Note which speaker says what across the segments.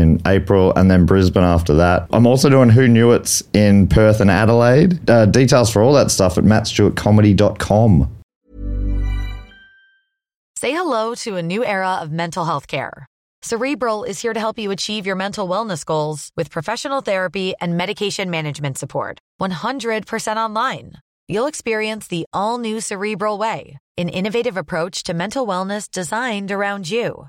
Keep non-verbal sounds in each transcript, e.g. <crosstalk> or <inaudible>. Speaker 1: in April, and then Brisbane after that. I'm also doing Who Knew It's in Perth and Adelaide. Uh, details for all that stuff at mattstewartcomedy.com.
Speaker 2: Say hello to a new era of mental health care. Cerebral is here to help you achieve your mental wellness goals with professional therapy and medication management support. 100% online. You'll experience the all new Cerebral Way, an innovative approach to mental wellness designed around you.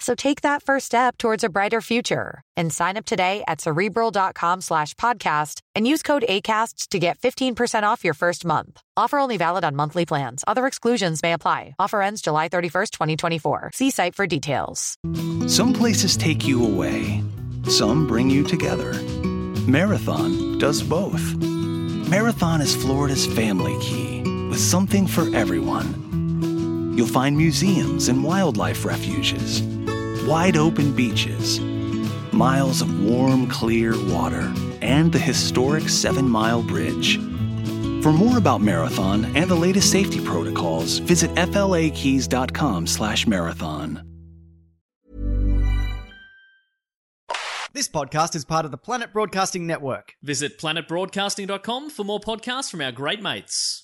Speaker 2: So take that first step towards a brighter future and sign up today at cerebral.com slash podcast and use code ACAST to get 15% off your first month. Offer only valid on monthly plans. Other exclusions may apply. Offer ends July 31st, 2024. See site for details.
Speaker 3: Some places take you away, some bring you together. Marathon does both. Marathon is Florida's family key with something for everyone. You'll find museums and wildlife refuges, wide open beaches, miles of warm, clear water, and the historic Seven Mile Bridge. For more about Marathon and the latest safety protocols, visit flakeys.com slash marathon.
Speaker 4: This podcast is part of the Planet Broadcasting Network.
Speaker 5: Visit planetbroadcasting.com for more podcasts from our great mates.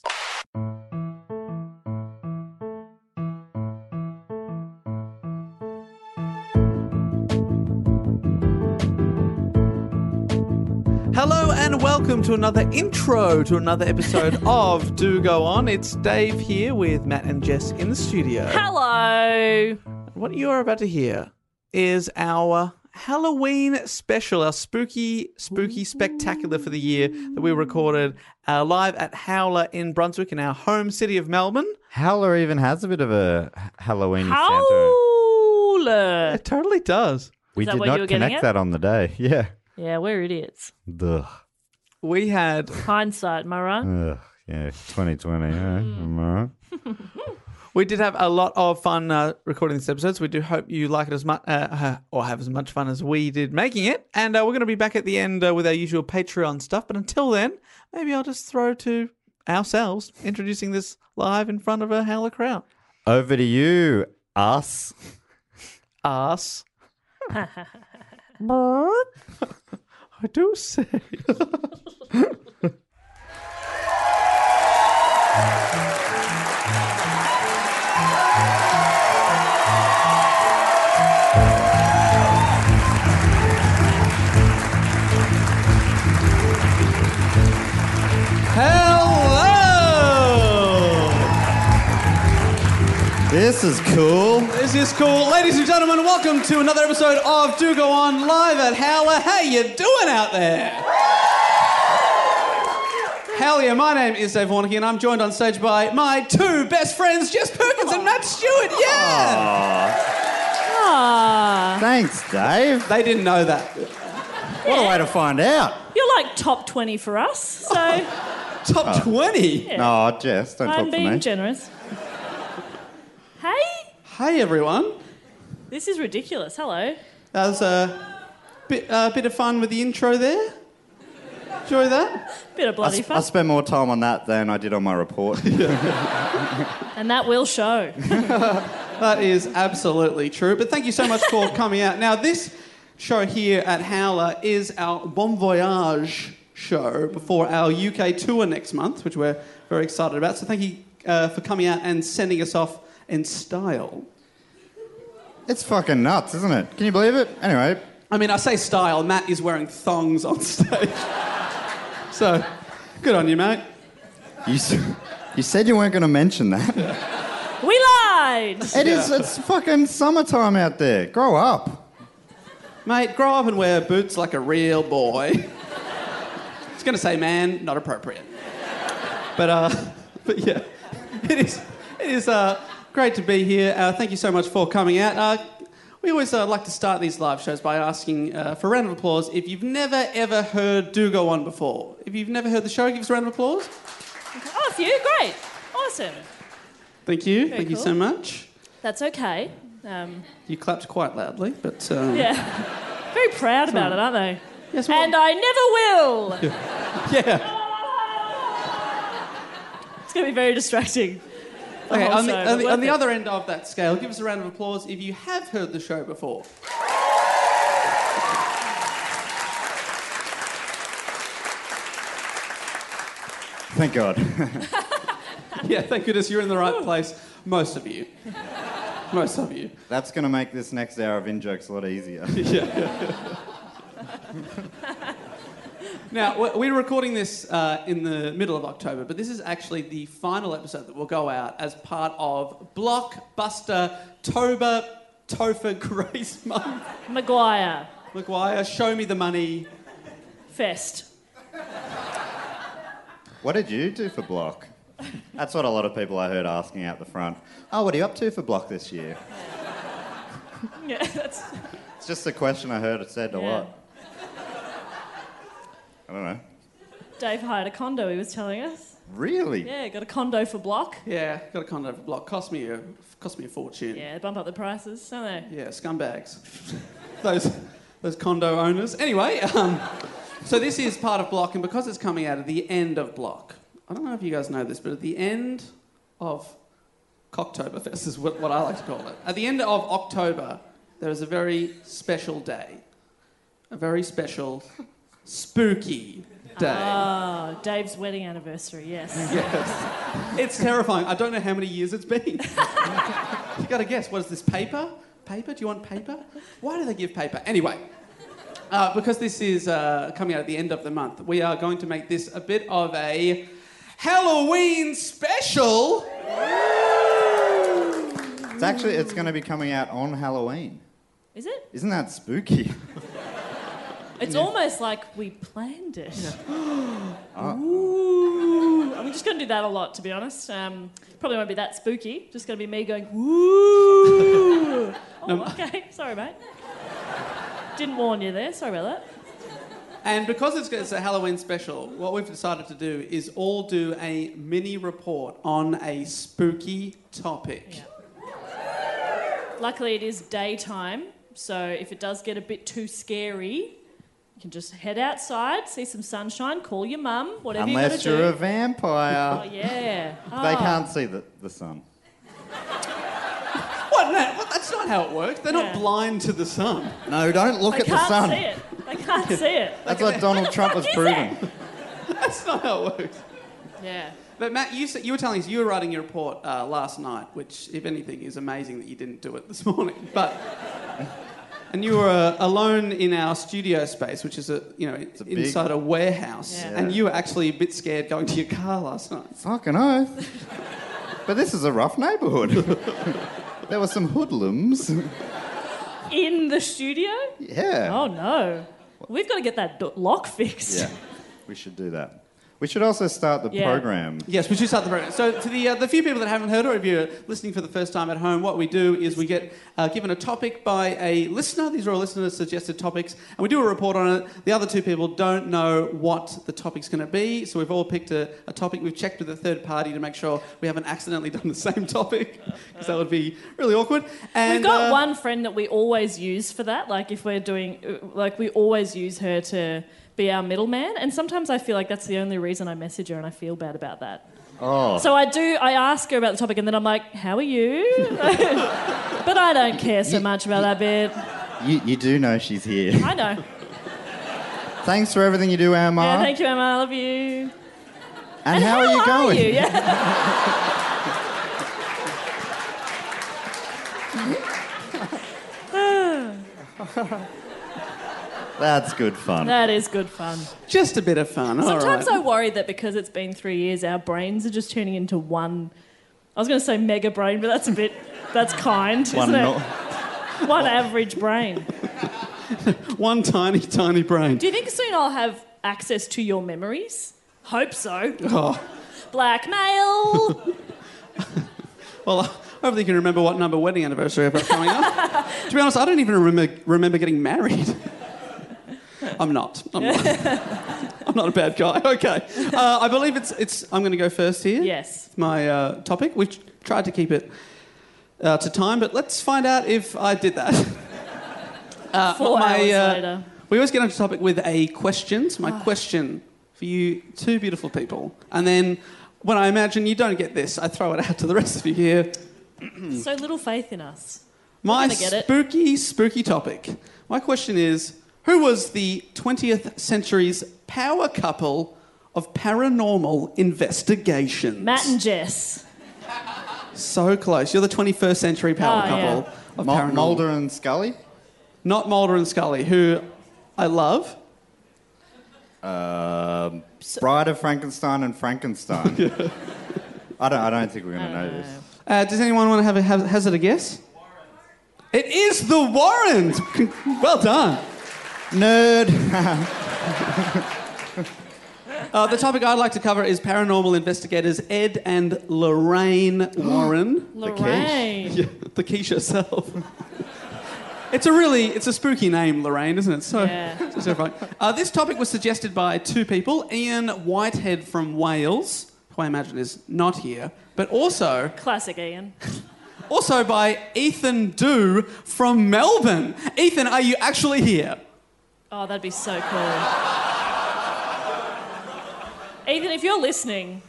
Speaker 6: Hello and welcome to another intro to another episode of Do Go On. It's Dave here with Matt and Jess in the studio.
Speaker 7: Hello.
Speaker 6: What you're about to hear is our Halloween special, our spooky, spooky spectacular for the year that we recorded uh, live at Howler in Brunswick in our home city of Melbourne.
Speaker 1: Howler even has a bit of a Halloween Santa.
Speaker 7: Howler.
Speaker 6: It totally does.
Speaker 1: We
Speaker 7: that
Speaker 1: did
Speaker 7: what you were
Speaker 1: not
Speaker 7: getting
Speaker 1: connect
Speaker 7: at?
Speaker 1: that on the day. <laughs> Yeah.
Speaker 7: Yeah, we're idiots.
Speaker 1: Ugh.
Speaker 6: We had
Speaker 7: Hindsight, am I right?
Speaker 1: Ugh. Yeah. 2020. eh?
Speaker 7: Hmm.
Speaker 1: Am I right?
Speaker 6: we did have a lot of fun uh, recording this episode. So we do hope you like it as much uh, uh, or have as much fun as we did making it. And uh, we're going to be back at the end uh, with our usual Patreon stuff. But until then, maybe I'll just throw to ourselves introducing this live in front of a Howler crowd.
Speaker 1: Over to you, us.
Speaker 6: Us. <laughs> I do say. <laughs> Hello!
Speaker 1: This is cool.
Speaker 6: This is cool. Ladies and gentlemen, welcome to another episode of Do Go On Live at Howler. How you doing out there? Hell yeah, my name is Dave Warnicky and I'm joined on stage by my two best friends, Jess Perkins and Matt Stewart. Yeah!
Speaker 7: Ah,
Speaker 1: Thanks, Dave.
Speaker 6: They didn't know that.
Speaker 1: What a way to find out.
Speaker 7: you're like top twenty for us,
Speaker 1: <laughs>
Speaker 7: so
Speaker 6: Top 20?
Speaker 1: Oh. No, Jess, don't
Speaker 7: I'm
Speaker 1: talk to me.
Speaker 7: being generous. Hey,
Speaker 6: Hey everyone.
Speaker 7: this is ridiculous. Hello.
Speaker 6: That was a bit, a bit of fun with the intro there. Enjoy that?
Speaker 7: Bit of
Speaker 1: I,
Speaker 7: bloody
Speaker 1: sp-
Speaker 7: fun,
Speaker 1: I spent more time on that than I did on my report. <laughs>
Speaker 7: and that will show.
Speaker 6: That is absolutely true. But thank you so much for coming out. Now, this show here at Howler is our Bon Voyage show before our UK tour next month, which we're very excited about. So thank you uh, for coming out and sending us off in style.
Speaker 1: it's fucking nuts, isn't it? Can you believe it? Anyway,
Speaker 6: I mean, I say style, Matt is wearing thongs on <laughs> stage. so good on you, mate.
Speaker 1: you, s- you said you weren't going to mention that.
Speaker 7: outside.
Speaker 1: It is. It's fucking summertime out there. Grow up.
Speaker 6: Mate, grow up and wear boots like a real boy. It's going to say man, not appropriate. But, uh, but yeah, it is, it is uh, great to be here. Uh, thank you so much for coming out. Uh, we always uh, like to start these live shows by asking uh, for a round of applause if you've never ever heard Do Go On before. If you've never heard the show, give us a round of applause.
Speaker 7: Oh, a few. Great. Awesome.
Speaker 6: Thank you.
Speaker 7: Very
Speaker 6: thank you
Speaker 7: cool.
Speaker 6: so much.
Speaker 7: That's okay. Um,
Speaker 6: You clapped quite loudly, but um,
Speaker 7: yeah. <laughs> Very proud about it, aren't they?
Speaker 6: yes, well,
Speaker 7: And I never will.
Speaker 6: <laughs> yeah.
Speaker 7: It's going to be very distracting.
Speaker 6: Okay,
Speaker 7: whole
Speaker 6: on the,
Speaker 7: show,
Speaker 6: on,
Speaker 7: but
Speaker 6: the,
Speaker 7: worth
Speaker 6: on the
Speaker 7: it.
Speaker 6: other end of that scale, give us a round of applause if you have heard the show before.
Speaker 1: Thank God.
Speaker 6: <laughs> Yeah, thank goodness you're in the right place. Most of you. Most of you.
Speaker 1: That's gonna make this next hour of in jokes a lot easier.
Speaker 6: Now, we- we're recording this uh, in the middle of October, but this is actually the final episode that will go out as part of Blockbuster Toba Topher Grace <laughs> Month.
Speaker 7: Maguire.
Speaker 6: McGuire, show me the money.
Speaker 7: Fest. <laughs>
Speaker 1: What did you do for block? That's what a lot of people I heard asking out the front. Oh, what are you up to for block this year?
Speaker 7: Yeah, that's.
Speaker 1: It's just a question I heard it said a
Speaker 7: Yeah.
Speaker 1: lot. I don't know.
Speaker 7: Dave hired a condo, he was telling us.
Speaker 1: Really?
Speaker 7: Yeah, got a condo for block.
Speaker 6: Yeah, got a condo for block. Cost me a, cost me a fortune.
Speaker 7: Yeah, bump up the prices, don't they?
Speaker 6: Yeah, scumbags. <laughs> those, those condo owners. Anyway, um, so this is part of Block, and because it's coming out at the end of Block, I don't know if you guys know this, but at the end of Cocktoberfest is what, what I like to call it. At the end of October, there is a very special day, a very special, spooky day.
Speaker 7: Oh, Dave's wedding anniversary, yes.
Speaker 6: Yes. It's terrifying. I don't know how many years it's been. <laughs> you got to guess. What is this, paper? Paper? Do you want paper? Why do they give paper? Anyway, uh, because this is uh, coming out at the end of the month, we are going to make this a bit of a Halloween special.
Speaker 1: It's actually it's gonna be coming out on Halloween.
Speaker 7: Is it?
Speaker 1: Isn't that spooky?
Speaker 7: It's almost like we planned it. <gasps> Ooh. I'm just going to do that a lot, to be honest. Um, probably won't be that spooky. Just going to be me going, woo. oh, okay. Sorry, mate. Didn't warn you there. Sorry about that.
Speaker 6: And because it's, it's a Halloween special, what we've decided to do is all do a mini report on a spooky topic.
Speaker 7: Luckily, it is daytime, so if it does get a bit too scary, you can just head outside, see some sunshine, call your mum, whatever
Speaker 1: Unless
Speaker 7: you
Speaker 1: you're a
Speaker 7: got to do. Oh, <laughs>
Speaker 1: vampire.
Speaker 7: yeah.
Speaker 1: <laughs> They
Speaker 7: Oh.
Speaker 1: can't see the, the sun.
Speaker 6: What? No, what? That's not how it works. They're not
Speaker 7: Yeah.
Speaker 6: blind to the sun. <laughs>
Speaker 1: No, don't look
Speaker 7: They
Speaker 1: at the
Speaker 7: can't
Speaker 1: sun.
Speaker 7: see it. They can't see it.
Speaker 1: That's what Donald Trump was
Speaker 7: is
Speaker 1: proving.
Speaker 6: That's not how it works.
Speaker 7: Yeah.
Speaker 6: But Matt, you, said, you were telling us you were writing your report uh, last night, which, if anything, is amazing that you didn't do it this <laughs> morning. But and you were uh, alone in our studio space, which is a you know
Speaker 1: a big-
Speaker 6: inside a warehouse,
Speaker 7: Yeah.
Speaker 6: and you were actually a bit scared going to your car last night.
Speaker 1: Fucking oath. but this is a rough neighbourhood. there were some hoodlums.
Speaker 7: In the studio?
Speaker 1: Yeah.
Speaker 7: Oh no. We've got to get that do- lock fixed.
Speaker 1: Yeah. We should do that. We should also start the
Speaker 7: Yeah.
Speaker 1: program.
Speaker 6: Yes, we should start the program. So, to the, uh, the few people that haven't heard, or if you're listening for the first time at home, what we do is we get uh, given a topic by a listener. These are all listeners' suggested topics, and we do a report on it. The other two people don't know what the topic's going to be, so we've all picked a, a topic. We've checked with a third party to make sure we haven't accidentally done the same topic, <laughs> because that would be really awkward. And,
Speaker 7: We've got
Speaker 6: uh,
Speaker 7: one friend that we always use for that. Like if we're doing, like we always use her to be our middleman. And sometimes I feel like that's the only reason I message her, and I feel bad about that. Oh. So I do. I ask her about the topic, and then I'm like, "How are you?" <laughs> but I don't care so much about that bit.
Speaker 1: You, you do know she's here.
Speaker 7: I know.
Speaker 1: Thanks for everything you do, Emma.
Speaker 7: Yeah, thank you, Emma. I love you.
Speaker 1: And, how, are you going?
Speaker 7: you? Yeah.
Speaker 1: That's good fun.
Speaker 7: That is good
Speaker 1: <laughs>
Speaker 7: fun.
Speaker 6: Just a bit of fun.
Speaker 7: Sometimes
Speaker 6: all
Speaker 7: I
Speaker 6: right.
Speaker 7: worry that because it's been three years, our brains are just turning into one. I was going to say mega brain, but that's a bit That's kind, isn't
Speaker 6: One
Speaker 7: it?
Speaker 6: no-
Speaker 7: One average brain.
Speaker 6: one tiny, tiny brain.
Speaker 7: Do you think soon I'll have access to your memories? Hope so.
Speaker 6: Oh.
Speaker 7: Blackmail.
Speaker 6: Well, I don't think you can remember what number wedding anniversary I've got coming up. to be honest, I don't even remember, remember getting married. I'm not. I'm <laughs> not. I'm not a bad guy. Okay. Uh, I believe it's, it's. I'm going to go first
Speaker 7: <laughs>
Speaker 6: here.
Speaker 7: yes.
Speaker 6: It's my uh, topic. We've tried to keep it uh, to time, but let's find out if I did that. <laughs> Uh,
Speaker 7: Four
Speaker 6: my,
Speaker 7: hours
Speaker 6: uh,
Speaker 7: later. Ah.
Speaker 6: We always get onto topic with a question. So my question for you two beautiful people. And then when I imagine you don't get this, I throw it <laughs> out to the rest of you here.
Speaker 7: So little faith in us.
Speaker 6: My
Speaker 7: gonna get it.
Speaker 6: spooky, spooky topic. My question is Who was the 20th century's power couple of paranormal investigations?
Speaker 7: Matt and Jess.
Speaker 6: So close. You're the 21st century power
Speaker 7: Oh,
Speaker 6: couple of
Speaker 8: Mul-
Speaker 6: paranormal.
Speaker 8: Mulder and Scully?
Speaker 6: Not Mulder and Scully, who I love.
Speaker 8: Um, Bride of Frankenstein and Frankenstein. I, don't, I don't think we're going to know this.
Speaker 6: Uh, does anyone want to have a have, hazard a guess? It is the Warrens. Con- <laughs> well done.
Speaker 8: Nerd.
Speaker 6: <laughs> Uh, the topic I'd like to cover is paranormal investigators Ed and Lorraine Warren.
Speaker 7: Lorraine.
Speaker 6: Yeah, <laughs> the quiche herself. it's a really, it's a spooky name, Lorraine, isn't it? So,
Speaker 7: Yeah.
Speaker 6: <laughs> so terrifying. Uh, this topic was suggested by two people: Ian Whitehead from Wales, who I imagine is not here, but also
Speaker 7: Classic Ian.
Speaker 6: also by Ethan Dew from Melbourne. Ethan, are you actually here?
Speaker 7: Oh, that'd be so cool. Ethan, if you're listening,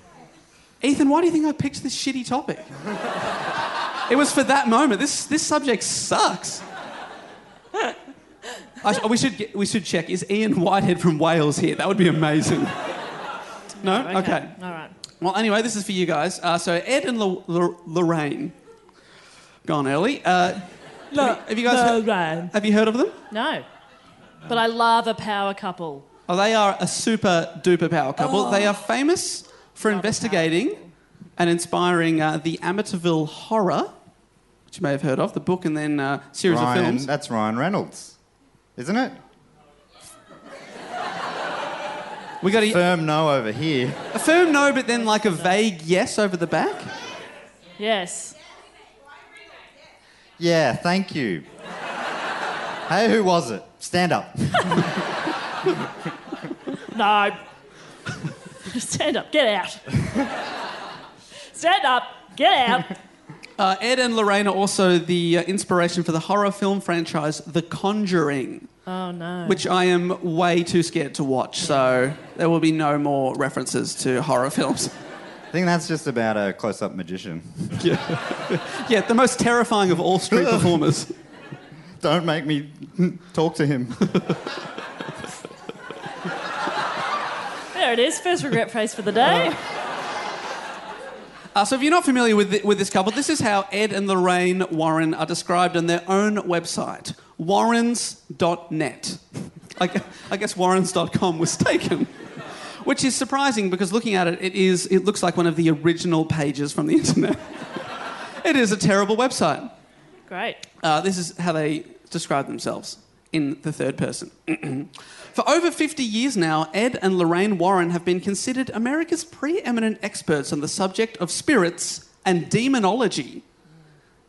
Speaker 6: Ethan, why do you think I picked this shitty topic? <laughs> it was for that moment. This, this subject sucks. I, sh- we, should get, we should check. Is Ian Whitehead from Wales here? That would be amazing. No? Okay.
Speaker 7: All right.
Speaker 6: Well, anyway, this is for you guys. Uh, so, Ed and Lo- Lo- Lorraine. Gone early. Uh, have you guys heard-
Speaker 7: Lorraine.
Speaker 6: have you heard of them?
Speaker 7: No. But I love a power couple.
Speaker 6: Oh, they are a super duper power couple. They
Speaker 7: Oh.
Speaker 6: are famous for investigating and inspiring uh, the Amityville horror, which you may have heard of, the book and then uh, series of
Speaker 8: Ryan,
Speaker 6: films.
Speaker 8: that's Ryan Reynolds, isn't it?
Speaker 6: We got a,
Speaker 8: Firm no over here.
Speaker 6: a firm no, but then like a vague yes over the back.
Speaker 7: Yes.
Speaker 8: Yeah, thank you. hey, who was it? Stand up.
Speaker 6: <laughs>
Speaker 7: No. Stand up. Get out. Stand up. Get out.
Speaker 6: Uh, Ed and Lorraine are also the uh, inspiration for the horror film franchise The Conjuring,
Speaker 7: Oh, no.
Speaker 6: which I am way too scared to watch. So there will be no more references to horror films. <laughs>
Speaker 8: I think that's just about a close up magician. <laughs>
Speaker 6: yeah, the most terrifying of all street performers.
Speaker 8: Don't make me <laughs> talk to him. <laughs>
Speaker 7: There it is. First regret face for the day.
Speaker 6: Uh, so, if you're not familiar with, thi- with this couple, this is how Ed and Lorraine Warren are described on their own website, warrens.net. I, gu- I guess warrens.com was taken, which is surprising because looking at it, it, is, it looks like one of the original pages from the internet. <laughs> it is a terrible website.
Speaker 7: Great.
Speaker 6: Uh, this is how they describe themselves in the third person. <clears throat> For over 50 years now, Ed and Lorraine Warren have been considered America's preeminent experts on the subject of spirits and demonology.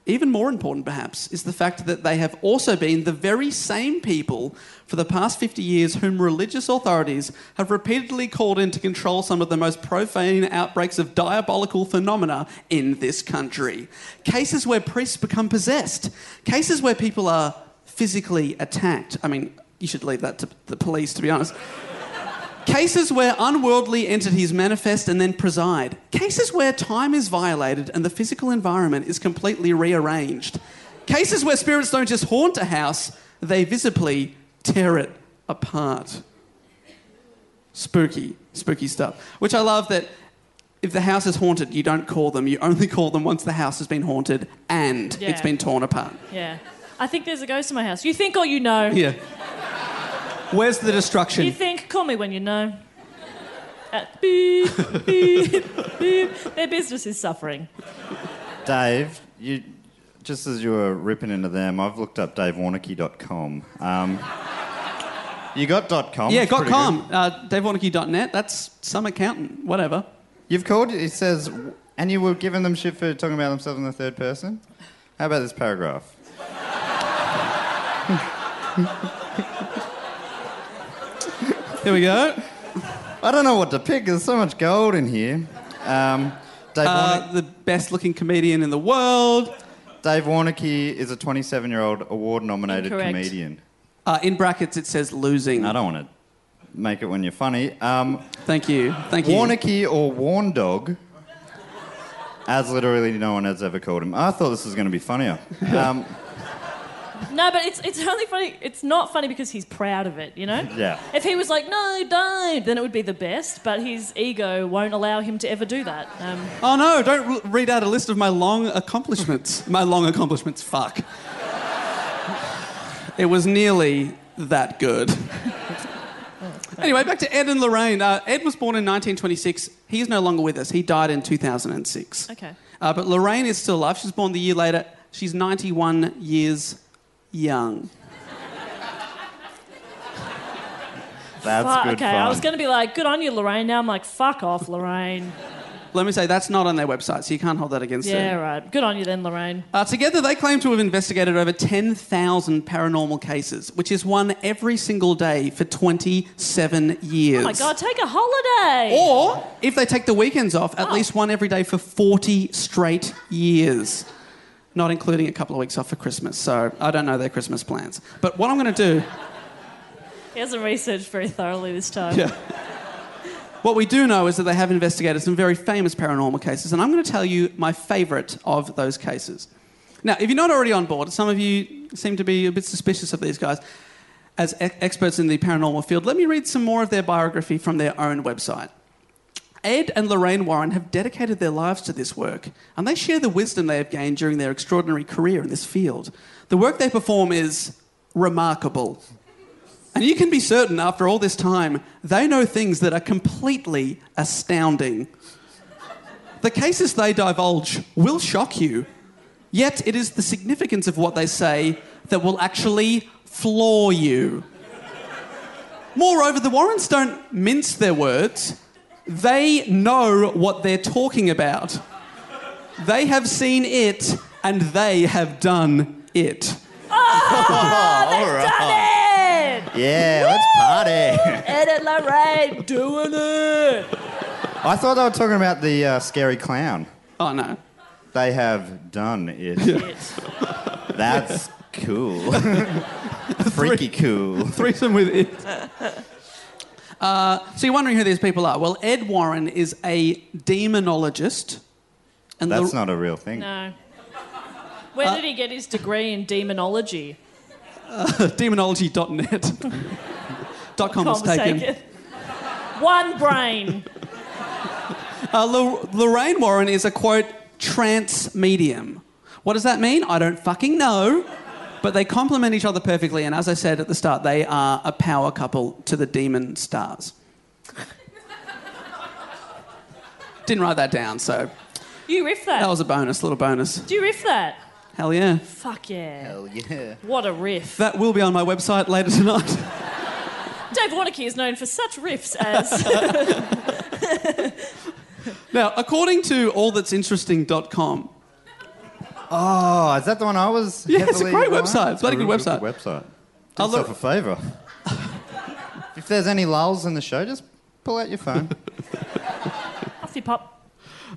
Speaker 6: Even more important, perhaps, is the fact that they have also been the very same people for the past 50 years whom religious authorities have repeatedly called in to control some of the most profane outbreaks of diabolical phenomena in this country. Cases where priests become possessed, cases where people are physically attacked. I mean, you should leave that to the police, to be honest. Cases where unworldly entities manifest and then preside. Cases where time is violated and the physical environment is completely rearranged. Cases where spirits don't just haunt a house, they visibly tear it apart. Spooky, spooky stuff. Which I love that if the house is haunted, you don't call them. You only call them once the house has been haunted and it's
Speaker 7: Yeah.
Speaker 6: been torn apart.
Speaker 7: Yeah. I think there's a ghost in my house. You think or you know.
Speaker 6: Yeah. Where's the destruction?
Speaker 7: You think, call me when you know. Uh, beep, beep, beep. Their business is suffering.
Speaker 8: Dave, you,
Speaker 1: just as you were ripping into them, I've looked up davewarnocky.com. Um, you got dot .com?
Speaker 6: yeah,
Speaker 1: It's
Speaker 6: got
Speaker 1: pretty good.
Speaker 6: com. Uh, DaveWarnocky.net. That's some accountant, whatever.
Speaker 1: You've called, it says, and you were giving them shit for talking about themselves in the third person? How about this paragraph?
Speaker 6: Here
Speaker 1: <laughs>
Speaker 6: we go.
Speaker 1: I don't know what to pick. There's so much gold in here. Um, Dave, Warnock-
Speaker 6: Uh, the best looking comedian in the world.
Speaker 1: Dave Warnocky is a 27 year old award nominated
Speaker 7: Incorrect.
Speaker 1: comedian.
Speaker 6: Uh, in brackets, it says losing.
Speaker 1: I don't want to make it when you're funny. Um,
Speaker 6: Thank you. Thank you.
Speaker 1: Warnocky or Warn Dog, as literally no one has ever called him. I thought this was going to be funnier.
Speaker 6: Oh,
Speaker 1: Um,
Speaker 7: No, but it's it's only funny. It's not funny because he's proud of it, you know.
Speaker 1: Yeah.
Speaker 7: If he was like, no, don't, then it would be the best. But his ego won't allow him to ever do that. Um,
Speaker 6: Oh no, don't re- read out a list of my long accomplishments. my long accomplishments, fuck. it was nearly that good. <laughs> anyway, back to Ed and Lorraine. Uh, Ed was born in 1926. He is no longer with us. He died in 2006.
Speaker 7: Okay.
Speaker 6: Uh, but Lorraine is still alive. She was born the year later. She's 91 years young.
Speaker 1: that's
Speaker 7: fuck,
Speaker 1: good
Speaker 7: okay,
Speaker 1: fun.
Speaker 7: I was going to be like, good on you, Lorraine. Now I'm like, fuck off, Lorraine.
Speaker 6: Let me say, that's not on their website, so you can't hold that against her.
Speaker 7: yeah, right. Good on you then, Lorraine.
Speaker 6: Uh, together, they claim to have investigated over 10,000 paranormal cases, which is one every single day for 27 years.
Speaker 7: Oh my god, take a
Speaker 1: Oh,
Speaker 7: holiday.
Speaker 6: Or, if they take the weekends off, at least one every day for 40 straight years, not including a couple of weeks off for Christmas. So I don't know their Christmas plans. But what I'm going to do,
Speaker 7: He hasn't researched very thoroughly this time.
Speaker 6: Yeah. what we do know is that they have investigated some very famous paranormal cases, and I'm going to tell you my favourite of those cases. Now, if you're not already on board, some of you seem to be a bit suspicious of these guys. As e- experts in the paranormal field, let me read some more of their biography from their own website. Ed and Lorraine Warren have dedicated their lives to this work, and they share the wisdom they have gained during their extraordinary career in this field. The work they perform is remarkable. And you can be certain, after all this time, they know things that are completely astounding. The cases they divulge will shock you, yet, it is the significance of what they say that will actually floor you. Moreover, the Warrens don't mince their words, they know what they're talking about. They have seen it, and they have done it.
Speaker 7: Done
Speaker 6: Oh.
Speaker 7: it!
Speaker 1: Yeah, let's party.
Speaker 7: Ed and Lorraine doing it.
Speaker 1: I thought they were talking about the uh, scary clown.
Speaker 6: Oh no.
Speaker 1: They have done it. That's
Speaker 6: <laughs>
Speaker 1: cool. Freaky cool.
Speaker 6: threesome with it. Uh, <laughs> so you're wondering who these people are? Well, Ed Warren is a demonologist, and
Speaker 1: That's
Speaker 6: Lor-
Speaker 1: not a real thing.
Speaker 7: No. Where
Speaker 6: Uh,
Speaker 7: did he get his degree in demonology?
Speaker 6: <laughs> demonology.net. Dot com was taken.
Speaker 7: <laughs> One brain.
Speaker 6: Uh, Lor- Lorraine Warren is a quote trance medium. What does that mean? I don't fucking know. But they complement each other perfectly, and as I said at the start, they are a power couple to the demon stars. Didn't write that down, so
Speaker 7: You riff that.
Speaker 6: that was a bonus, little bonus.
Speaker 7: Do you riff that?
Speaker 6: Hell yeah.
Speaker 7: Fuck yeah.
Speaker 1: Hell yeah.
Speaker 7: What a riff.
Speaker 6: That will be on my website later tonight. <laughs>
Speaker 7: Dave Warnocky is known for such riffs
Speaker 6: <laughs>
Speaker 7: as.
Speaker 6: now, according to allthat'sinteresting.com,
Speaker 1: Oh, is that the one I was?
Speaker 6: Yeah, it's a
Speaker 1: heavily
Speaker 6: great
Speaker 1: behind?
Speaker 6: website. It's a bloody
Speaker 1: real
Speaker 6: good website. Uh,
Speaker 1: website. Do
Speaker 6: I'll
Speaker 1: yourself a
Speaker 6: look- <laughs>
Speaker 1: favour. if there's any lulls in the show, just pull out your phone.
Speaker 7: Huffy Pop.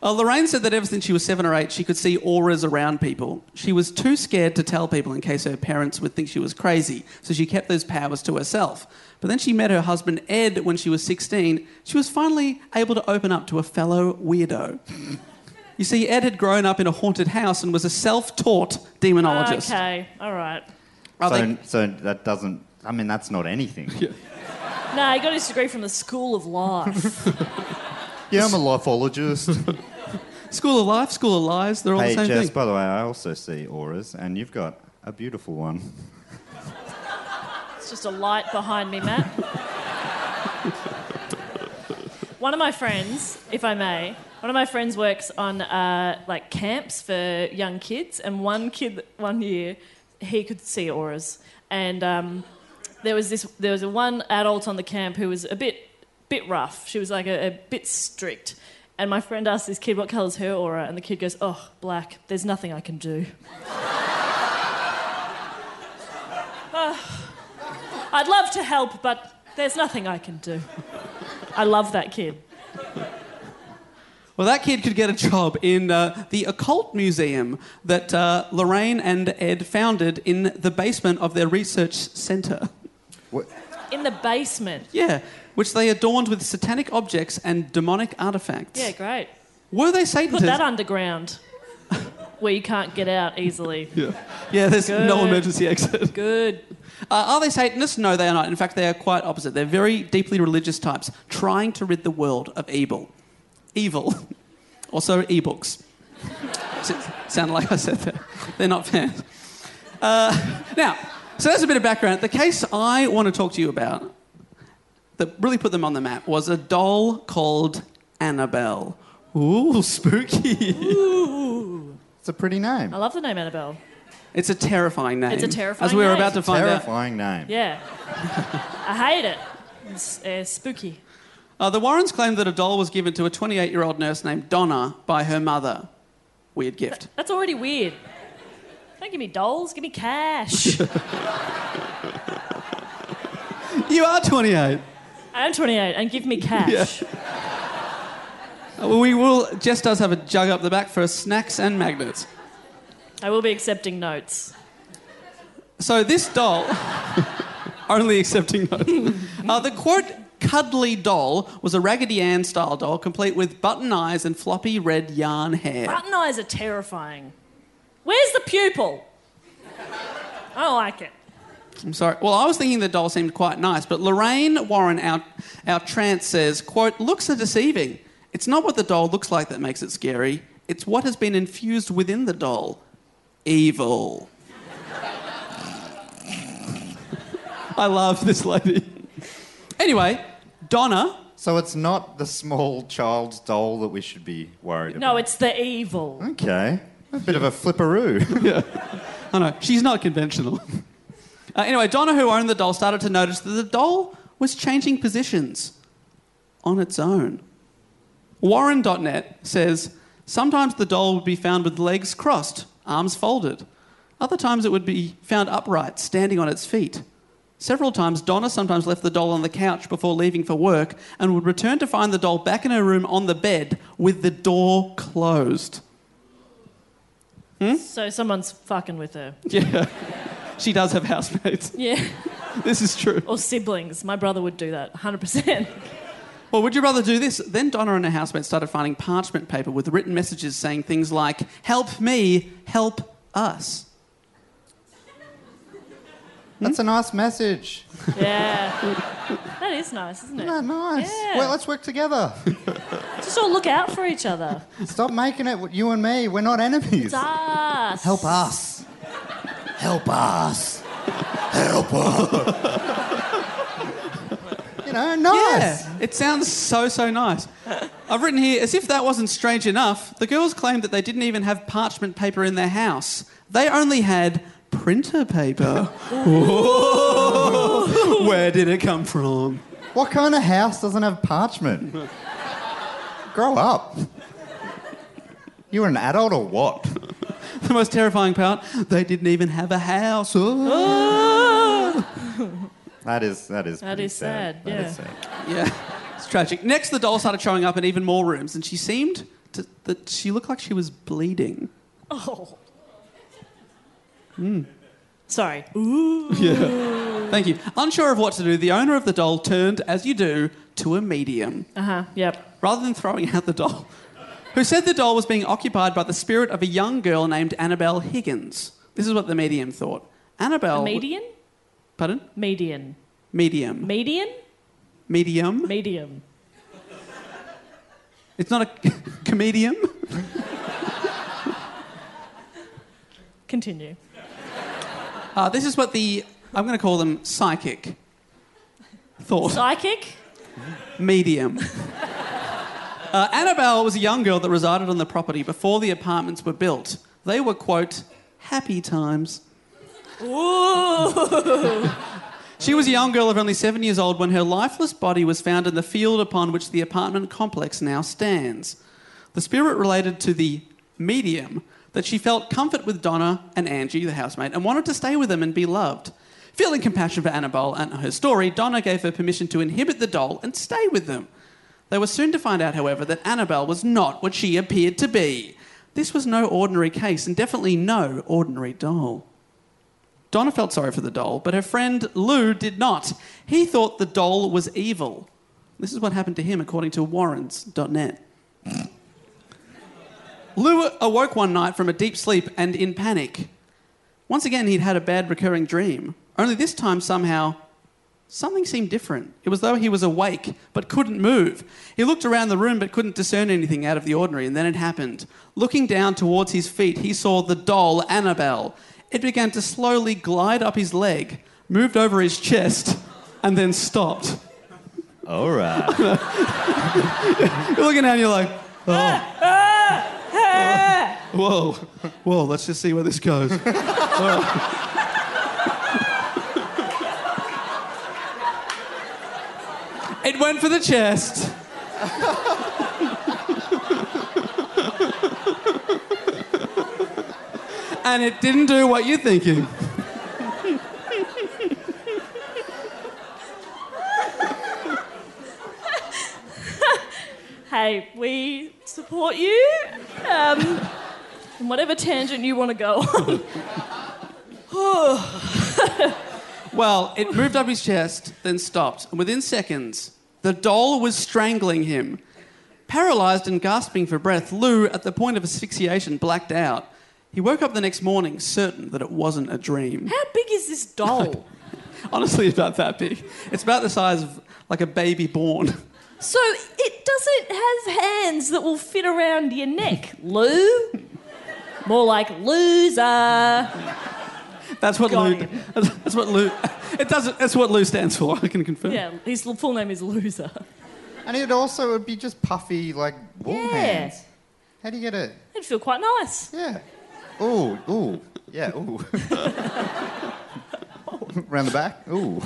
Speaker 6: uh, Lorraine said that ever since she was seven or eight, she could see auras around people. She was too scared to tell people in case her parents would think she was crazy, so she kept those powers to herself. But then she met her husband Ed when she was 16. She was finally able to open up to a
Speaker 1: <laughs>
Speaker 6: fellow weirdo. You see, Ed had grown up in a haunted house and was a self taught demonologist.
Speaker 7: Okay, all right.
Speaker 6: Are they-
Speaker 1: so, so that doesn't. I mean, that's not anything.
Speaker 7: No, he got his degree from the School of Life.
Speaker 1: Yeah, I'm
Speaker 8: <laughs>
Speaker 1: a lifologist.
Speaker 6: School of Life, School of Lies, they're all
Speaker 1: hey,
Speaker 6: the same
Speaker 1: Jess.
Speaker 6: thing.
Speaker 1: By the way, I also see auras, and you've got a beautiful one.
Speaker 7: it's just a light behind me, Matt. one of my friends, if I may, one of my friends works on uh, like camps for young kids, and one kid one year he could see auras, and um, there was this there was a one adult on the camp who was a bit bit rough. She was like a, a bit strict. And my friend asked this kid, "What colour's her aura?" And the kid goes, "Oh, black. There's nothing I can do." I'd love to help, but there's nothing I can do. I love that kid.
Speaker 6: Well, that kid could get a job in uh, the occult museum that uh, Lorraine and Ed founded in the basement of their research centre.
Speaker 7: In the basement.
Speaker 6: <laughs> Yeah, which they adorned with satanic objects and demonic artifacts.
Speaker 7: Yeah, great.
Speaker 6: Were they Satanists?
Speaker 7: Put that underground where you can't get out easily.
Speaker 6: Yeah, there's no
Speaker 7: Good.
Speaker 6: emergency exit.
Speaker 7: Good.
Speaker 6: Uh, are they Satanists? No, they are not. In fact, they are quite opposite. They're very deeply religious types, trying to rid the world of evil. Evil. <laughs> also, ebooks. S- Sounded like I said that. They're not fans. Uh, now, so that's a bit of background. The case I want to talk to you about that really put them on the map was a doll called Annabelle. Ooh, spooky.
Speaker 8: It's a pretty name.
Speaker 7: I love the name Annabelle.
Speaker 6: It's a terrifying name.
Speaker 7: It's a terrifying
Speaker 6: As we were
Speaker 7: name.
Speaker 6: about to find out.
Speaker 8: Terrifying name.
Speaker 7: Yeah. I hate it. It's uh, spooky.
Speaker 6: Uh, the Warrens claim that a doll was given to a 28 year old nurse named Donna by her mother. Weird gift.
Speaker 7: That's already weird. Don't give me dolls, give me cash.
Speaker 6: <laughs> you are 28.
Speaker 7: I'm 28 and give me cash.
Speaker 6: Well, Uh, we will. Jess does have a jug up the back for snacks and magnets.
Speaker 7: I will be accepting notes.
Speaker 6: So this doll, <laughs> only accepting notes. Uh, the quote cuddly doll was a Raggedy Ann style doll, complete with button eyes and floppy red yarn hair.
Speaker 7: Button eyes are terrifying. Where's the pupil? I don't like it.
Speaker 6: I'm sorry. Well, I was thinking the doll seemed quite nice, but Lorraine Warren, our, our trance, says, quote, looks are deceiving. It's not what the doll looks like that makes it scary. It's what has been infused within the doll. Evil. <laughs> I love this lady. Anyway, Donna,
Speaker 8: So it's not the small child's doll that we should be worried
Speaker 7: No,
Speaker 8: about.
Speaker 7: it's the evil.
Speaker 8: Hmm? Okay. A bit of a <laughs> flipperoo.
Speaker 6: Oh no, she's not conventional. <laughs> Uh, anyway, Donna, who owned the doll, started to notice that the doll was changing positions on its own. Warren.net says sometimes the doll would be found with legs crossed, arms folded. Other times it would be found upright, standing on its feet. Several times, Donna sometimes left the doll on the couch before leaving for work and would return to find the doll back in her room on the bed with the door closed. <laughs>
Speaker 7: So someone's fucking with her.
Speaker 6: Yeah, she does have housemates. <laughs>
Speaker 7: Yeah.
Speaker 6: This is true.
Speaker 7: <laughs> Or siblings. My brother would do that,
Speaker 8: <laughs>
Speaker 7: 100%.
Speaker 6: Well, would you rather do this? Then Donna and her housemate started finding parchment paper with written messages saying things like, Help me, help us.
Speaker 8: That's a nice message.
Speaker 7: yeah. That is nice, isn't it?
Speaker 8: Isn't that nice?
Speaker 7: Yeah.
Speaker 8: Well, let's work together.
Speaker 7: <laughs> Just all look out for each other.
Speaker 8: Stop making it you and me. We're not enemies.
Speaker 7: Das.
Speaker 8: Help us. Help us. Help us. you know, nice.
Speaker 6: Yeah, it sounds so, so nice. I've written here, as if that wasn't strange enough, the girls claimed that they didn't even have parchment paper in their house. They only had printer paper. Whoa. <laughs> Where did it come from?
Speaker 8: What kind of house doesn't have parchment? Grow up. You were an adult or what?
Speaker 6: The most terrifying part, they didn't even have a house.
Speaker 8: <gasps>
Speaker 6: Oh.
Speaker 8: That is that is
Speaker 7: That
Speaker 8: pretty
Speaker 7: is sad,
Speaker 8: That is
Speaker 7: yeah.
Speaker 8: sad.
Speaker 6: Yeah, <laughs> it's tragic. Next, the doll started showing up in even more rooms, and she seemed to, that she looked like she was bleeding.
Speaker 7: Oh.
Speaker 8: Hmm.
Speaker 7: Sorry. Ooh.
Speaker 6: Thank you. Unsure of what to do, the owner of the doll turned, as you do, to a medium.
Speaker 7: Uh huh. Yep.
Speaker 6: Rather than throwing out the doll, <laughs> who said the doll was being occupied by the spirit of a young girl named Annabelle Higgins. This is what the medium thought.
Speaker 8: Oh.
Speaker 6: Annabelle.
Speaker 7: Median?
Speaker 6: Pardon?
Speaker 7: Median.
Speaker 6: Medium.
Speaker 7: Median?
Speaker 6: medium.
Speaker 7: Medium.
Speaker 6: it's not a <laughs> comedium.
Speaker 7: Continue.
Speaker 6: Uh, this is what the, I'm going to call them
Speaker 8: Oh.
Speaker 6: psychic, thought.
Speaker 8: <laughs>
Speaker 7: Psychic?
Speaker 6: medium. <laughs> Uh, Annabelle was a young girl that resided on the property before the apartments were built. They were, quote, happy times. She was a young girl of only seven years old when her lifeless body was found in the field upon which the apartment complex now stands. The spirit related to the medium that she felt comfort with Donna and Angie, the housemate, and wanted to stay with them and be loved. Feeling compassion for Annabelle and her story, Donna gave her permission to inhibit the doll and stay with them. They were soon to find out, however, that Annabelle was not what she appeared to be. This was no ordinary case, and definitely no ordinary doll. Donna felt sorry for the doll, but her friend Lou did not. He thought the doll was evil. This is what happened to him, according to Warrens.net. Lou awoke one night from a deep sleep and in panic. Once again, he'd had a bad recurring dream. Only this time, somehow, something seemed different. It was though he was awake, but couldn't move. He looked around the room, but couldn't discern anything out of the ordinary, and then it happened. Looking down towards his feet, he saw the doll, Annabelle. It began to slowly glide up his leg, moved over his chest, and then stopped.
Speaker 8: All right.
Speaker 6: <laughs> You're looking down, and you're like,
Speaker 7: Ah!
Speaker 6: oh. whoa, whoa, let's just see where this goes. All right. It went for the chest. and it didn't do what you're thinking.
Speaker 7: Hey, we support you. Um, and whatever tangent you want to go on.
Speaker 6: Well, it moved up his chest, then stopped, and within seconds, the doll was strangling him. Paralyzed and gasping for breath, Lou, at the point of asphyxiation, blacked out. He woke up the next morning, certain that it wasn't
Speaker 7: <laughs>
Speaker 6: a dream.
Speaker 7: <laughs> How big is this doll?
Speaker 6: Honestly, about that big. It's about the size of like a baby born. <laughs>
Speaker 7: So it doesn't have hands that will fit around your neck, Lou. More like loser.
Speaker 6: That's what
Speaker 7: Got
Speaker 6: Lou.
Speaker 7: him.
Speaker 6: That's, that's what Lou. <laughs> It doesn't. That's what Lou stands for. I can confirm.
Speaker 7: Yeah, his full name is Loser.
Speaker 1: And it also would be just puffy, like wool
Speaker 7: Yeah.
Speaker 1: hands. How do you get it?
Speaker 7: It'd feel quite nice.
Speaker 1: Yeah. Ooh, ooh. Yeah, ooh. Round the back? Ooh.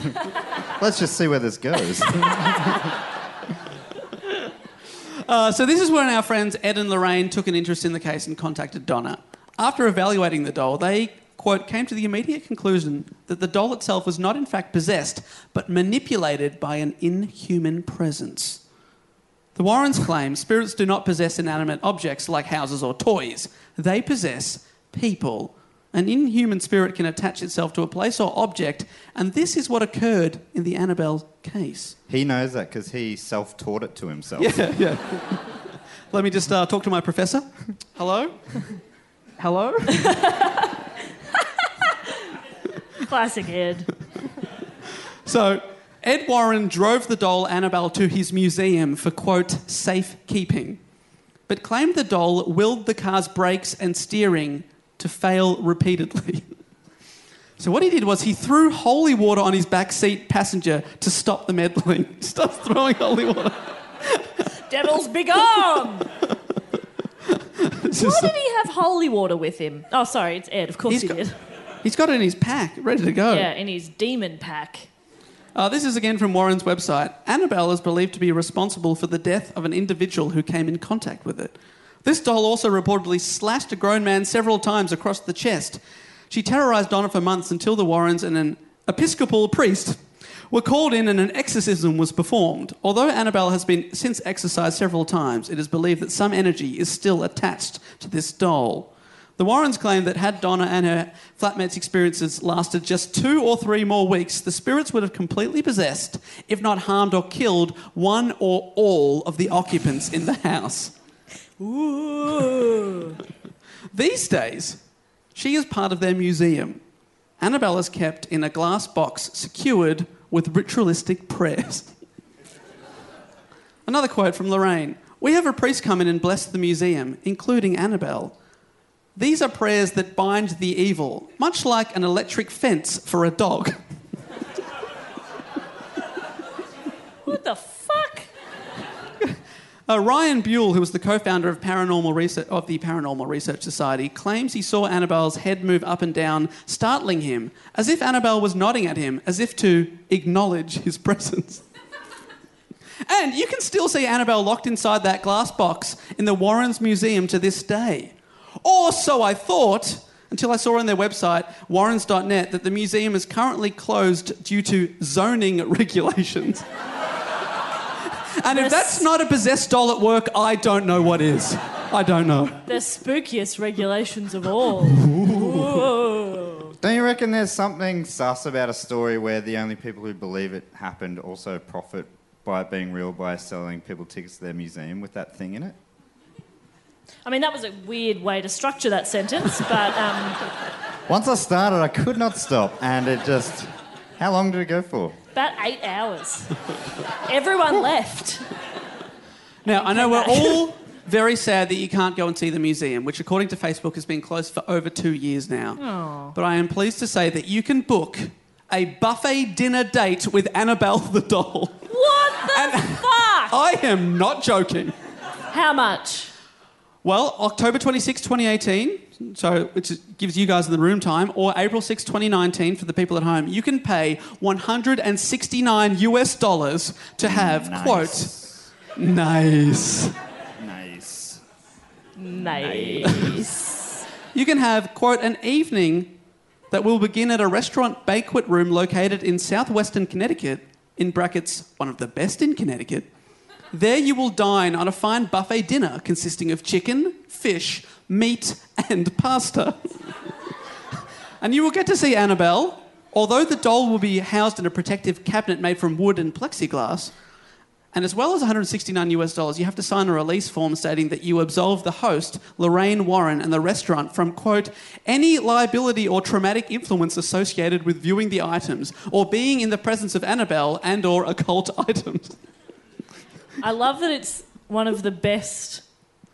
Speaker 1: Let's just see where this goes. <laughs>
Speaker 6: Uh, so this is when our friends Ed and Lorraine took an interest in the case and contacted Donna. After evaluating the doll, they quote came to the immediate conclusion that the doll itself was not in fact possessed, but manipulated by an inhuman presence. The Warrens claim spirits do not possess inanimate objects like houses or toys. They possess people. An inhuman spirit can attach itself to a place or object, and this is what occurred in the Annabelle case.
Speaker 1: he knows that because he self taught it to himself.
Speaker 6: Yeah, yeah. Let me just uh, talk to my professor. Hello? Hello?
Speaker 7: Classic Ed.
Speaker 6: <laughs> so, Ed Warren drove the doll Annabelle to his museum for, quote, safekeeping, but claimed the doll willed the car's brakes and steering to fail repeatedly. <laughs> So what he did was he threw holy water on his back seat passenger to stop the meddling. <laughs> Stop throwing holy water.
Speaker 7: Devil's big arm.
Speaker 6: It's
Speaker 7: Why
Speaker 6: just-
Speaker 7: did he have holy water with him? Oh, sorry, it's Ed. Of course
Speaker 6: He's
Speaker 7: he
Speaker 6: got-
Speaker 7: did.
Speaker 6: he's got it in his pack, ready to go.
Speaker 7: Yeah, in his demon pack.
Speaker 6: Uh, this is again from Warren's website. Annabelle is believed to be responsible for the death of an individual who came in contact with it. This doll also reportedly slashed a grown man several times across the chest. She terrorized Donna for months until the Warrens and an Episcopal priest were called in and an exorcism was performed. Although Annabelle has been since exorcised several times, it is believed that some energy is still attached to this doll. The Warrens claim that had Donna and her flatmate's experiences lasted just two or three more weeks, the spirits would have completely possessed, if not harmed or killed, one or all of the occupants in the house.
Speaker 7: Ooh.
Speaker 6: These days, she is part of their museum. Annabelle is kept in a glass box secured with ritualistic prayers. <laughs> Another quote from Lorraine We have a priest come in and bless the museum, including Annabelle. These are prayers that bind the evil, much like an electric fence for a dog. <laughs>
Speaker 7: What the fuck?
Speaker 6: Uh, Ryan Buell, who was the co-founder of Paranormal Research of the Paranormal Research Society, claims he saw Annabelle's head move up and down, startling him, as if Annabelle was nodding at him, as if to acknowledge his <laughs> presence. and you can still see Annabelle locked inside that glass box in the Warrens Museum to this day. Or so I thought, until I saw on their website, warrens.net, that the museum is currently closed due to zoning <laughs> regulations. And if that's not a possessed doll at work, I don't know what is. I don't know.
Speaker 7: The spookiest regulations of all. Whoa.
Speaker 1: Don't you reckon there's something sus about a story where the only people who believe it happened also profit by it being real by selling people tickets to their museum with that thing in it?
Speaker 7: I mean, that was a weird way to structure that sentence, but um,
Speaker 1: Once I started, I could not stop, and it just. How long did it go for?
Speaker 7: about eight hours. Everyone left.
Speaker 6: Now, I know we're all very sad that you can't go and see the museum, which, according to Facebook, has been closed for over two years now. But I am pleased to say that you can book a buffet dinner date with Annabelle the doll.
Speaker 7: What the
Speaker 6: And-
Speaker 7: fuck?
Speaker 6: I am not joking.
Speaker 7: How much?
Speaker 6: Well, October 26, 2018, so which is- gives you guys in the room time, or April 6, 2019 for the people at home, you can pay 169 US dollars to have, quote, nice.
Speaker 1: Nice.
Speaker 7: Nice.
Speaker 6: You can have, quote, an evening that will begin at a restaurant banquet room located in southwestern Connecticut, in brackets, one of the best in Connecticut. There you will dine on a fine buffet dinner consisting of chicken, fish, meat, and pasta. <laughs> and you will get to see Annabelle, although the doll will be housed in a protective cabinet made from wood and plexiglass. And as well as 169 US dollars, you have to sign a release form stating that you absolve the host, Lorraine Warren, and the restaurant from, quote, any liability or traumatic influence associated with viewing the items or being in the presence of Annabelle and or occult <laughs> items.
Speaker 7: I love that it's one of the best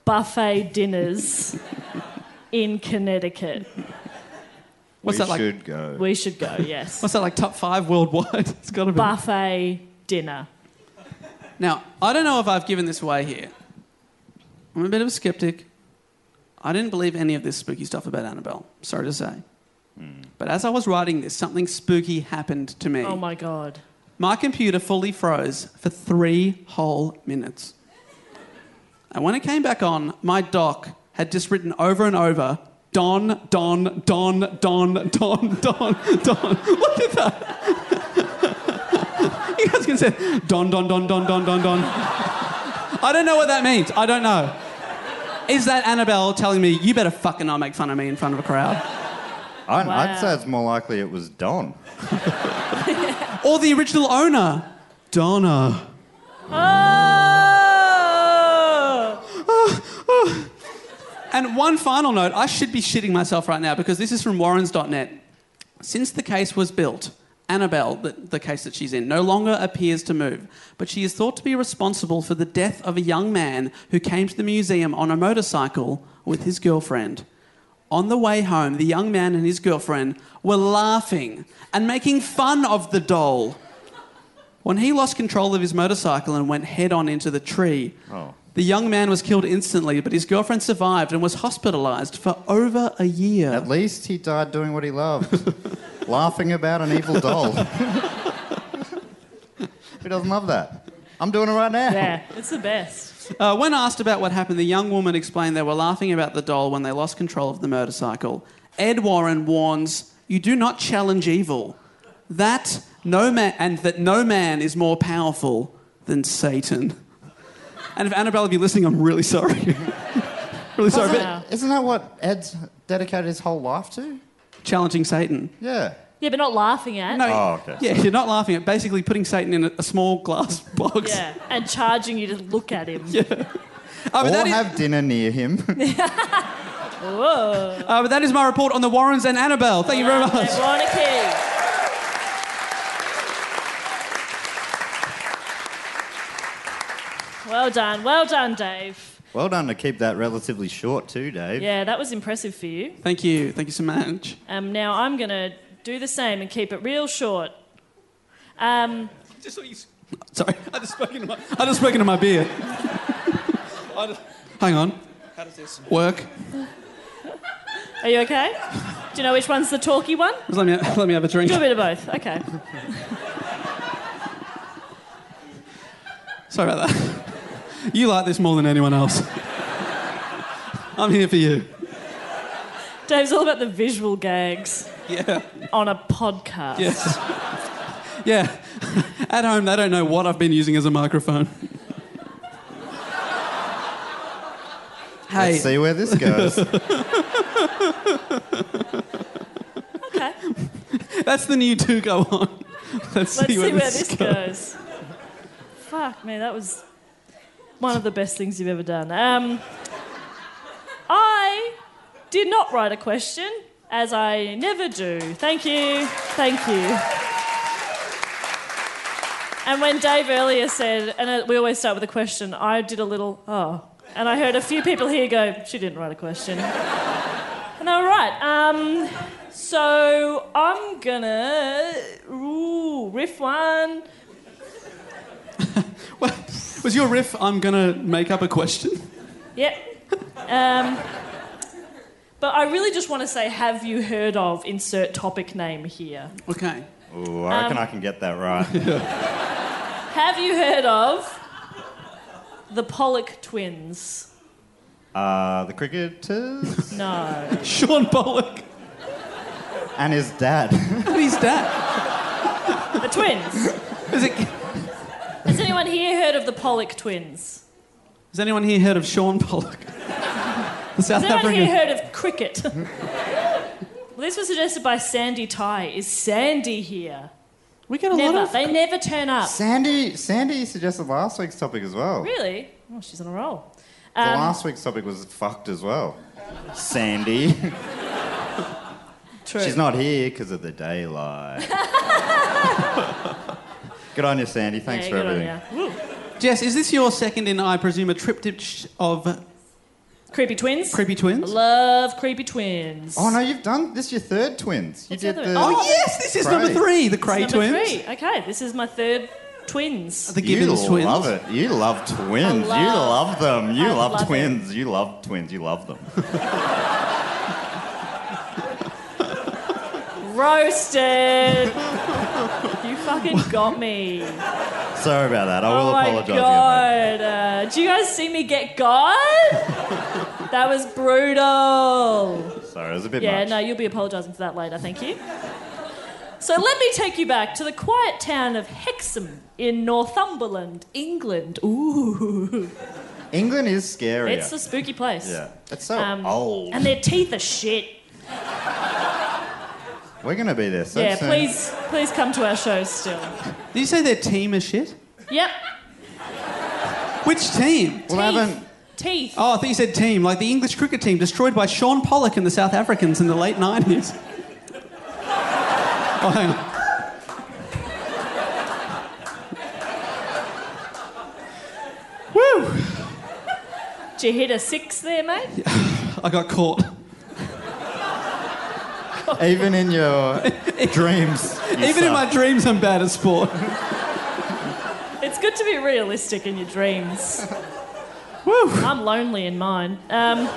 Speaker 7: buffet dinners in Connecticut.
Speaker 6: What's
Speaker 1: we
Speaker 6: that like?
Speaker 1: should go.
Speaker 7: We should go, yes.
Speaker 6: What's that like? Top five worldwide? <laughs> It's got to be.
Speaker 7: buffet dinner.
Speaker 6: Now, I don't know if I've given this away here. I'm a bit of a skeptic. I didn't believe any of this spooky stuff about Annabelle. Sorry to say. But as I was writing this, something spooky happened to me.
Speaker 7: Oh my god.
Speaker 6: My computer fully froze for three whole minutes. And when it came back on, my doc had just written over and over Don, Don, Don, Don, Don, Don, <laughs> Don. Look at that. <laughs> you guys can say Don, Don, Don, Don, Don, Don, Don. I don't know what that means. I don't know. Is that Annabelle telling me, you better fucking not make fun of me in front of a crowd?
Speaker 1: I,
Speaker 7: Wow.
Speaker 1: I'd say it's more likely it was Don.
Speaker 6: Or the original owner, Donna.
Speaker 7: Oh!
Speaker 6: And one final note I should be shitting myself right now because this is from warrens.net. Since the case was built, Annabelle, the, the case that she's in, no longer appears to move, but she is thought to be responsible for the death of a young man who came to the museum on a motorcycle with his girlfriend. On the way home, the young man and his girlfriend were laughing and making fun of the doll. When he lost control of his motorcycle and went head on into the tree, the young man was killed instantly, but his girlfriend survived and was hospitalized for over a year.
Speaker 1: At least he died doing what he
Speaker 6: <laughs>
Speaker 1: loved, laughing about an evil doll. Who doesn't love that? I'm doing it right now.
Speaker 7: Yeah, it's the best.
Speaker 6: Uh, when asked about what happened, the young woman explained they were laughing about the doll when they lost control of the motorcycle. Ed Warren warns, "You do not challenge evil. That no man and that no man is more powerful than Satan." And if Annabelle, if you're listening, I'm really sorry. <laughs> really sorry,
Speaker 1: Isn't,
Speaker 6: but
Speaker 7: Wow.
Speaker 1: isn't that what Ed's dedicated his whole life to?
Speaker 6: challenging Satan.
Speaker 1: Yeah.
Speaker 7: Yeah, but not laughing at.
Speaker 6: No,
Speaker 1: Oh, okay.
Speaker 6: yeah, you're not laughing at basically putting Satan in a, a small glass <laughs> box.
Speaker 7: Yeah, and charging you to look at him.
Speaker 6: Uh, but
Speaker 1: Or
Speaker 6: that is-
Speaker 1: have dinner near him. <laughs>
Speaker 7: Whoa.
Speaker 6: uh, but that is my report on the Warrens and Annabelle. Thank you very much.
Speaker 7: Veronica. Well done, well done, Dave.
Speaker 1: well done to keep that relatively short too, Dave.
Speaker 7: Yeah, that was impressive for you.
Speaker 6: Thank you. Thank you so much.
Speaker 7: Um, now I'm going to do the same and keep it real short. Um,
Speaker 6: Sorry, <laughs> I just spoke into my, I just spoke into my beer. Hang on. How does this work?
Speaker 7: Are you okay? Do you know which one's the talky one?
Speaker 6: Just let me let me have a drink.
Speaker 7: Do a bit of both. Okay.
Speaker 6: Sorry about that. You like this more than anyone
Speaker 7: <laughs>
Speaker 6: else. I'm here for you.
Speaker 7: Dave's all about the visual gags
Speaker 6: Yeah.
Speaker 7: on a podcast.
Speaker 6: Yes. Yeah. At home, they don't know what I've been using as a microphone.
Speaker 1: Let's
Speaker 6: hey,
Speaker 1: see where
Speaker 6: <laughs>
Speaker 1: this goes.
Speaker 7: Okay.
Speaker 6: that's the new two go on. Let's,
Speaker 7: Let's see where, this goes. Fuck me, that was one of the best things you've ever done. Um, I did not write a question, as I never do. Thank you, thank you. And when Dave earlier said, and uh, we always start with a question, I did a little oh, and I heard a few people here go, she didn't write a question, <laughs> and they were right. Um, so I'm gonna ooh, riff one.
Speaker 6: goes. Was your riff, I'm going to make up a question?
Speaker 7: Yep. Um, but I really just want to say, have you heard of insert topic name here?
Speaker 6: Okay.
Speaker 1: Ooh, I reckon I can get that right.
Speaker 7: Have you heard of the Pollock twins?
Speaker 1: Uh, the cricketers
Speaker 7: No.
Speaker 6: Sean Pollock.
Speaker 1: and his
Speaker 6: <laughs>
Speaker 1: dad.
Speaker 6: What is that?
Speaker 7: the twins.
Speaker 6: Is it,
Speaker 7: Has anyone here heard of the Pollock twins?
Speaker 6: has anyone here heard of Sean Pollock? <laughs> The South
Speaker 7: Has anyone
Speaker 6: African.
Speaker 7: here heard of cricket? well, this was suggested by Sandy Ty. Is Sandy here?
Speaker 6: we get a lot
Speaker 7: Never.
Speaker 6: of.
Speaker 7: They never turn up.
Speaker 1: Sandy, Sandy suggested last week's topic as well.
Speaker 7: Really? Oh, she's on a roll.
Speaker 1: The
Speaker 7: Um,
Speaker 1: last week's topic was fucked as well. Sandy. <laughs>
Speaker 7: True.
Speaker 1: She's not here because of
Speaker 7: <laughs>
Speaker 1: the daylight. good on you, Sandy. Thanks
Speaker 7: Yeah,
Speaker 1: for
Speaker 7: good on
Speaker 1: everything.
Speaker 7: ya. Woo.
Speaker 6: Jess, is this your second in, I presume, a triptych of
Speaker 7: Creepy twins.
Speaker 6: creepy twins?
Speaker 7: Love creepy twins.
Speaker 1: Oh no, you've done this. Is your third twins. You
Speaker 7: What's
Speaker 1: did
Speaker 7: the other
Speaker 1: the.
Speaker 7: one?
Speaker 6: Oh, yes, this is number
Speaker 1: Cray.
Speaker 6: three, the Cray
Speaker 7: Number
Speaker 6: twins.
Speaker 7: three. Okay, this is my third twins.
Speaker 6: The
Speaker 1: You
Speaker 6: Gibbons twins.
Speaker 1: love it. You love twins. you
Speaker 7: love-
Speaker 1: love them. You
Speaker 7: I
Speaker 1: love,
Speaker 7: love it.
Speaker 1: twins. You love twins. You love them. <laughs>
Speaker 7: Roasted. you fucking got me.
Speaker 1: Sorry about that. I will
Speaker 7: oh my
Speaker 1: apologise. again, mate.
Speaker 7: god. Uh, do you guys see me get God?
Speaker 1: <laughs>
Speaker 7: that was brutal.
Speaker 1: Sorry, it was a bit
Speaker 7: Yeah,
Speaker 1: much.
Speaker 7: no, you'll be apologising for that later. Thank you. So let me take you back to the quiet town of Hexham in Northumberland, England. Ooh,
Speaker 1: England is scary.
Speaker 7: it's a spooky place.
Speaker 1: Oh, yeah, it's so
Speaker 7: Um,
Speaker 1: old.
Speaker 7: And their teeth are shit.
Speaker 1: We're gonna be there so
Speaker 7: yeah,
Speaker 1: soon.
Speaker 7: please, please come to our shows still.
Speaker 6: Did you say their team is shit?
Speaker 7: Yep.
Speaker 6: Which team?
Speaker 1: Well, I
Speaker 7: teeth.
Speaker 1: haven't.
Speaker 7: Teeth.
Speaker 6: Oh, I thought you said team, like the English cricket team destroyed by Sean Pollock and the South Africans in the late 90s. Oh, hang on. Woo!
Speaker 7: Did you hit a six there, mate?
Speaker 6: I got caught.
Speaker 1: Even in
Speaker 7: <laughs>
Speaker 1: your dreams, you
Speaker 6: Even in
Speaker 1: suck.
Speaker 6: my dreams, I'm bad at sport.
Speaker 7: It's good to be realistic in your
Speaker 1: <laughs>
Speaker 7: dreams.
Speaker 6: Woo!
Speaker 7: I'm lonely in mine. Um,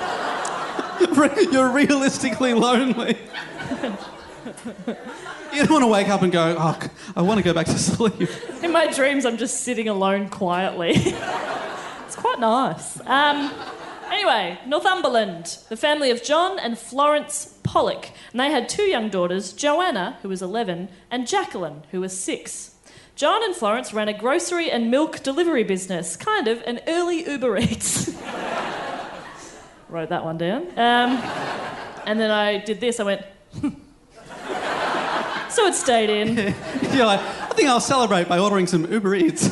Speaker 6: <laughs> You're realistically lonely. You don't want to wake up and go, oh, c- I want to go back to <laughs> sleep.
Speaker 7: in my dreams, I'm just sitting alone quietly. <laughs> it's quite nice. Um, anyway, Northumberland, the family of John and Florence Pollock. And they had two young daughters, Joanna, who was 11, and Jacqueline, who was 6. John and Florence ran a grocery and milk delivery business, kind of an early Uber Eats. <laughs> Wrote that one down. Um, and then I did this, I went, <laughs> so it stayed in.
Speaker 6: You're like, I think I'll celebrate by ordering some Uber Eats.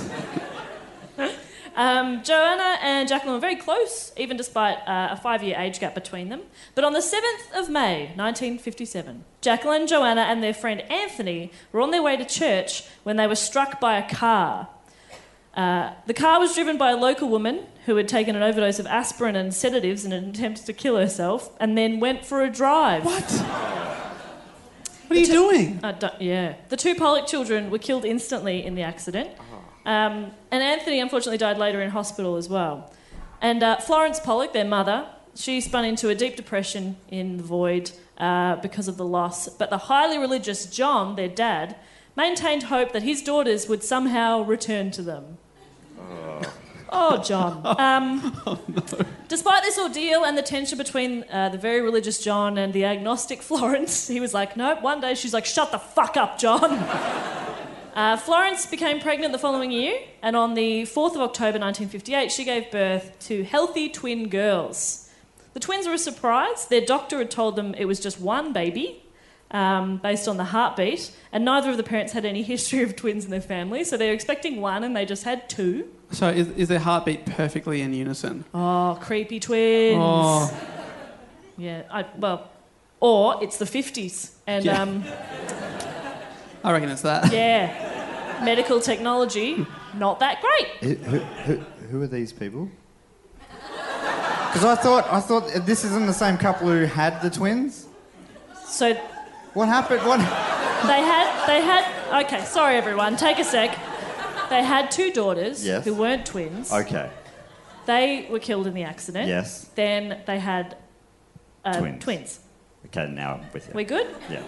Speaker 7: Um, Joanna and Jacqueline were very close, even despite uh, a five year age gap between them. But on the 7th of May, 1957, Jacqueline, Joanna, and their friend Anthony were on their way to church when they were struck by a car. Uh, the car was driven by a local woman who had taken an overdose of aspirin and sedatives in an attempt to kill herself and then went for a drive.
Speaker 6: What? What are you doing?
Speaker 7: I don't- Uh, yeah. The two Pollock children were killed instantly in the accident. Um, and Anthony unfortunately died later in hospital as well. And uh, Florence Pollock, their mother, she spun into a deep depression in the void uh, because of the loss. But the highly religious John, their dad, maintained hope that his daughters would somehow return to them. Oh, John. Um, Despite this ordeal and the tension between uh, the very religious John and the agnostic <laughs> Florence, he was like, nope. One day she's like, shut the fuck up, John. <laughs> Uh, Florence became pregnant the following year, and on the 4th of October 1958, she gave birth to healthy twin girls. The twins were a surprise. Their doctor had told them it was just one baby um, based on the heartbeat, and neither of the parents had any <laughs> history of twins in their family, so they were expecting one and they just had two.
Speaker 6: So is, is their heartbeat perfectly in unison?
Speaker 7: Oh, creepy twins.
Speaker 6: Oh.
Speaker 7: Yeah, I, well, or it's the 50s. And
Speaker 6: Yeah.
Speaker 7: yeah, um,
Speaker 6: I reckon it's that.
Speaker 7: yeah medical technology, not that great.
Speaker 1: Who, who, who are these people? Because I thought, I thought uh, this isn't the same couple who had the twins.
Speaker 7: So they
Speaker 1: What happened? What?
Speaker 7: had, they had, okay, sorry everyone, take a sec. They had two daughters
Speaker 1: Yes.
Speaker 7: who weren't twins.
Speaker 1: Okay.
Speaker 7: They were killed in the accident.
Speaker 1: Yes.
Speaker 7: Then they had uh,
Speaker 1: Twins.
Speaker 7: twins.
Speaker 1: Okay, now I'm with you.
Speaker 7: We good?
Speaker 1: Yeah.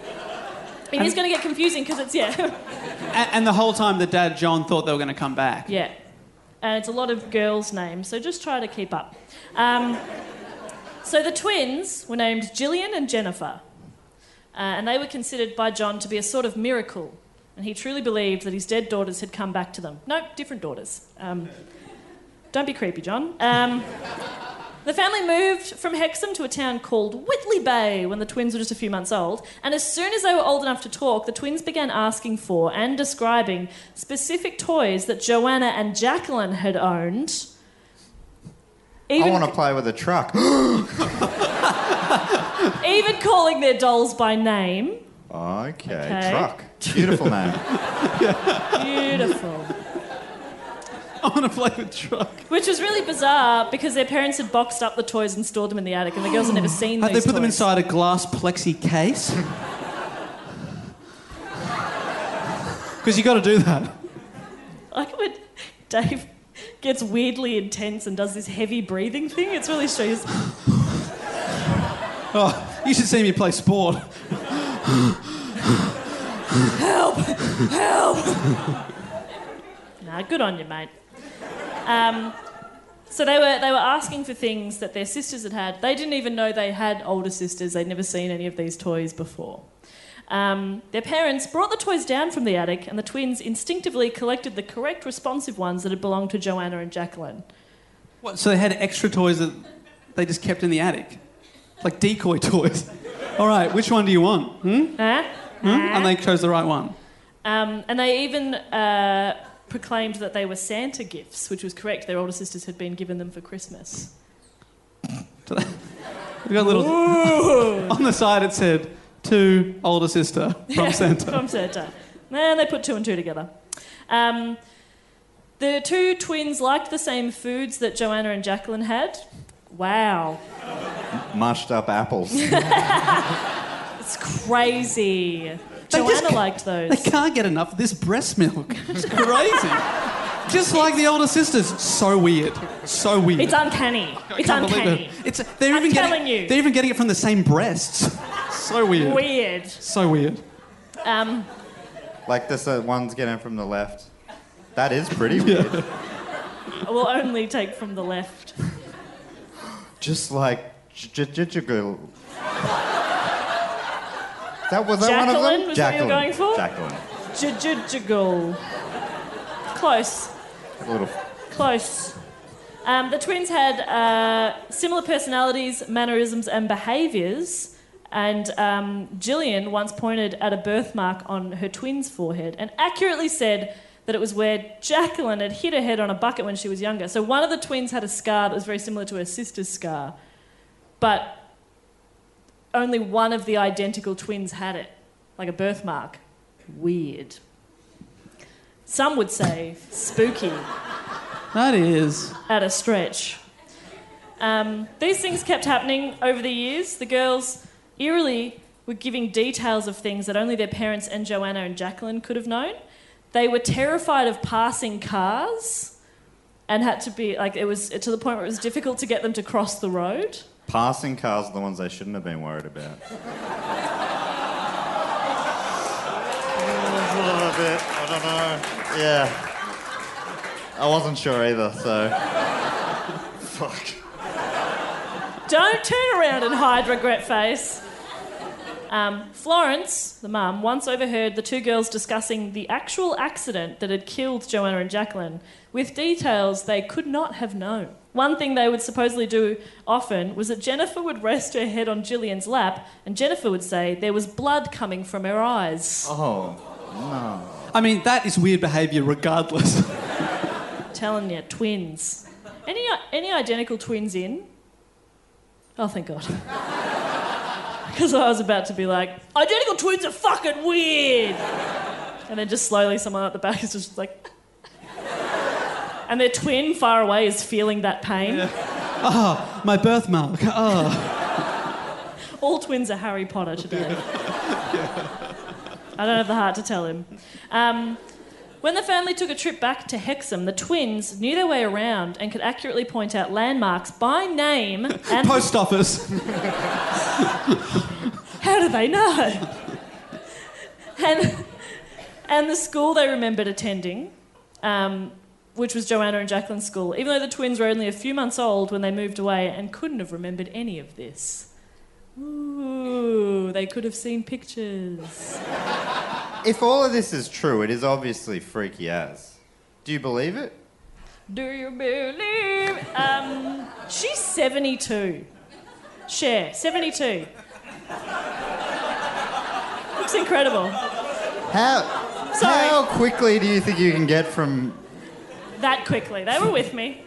Speaker 7: It is going to get confusing because it's, yeah. <laughs>
Speaker 6: And, and the whole time the dad, John, thought they were going to come <laughs> back.
Speaker 7: Yeah. And it's a lot of girls' names, so just try to keep up. Um, so the twins were named Gillian and Jennifer, uh, and they were considered by John to be a sort of miracle. And he truly believed that his dead daughters had come back to them. No, different daughters. Um, don't be creepy, John. Um, the family moved from Hexham to a town called Whitley Bay when the twins were just a few months old. And as soon as they were old enough to talk, the twins began asking for and describing specific toys that Joanna and Jacqueline had owned.
Speaker 1: I
Speaker 7: Even,
Speaker 1: want to play with a truck.
Speaker 7: <laughs> even calling their dolls by name.
Speaker 1: Okay,
Speaker 7: Okay.
Speaker 1: truck. Beautiful name. <laughs>
Speaker 7: Beautiful.
Speaker 6: I want to play with truck.
Speaker 7: Which was really bizarre because their parents had boxed up the toys and stored them in the attic, and the girls had never seen
Speaker 6: Had
Speaker 7: these
Speaker 6: they put them
Speaker 7: toys.
Speaker 6: inside a glass
Speaker 7: <laughs>
Speaker 6: plexi case? <laughs> Because you got to do that.
Speaker 7: Like when Dave gets weirdly intense and does this heavy breathing thing, it's really strange.
Speaker 6: Oh, you should see me play sport.
Speaker 7: Nah, good on you, mate. Um, so they were they were asking for things that their sisters had had. They didn't even know they had older sisters. They'd never seen any of these toys before. Um, their parents brought the toys down from the attic, and the twins instinctively collected the correct responsive ones that had belonged to Joanna and Jacqueline.
Speaker 6: What, so they had extra toys that they just kept in the attic? Like decoy <laughs> toys. All right, which one do you want? Hmm?
Speaker 7: Huh?
Speaker 6: Hmm? And they chose the right one.
Speaker 7: Um, and they even uh, proclaimed that they were Santa gifts, which was correct. Their older sisters had been given them for Christmas.
Speaker 6: We got a little. <laughs> on the side it said, to older sister from Santa.
Speaker 7: From Santa. And they put two and two together. Um, the two twins liked the same foods that Joanna and Jacqueline had. Wow.
Speaker 1: Mushed up apples.
Speaker 7: It's crazy.
Speaker 6: just
Speaker 7: Joanna
Speaker 6: c-
Speaker 7: liked
Speaker 6: They
Speaker 7: those.
Speaker 6: can't get enough of this breast milk. It's crazy. Just like the older sisters. So weird. So weird.
Speaker 7: It's uncanny. It's
Speaker 6: Can't believe
Speaker 7: uncanny.
Speaker 6: it. It's, they're
Speaker 7: I'm
Speaker 6: even getting,
Speaker 7: telling you.
Speaker 6: They're even getting it from the same breasts. so weird.
Speaker 7: Weird.
Speaker 6: So weird.
Speaker 7: Um,
Speaker 1: like this uh, one's getting from the left. That is pretty weird.
Speaker 7: I will only take from the left.
Speaker 1: Just like j- j- j- girl. That was that one of
Speaker 7: Jacqueline
Speaker 1: them.
Speaker 7: was what you were going for?
Speaker 1: Jacqueline.
Speaker 7: Jiggle. Close.
Speaker 1: A little.
Speaker 7: Close. Um, the twins had uh, similar personalities, mannerisms, and behaviours. And um, Gillian once pointed at a birthmark on her twin's forehead and accurately said that it was where Jacqueline had hit her head on a bucket when she was younger. So one of the twins had a scar that was very similar to her sister's scar, but only one of the identical twins had it, like a birthmark. Weird. Some would say spooky
Speaker 6: That is.
Speaker 7: at a stretch. Um, these things kept happening over the years. The girls eerily were giving details of things that only their parents and Joanna and Jacqueline could have known. They were terrified of passing cars. and had to be like it was to the point where it was difficult to get them to cross the road.
Speaker 1: Passing cars are the ones they shouldn't have been
Speaker 7: <laughs>
Speaker 1: worried about. That's a little bit, I don't know. Yeah. I wasn't sure either, so. Fuck.
Speaker 7: Don't turn around and hide regret face. Um, Florence, the mum, once overheard the two girls discussing the actual accident that had killed Joanna and Jacqueline with details they could not have known. One thing they would supposedly do often was that Jennifer would rest her head on Gillian's lap and Jennifer would say there was blood coming from her eyes.
Speaker 1: Oh,
Speaker 6: I mean, that is weird behaviour regardless. <laughs>
Speaker 7: telling you, twins. Any, any identical twins in? Oh, thank God. <laughs> Because I was about to be like, identical twins are fucking weird. And then just slowly, someone at the back is just like, <laughs> and their twin far away is feeling that pain.
Speaker 6: My birthmark. Oh.
Speaker 7: All twins are Harry Potter today. I don't have the heart to tell him. Um, when the family took a trip back to Hexham, the twins knew their way around and could accurately point out landmarks by name and
Speaker 6: Post office.
Speaker 7: How do they know? and, and the school they remembered attending, um, which was Joanna and Jacqueline's school, even though the twins were only a few months old when they moved away and couldn't have remembered any of this. Ooh, they could have seen pictures.
Speaker 1: no. If all of this is true, it is obviously freaky as. Do you believe it?
Speaker 7: Do you believe? Um, she's 72. Cher, 72. Looks incredible.
Speaker 1: How,
Speaker 7: Sorry.
Speaker 1: how quickly do you think you can get from
Speaker 7: that quickly. They were with me.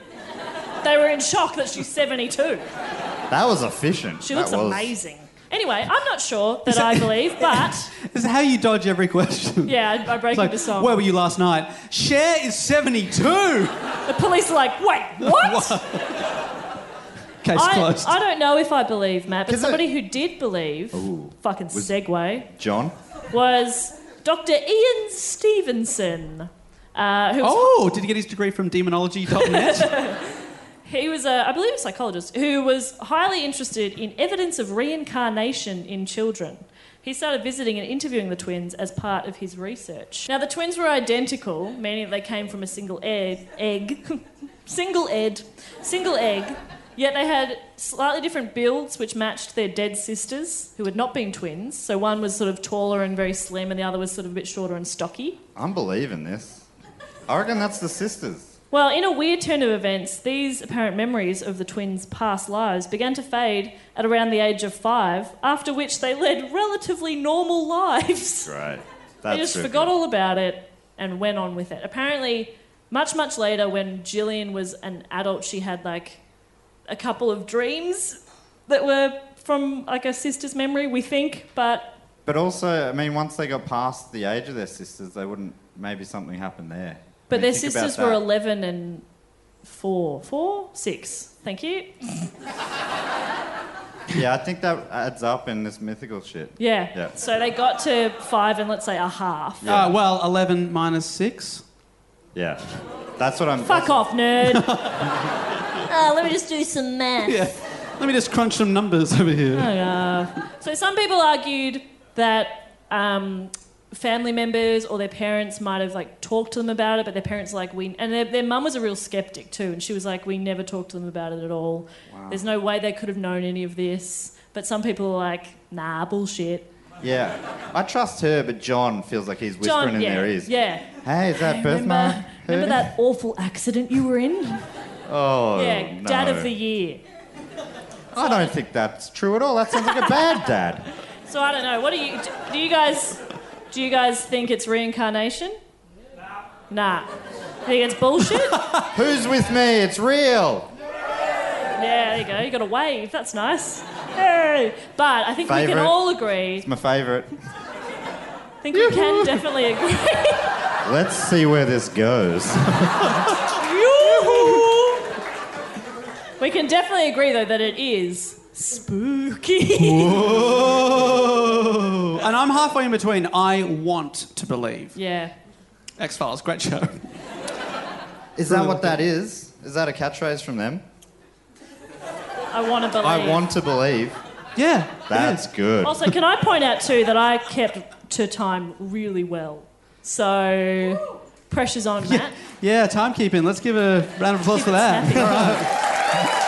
Speaker 7: They were in shock that she's 72.
Speaker 1: That was efficient.
Speaker 7: She
Speaker 1: That
Speaker 7: looks
Speaker 1: was-
Speaker 7: amazing. Anyway, I'm not sure that I
Speaker 1: <laughs>
Speaker 7: believe, but
Speaker 6: <laughs> This is how you dodge every question.
Speaker 7: yeah, I, I break
Speaker 6: It's like,
Speaker 7: into song.
Speaker 6: where were you last night? Cher is 72.
Speaker 7: the police are like,
Speaker 1: <laughs>
Speaker 7: wait, what?
Speaker 6: <laughs> Case
Speaker 7: I,
Speaker 6: closed.
Speaker 7: I don't know if I believe, Matt, but
Speaker 1: 'Cause it-
Speaker 7: somebody who did believe,
Speaker 1: Ooh.
Speaker 7: fucking
Speaker 1: Was-
Speaker 7: segue,
Speaker 1: John?
Speaker 7: was Dr. Ian Stevenson. Uh, who was
Speaker 6: oh, did he get his degree
Speaker 7: <laughs>
Speaker 6: from demonology.net?
Speaker 7: He was a, I believe, a psychologist who was highly interested in evidence of reincarnation in children. He started visiting and interviewing the twins as part of his research. Now, the twins were identical, meaning that they came from a single egg, egg <laughs> single egg, single egg. Yet they had slightly different builds, which matched their dead sisters, who had not been twins. So one was sort of taller and very slim, and the other was sort of a bit shorter and stocky.
Speaker 1: I'm believing this. I reckon that's the sisters.
Speaker 7: Well, in a weird turn of events, these apparent memories of the twins' past lives began to fade at around the age of five, after which they led relatively normal lives.
Speaker 1: Right.
Speaker 7: <laughs> They
Speaker 1: That's
Speaker 7: just
Speaker 1: trippy.
Speaker 7: forgot all about it and went on with it. Apparently, much, much later, when Gillian was an adult, she had like a couple of dreams that were from like a sister's memory, we think, but
Speaker 1: But also, I mean, once they got past the age of their sisters, they wouldn't. Maybe something happened there.
Speaker 7: But
Speaker 1: I mean,
Speaker 7: their
Speaker 1: think
Speaker 7: sisters
Speaker 1: about
Speaker 7: were
Speaker 1: that.
Speaker 7: 11 and 4. 4? 6. Thank you.
Speaker 1: Yeah, I think that adds up in this mythical shit.
Speaker 7: Yeah.
Speaker 1: Yeah.
Speaker 7: So they got to five and let's say a half.
Speaker 1: Yeah.
Speaker 6: uh, well, 11 minus 6.
Speaker 1: Yeah. That's what I'm.
Speaker 7: Fuck
Speaker 1: that's-
Speaker 7: off, nerd.
Speaker 1: <laughs>
Speaker 7: uh, let me just do some math.
Speaker 6: Yeah. Let me just crunch some numbers over here.
Speaker 7: Oh, So some people argued that um, family members or their parents might have like talked to them about it, but their parents like we and their, their mum was a real skeptic too, and she was like, we never talked to them about it at all. There's no way they could have known any of this. But some people are like, nah, bullshit.
Speaker 1: Yeah. I trust her, but John feels like he's whispering in
Speaker 7: yeah,
Speaker 1: their ears.
Speaker 7: yeah.
Speaker 1: Hey, is that birthmark?
Speaker 7: Remember, remember
Speaker 1: hurting?
Speaker 7: that awful accident you were in?
Speaker 1: Oh,
Speaker 7: yeah,
Speaker 1: no.
Speaker 7: dad of the Oh. year.
Speaker 1: I don't think that's true at all. That sounds like a bad dad.
Speaker 7: So I don't know. What do you do? You guys do you guys think it's reincarnation? Nah. Think it's
Speaker 6: <laughs>
Speaker 7: bullshit?
Speaker 1: Who's with me? It's real.
Speaker 7: yeah, there you go. You got a wave. That's nice. Hey. But I think we can
Speaker 1: Favourite.
Speaker 7: all agree.
Speaker 1: My favourite.
Speaker 7: I think we can definitely agree. <laughs>
Speaker 1: Let's see where this goes.
Speaker 7: we can definitely agree though that it is spooky.
Speaker 6: Whoa. Oh, And I'm halfway in between. I want to believe.
Speaker 7: yeah.
Speaker 6: X Files, great show.
Speaker 1: Is that what that is? Is that a catchphrase from them?
Speaker 7: I want to believe.
Speaker 1: I want to believe.
Speaker 6: Yeah.
Speaker 1: That's good.
Speaker 7: Also, can I point out too that I kept to time really well. So pressure's on Matt.
Speaker 6: Yeah, timekeeping. Let's give a round of applause for that. <laughs>
Speaker 7: Snappy.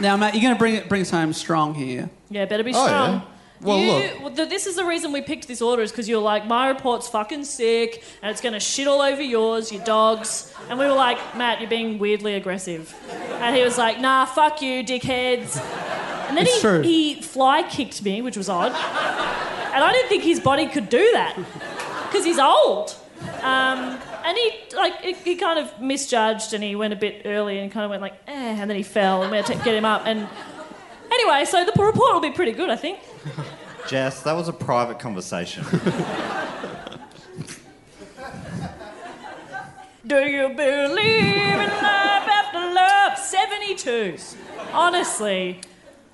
Speaker 6: Now, Matt, you're going to bring it, bring us home strong here.
Speaker 7: Yeah, better be
Speaker 1: Oh,
Speaker 7: strong.
Speaker 1: yeah. Well,
Speaker 7: you,
Speaker 1: look.
Speaker 7: well, th- this is the reason we picked this order is because you're like, my report's fucking sick, and it's gonna shit all over yours, your dogs. And we were like, Matt, you're being weirdly aggressive. And he was like, Nah, fuck you, dickheads. And then
Speaker 6: It's
Speaker 7: he,
Speaker 6: true.
Speaker 7: he fly kicked me, which was odd. And I didn't think his body could do that because he's old. Um, and he like he- he kind of misjudged, and he went a bit early, and kind of went like, eh, and then he fell, and we had to get him up. And anyway, so the report will be pretty good, I think.
Speaker 1: Jess, that was a private conversation.
Speaker 7: Do you believe in love after love? 72. Honestly,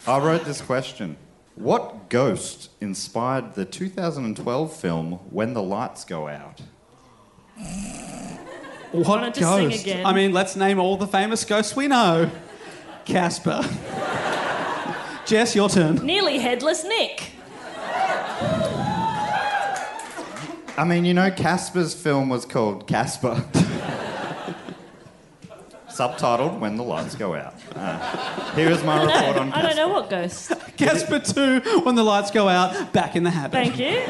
Speaker 1: I wrote this question. What ghost inspired the 2012 film When the Lights Go Out?
Speaker 6: What
Speaker 7: Wanted to sing again.
Speaker 6: I mean, let's name all the famous ghosts we know. Casper. Jess, your turn.
Speaker 7: nearly headless Nick.
Speaker 1: I mean, you know, Casper's film was called Casper. <laughs> Subtitled When the Lights Go Out. Uh, here is my report on
Speaker 7: I don't
Speaker 1: Casper.
Speaker 7: know what ghost.
Speaker 6: Casper 2, when the lights go out, back in the habit.
Speaker 7: Thank you.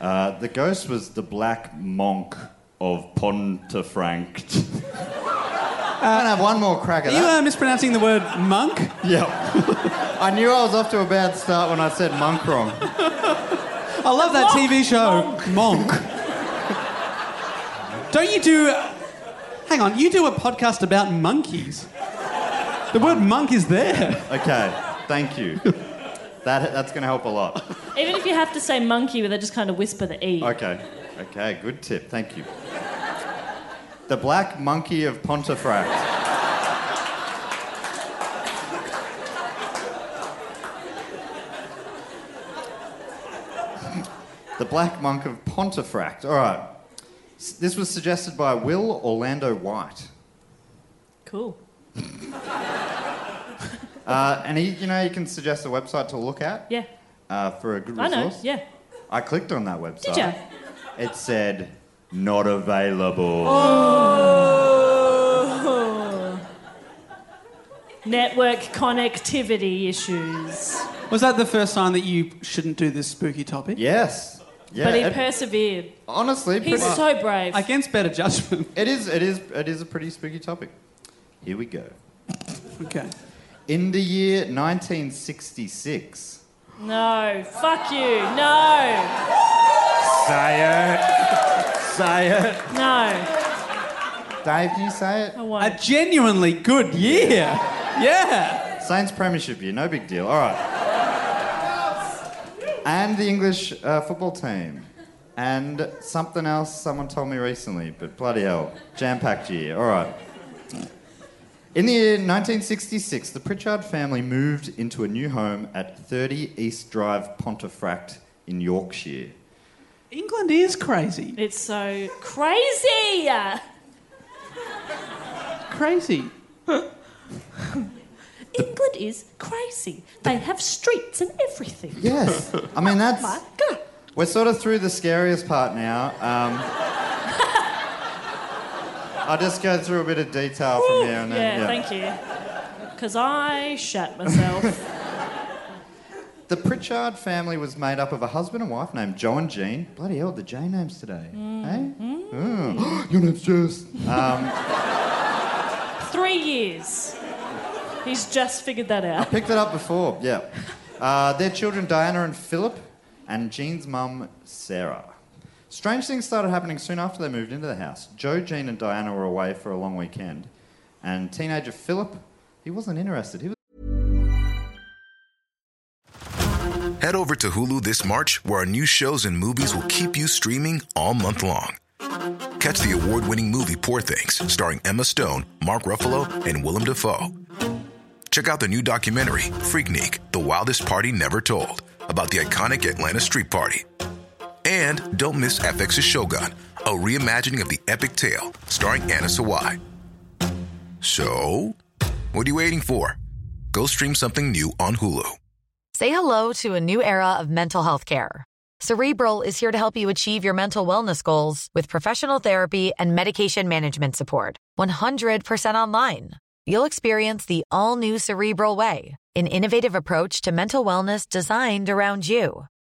Speaker 1: Uh, the ghost was the black monk of Pontefract. <laughs> I don't have one more crack at
Speaker 6: You
Speaker 1: that.
Speaker 6: are mispronouncing the word monk.
Speaker 1: Yep. I knew I was off to a bad start when I said monk wrong.
Speaker 6: I love that
Speaker 7: Monk,
Speaker 6: TV show, Monk. Don't you do. Hang on, you do a podcast about monkeys. The word monk is there.
Speaker 1: Okay, thank you. That, that's going to help a lot.
Speaker 7: Even if you have to say monkey, but they just kind of whisper the E.
Speaker 1: Okay. Okay, good tip. Thank you. The Black Monkey of Pontefract. the Black Monk of Pontefract. All right. S- This was suggested by Will Orlando White.
Speaker 7: Cool.
Speaker 1: Uh, and he, you know, you can suggest a website to look at
Speaker 7: Yeah.
Speaker 1: uh, for a good
Speaker 7: I
Speaker 1: resource.
Speaker 7: know. Yeah.
Speaker 1: I clicked on that website.
Speaker 7: Did ya?
Speaker 1: It said, not available.
Speaker 7: Oh. <laughs> Network connectivity issues.
Speaker 6: Was that the first sign that you shouldn't do this spooky topic?
Speaker 1: Yes. Yeah.
Speaker 7: But he
Speaker 1: it-
Speaker 7: persevered.
Speaker 1: honestly, pretty,
Speaker 7: He's so brave.
Speaker 6: Against better judgment. <laughs>
Speaker 1: it is. It is. It is a pretty spooky topic. Here we go.
Speaker 6: Okay.
Speaker 1: In the year 1966.
Speaker 7: No. Fuck you. No.
Speaker 1: Say it. Say it.
Speaker 7: No.
Speaker 1: Dave, can you say it?
Speaker 7: I
Speaker 6: A
Speaker 7: won't.
Speaker 6: genuinely good year. Yeah.
Speaker 1: Saints Premiership year, no big deal. All right. And the English uh, football team. And something else someone told me recently, but bloody hell. Jam packed year. All right. In the year 1966, the Pritchard family moved into a new home at 30 East Drive, Pontefract in Yorkshire.
Speaker 6: England is crazy.
Speaker 7: It's so crazy.
Speaker 6: Crazy. <laughs>
Speaker 7: England is crazy. They have streets and everything.
Speaker 1: Yes. I mean, that's.
Speaker 7: God.
Speaker 1: We're sort of through the scariest part now. Um,
Speaker 7: <laughs>
Speaker 1: I'll just go through a bit of detail from here and then.
Speaker 7: yeah, thank you. Because I shat
Speaker 1: <laughs>
Speaker 7: myself.
Speaker 1: The Pritchard family was made up of a husband and wife named Joe and Jean. Bloody hell, the J names today. eh? Oh. Your name's Jess.
Speaker 7: Three years. He's just figured that out.
Speaker 1: Picked it up before, yeah. Uh, their children, Diana and Philip, and Jean's mum, Sarah. Strange things started happening soon after they moved into the house. Joe, Jean, and Diana were away for a long weekend, and teenager Philip, he wasn't interested. He was
Speaker 5: Head over to Hulu this March, where our new shows and movies will keep you streaming all month long. Catch the award winning movie Poor Things, starring Emma Stone, Mark Ruffalo, and Willem Dafoe. Check out the new documentary, Freaknik The Wildest Party Never Told, about the iconic Atlanta Street Party. And don't miss FX's Shogun, a reimagining of the epic tale starring Anna Sawai. So, what are you waiting for? Go stream something new on Hulu.
Speaker 2: Say hello to a new era of mental health care. Cerebral is here to help you achieve your mental wellness goals with professional therapy and medication management support. 100% online. You'll experience the all new Cerebral Way, an innovative approach to mental wellness designed around you.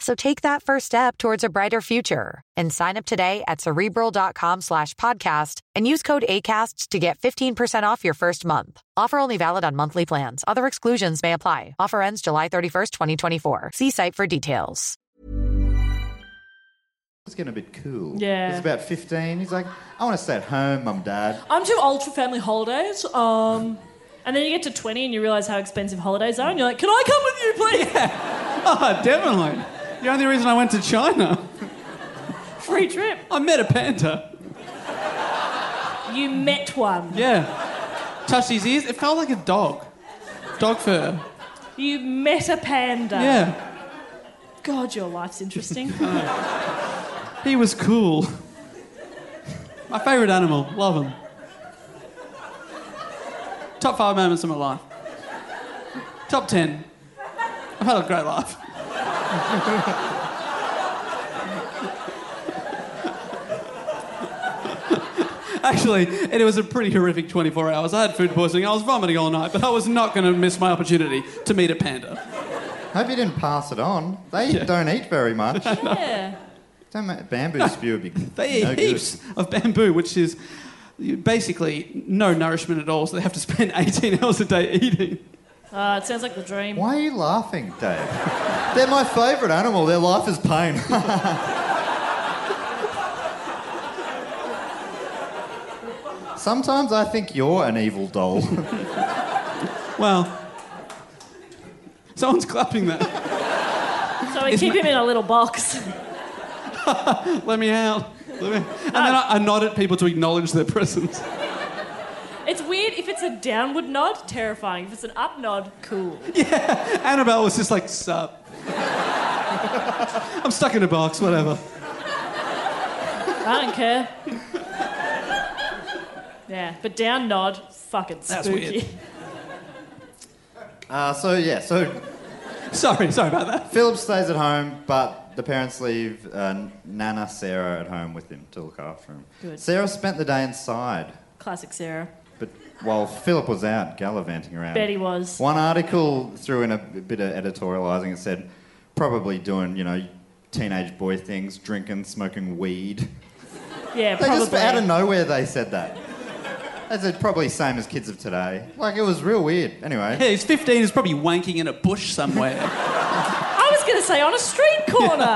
Speaker 2: So take that first step towards a brighter future and sign up today at cerebral.com slash podcast and use code ACAST to get 15% off your first month. Offer only valid on monthly plans. Other exclusions may apply. Offer ends July 31st, 2024. See site for details.
Speaker 1: It's getting a bit cool.
Speaker 7: Yeah.
Speaker 1: He's about 15. He's like, I want to stay at home, mum, dad.
Speaker 7: I'm too old for family holidays. Um, and then you get to 20 and you realise how expensive holidays are, and you're like, can I come with you, please?
Speaker 6: Oh, definitely. The only reason I went to China, <laughs>
Speaker 7: Free trip.
Speaker 6: I met a panda.
Speaker 7: You met one.
Speaker 6: Yeah. Touched his ears. It felt like a dog. Dog fur.
Speaker 7: You met a panda.
Speaker 6: Yeah.
Speaker 7: God, your life's
Speaker 6: <laughs>
Speaker 7: interesting.
Speaker 6: He was cool. My favourite animal. Love him. Top five moments of my life. Top ten. I've had a great life. Actually, it was a pretty horrific 24 hours. I had food poisoning. I was vomiting all night, but I was not going to miss my opportunity to meet a panda.
Speaker 1: Hope you didn't pass it on. They don't eat very
Speaker 7: <laughs>
Speaker 1: much.
Speaker 7: yeah.
Speaker 1: don't ma-
Speaker 7: <laughs>
Speaker 1: bamboo spew would be
Speaker 6: They eat
Speaker 1: no good.
Speaker 6: heaps of bamboo, which is basically no nourishment at all. So they have to spend <laughs> 18 hours a day eating.
Speaker 7: Uh, it sounds like the dream.
Speaker 1: Why are you laughing, Dave? They're my favourite animal. Their life is pain. <laughs> Sometimes I think you're an evil doll.
Speaker 6: Well, someone's clapping that. <laughs>
Speaker 7: So we keep him in a little box. <laughs>
Speaker 6: Let me out. Let me... And then I, I nod at people to acknowledge their presence. <laughs>
Speaker 7: It's weird if it's a downward nod, terrifying. If it's an up nod,
Speaker 6: <laughs>
Speaker 7: cool.
Speaker 6: Annabelle was just like, sup. <laughs> I'm stuck in a box, whatever.
Speaker 7: I don't care. Yeah, but down nod, fucking
Speaker 6: That's
Speaker 7: spooky.
Speaker 6: weird.
Speaker 1: uh, so, yeah, so
Speaker 6: Sorry, sorry about that.
Speaker 1: Philip stays at home, but the parents leave uh, Nana Sarah at home with him to look after him.
Speaker 7: Good.
Speaker 1: Sarah spent the day inside,
Speaker 7: <laughs> Classic Sarah.
Speaker 1: but while Philip was out gallivanting around.
Speaker 7: Bet he was.
Speaker 1: One article threw in a bit of editorialising. It said, probably doing, you know, teenage boy things, drinking, smoking weed.
Speaker 7: Yeah,
Speaker 1: They
Speaker 7: probably.
Speaker 1: just out of nowhere they said that. They said probably same as kids of today. Like it was real weird. Anyway,
Speaker 6: Yeah, he's 15, he's probably wanking in a bush somewhere.
Speaker 7: I was going to say on a street corner.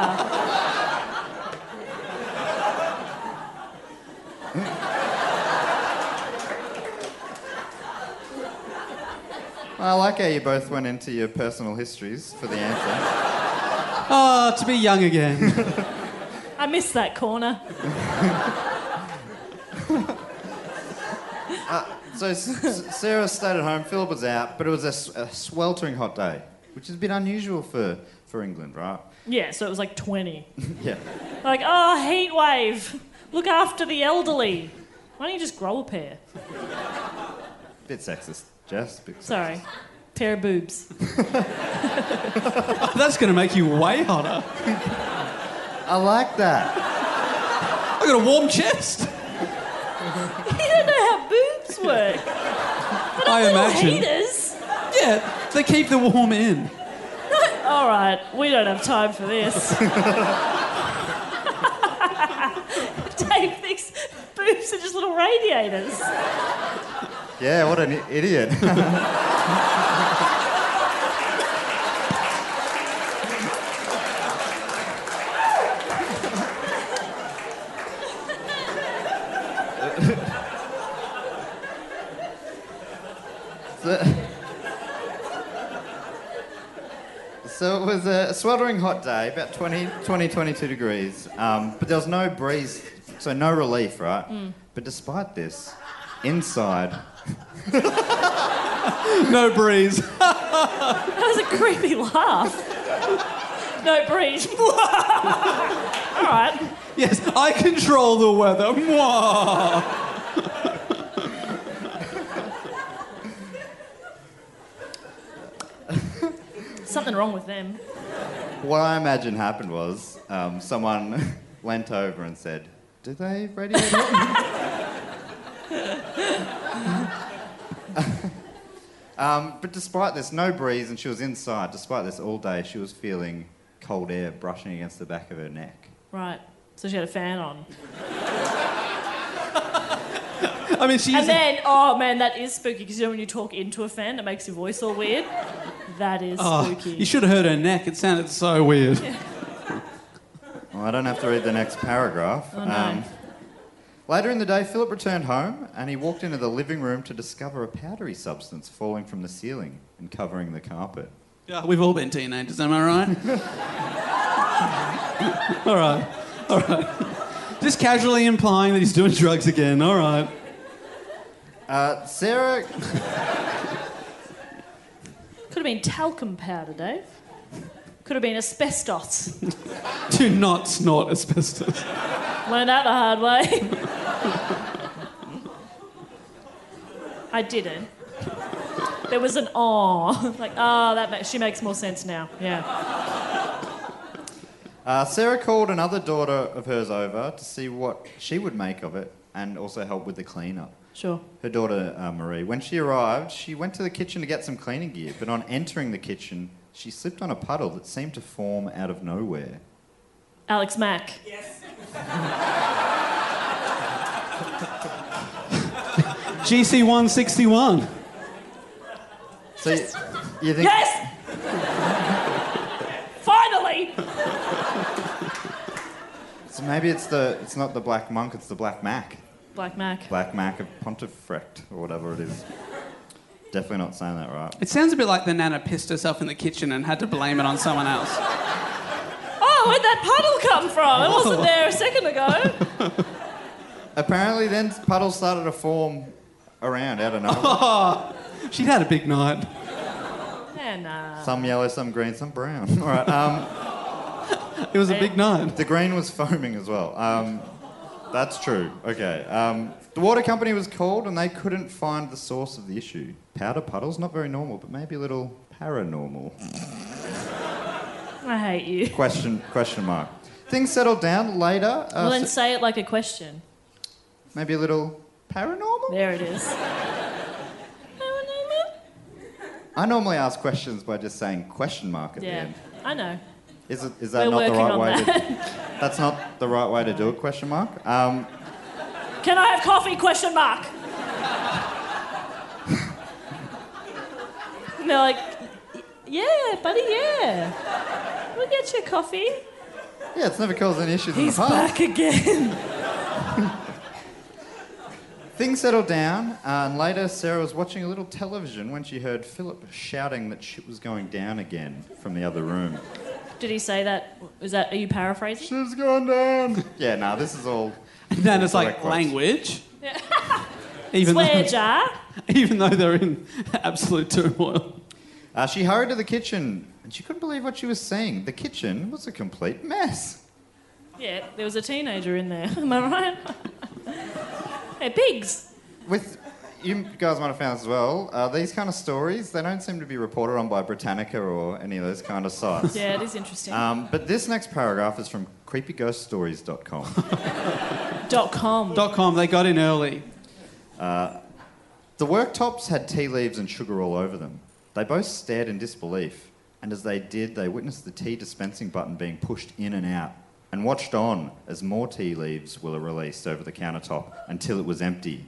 Speaker 1: I like how you both went into your personal histories for the answer.
Speaker 6: Ah, to be
Speaker 1: <laughs>
Speaker 6: young again. <laughs>
Speaker 7: I missed that corner.
Speaker 1: so S- S- Sarah stayed at home. Philip was out, but it was a, s- a sweltering hot day, which is a bit unusual for, for England, right?
Speaker 7: Yeah, so it was like 20.
Speaker 1: Yeah.
Speaker 7: Like, oh, heat wave. Look after the elderly. Why don't you just grow a pair?
Speaker 1: Bit sexist, Jess. Bit sexist.
Speaker 7: Sorry. Pair of boobs. <laughs>
Speaker 6: That's going to make you way hotter.
Speaker 1: I like that.
Speaker 6: I got a warm chest.
Speaker 7: you don't know how boobs work.
Speaker 6: I imagine.
Speaker 7: Haters.
Speaker 6: Yeah, they keep the warm in.
Speaker 7: All right, we don't have time for
Speaker 6: <laughs>
Speaker 7: this. Dave thinks boobs are just little radiators.
Speaker 1: Yeah, what an i- idiot. So- So it was a sweltering hot day, about 20, 20 22 degrees, um, but there was no breeze, so no relief, right?
Speaker 9: Mm.
Speaker 1: But despite this, inside.
Speaker 6: no breeze. <laughs>
Speaker 7: That was a creepy laugh. No <laughs> breeze. All right.
Speaker 6: Yes, I control the weather. Mwah.
Speaker 7: Something wrong with them.
Speaker 1: What I imagine happened was um, someone <laughs> leant over and said, Do they radio? <laughs> um, but despite this, no breeze, and she was inside. Despite this, all day she was feeling cold air brushing against the back of her neck.
Speaker 7: Right. So she had a fan on.
Speaker 6: I mean, she.
Speaker 7: And then, oh man, that is spooky because you know when you talk into a fan, it makes your voice all weird. That is
Speaker 6: Oh,
Speaker 7: spooky.
Speaker 6: you should have heard her neck. It sounded so weird.
Speaker 1: Well, I don't have to read the next paragraph. Um,
Speaker 7: Oh, no.
Speaker 1: later in the day, Philip returned home and he walked into the living room to discover a powdery substance falling from the ceiling and covering the carpet.
Speaker 6: Yeah, we've all been teenagers, am I right? <laughs> all right, all right. Just casually implying that he's doing drugs again. All right.
Speaker 1: Uh, Sarah.
Speaker 7: Could have been talcum powder, Dave. Could have been asbestos.
Speaker 6: Do not snort asbestos.
Speaker 7: Learned that the hard way. <laughs> I didn't. There was an aw. <laughs> Like, ah, that ma- she makes more sense now. Yeah.
Speaker 1: Uh, Sarah called another daughter of hers over to see what she would make of it and also help with the cleanup.
Speaker 7: Sure.
Speaker 1: Her daughter, uh, Marie, when she arrived, she went to the kitchen to get some cleaning gear, but on entering the kitchen, she slipped on a puddle that seemed to form out of nowhere.
Speaker 7: Alex Mack. Yes.
Speaker 6: GC 161.
Speaker 1: So you, you think.
Speaker 7: Yes! <laughs> Finally!
Speaker 1: So maybe it's, the, it's not the black monk, it's the black Mac.
Speaker 7: Black Mac.
Speaker 1: Black Mac of Pontefract, or whatever it is. Definitely not saying that right.
Speaker 6: It sounds a bit like the nana pissed herself in the kitchen and had to blame it on someone else.
Speaker 7: Oh, where'd that puddle come from? It
Speaker 1: <laughs>
Speaker 7: wasn't there a second ago.
Speaker 1: Apparently, then puddles started to form around out of nowhere.
Speaker 6: She'd had a big night.
Speaker 7: And, uh,
Speaker 1: Some yellow, some green, some brown. <laughs> All right. Um,
Speaker 6: it was a big night.
Speaker 1: The green was foaming as well. Um, that's true. Okay. Um, the water company was called and they couldn't find the source of the issue. Powder puddles, not very normal, but maybe a little paranormal.
Speaker 7: I hate
Speaker 1: Uh,
Speaker 7: you.
Speaker 1: question question mark. Things settled down later. Uh,
Speaker 7: well, then
Speaker 1: so-
Speaker 7: say it like a question.
Speaker 1: maybe a little. Paranormal?
Speaker 7: There it is.
Speaker 1: I normally ask questions by just saying question mark at the
Speaker 7: Yeah.
Speaker 1: end.
Speaker 7: I know.
Speaker 1: Is, it, is that
Speaker 7: We're
Speaker 1: Uh, not the
Speaker 7: working
Speaker 1: right
Speaker 7: on
Speaker 1: way? To,
Speaker 7: that. <laughs>
Speaker 1: that's not the right way to do it? Question mark. Um,
Speaker 7: Can I have coffee? Question mark. and they're like, yeah, buddy, yeah. We'll get you a coffee.
Speaker 1: yeah, it's never caused any issues in the
Speaker 7: He's
Speaker 1: past.
Speaker 7: back again. <laughs>
Speaker 1: Things settled down, uh, and later Sarah was watching a little television when she heard Philip shouting that shit was going down again from the other room.
Speaker 7: Did he say that? Was that? Are you paraphrasing?
Speaker 1: She's gone down. Yeah, no, this is all.
Speaker 6: Then it's
Speaker 1: Direct
Speaker 6: like
Speaker 7: <laughs>
Speaker 1: quotes.
Speaker 6: language.
Speaker 7: Yeah.
Speaker 6: Even
Speaker 7: Swear
Speaker 6: though,
Speaker 7: jar.
Speaker 6: <laughs> even though they're in absolute turmoil.
Speaker 1: Uh, she hurried to the kitchen, and she couldn't believe what she was seeing. The kitchen was a complete mess.
Speaker 7: Yeah, there was a teenager in there. <laughs> Am I right? hey, pigs.
Speaker 1: With you guys might have found as well, uh, these kind of stories they don't seem to be reported on by Britannica or any of those kind of sites.
Speaker 7: <laughs> Yeah, it is interesting.
Speaker 6: Uh,
Speaker 1: Um, but this next paragraph is from creepyghoststories.com.
Speaker 7: Dot com.
Speaker 6: Dot com, they got in early.
Speaker 1: Uh, the worktops had tea leaves and sugar all over them. They both stared in disbelief, and as they did, they witnessed the tea dispensing button being pushed in and out, and watched on as more tea leaves were released over the countertop until it was empty.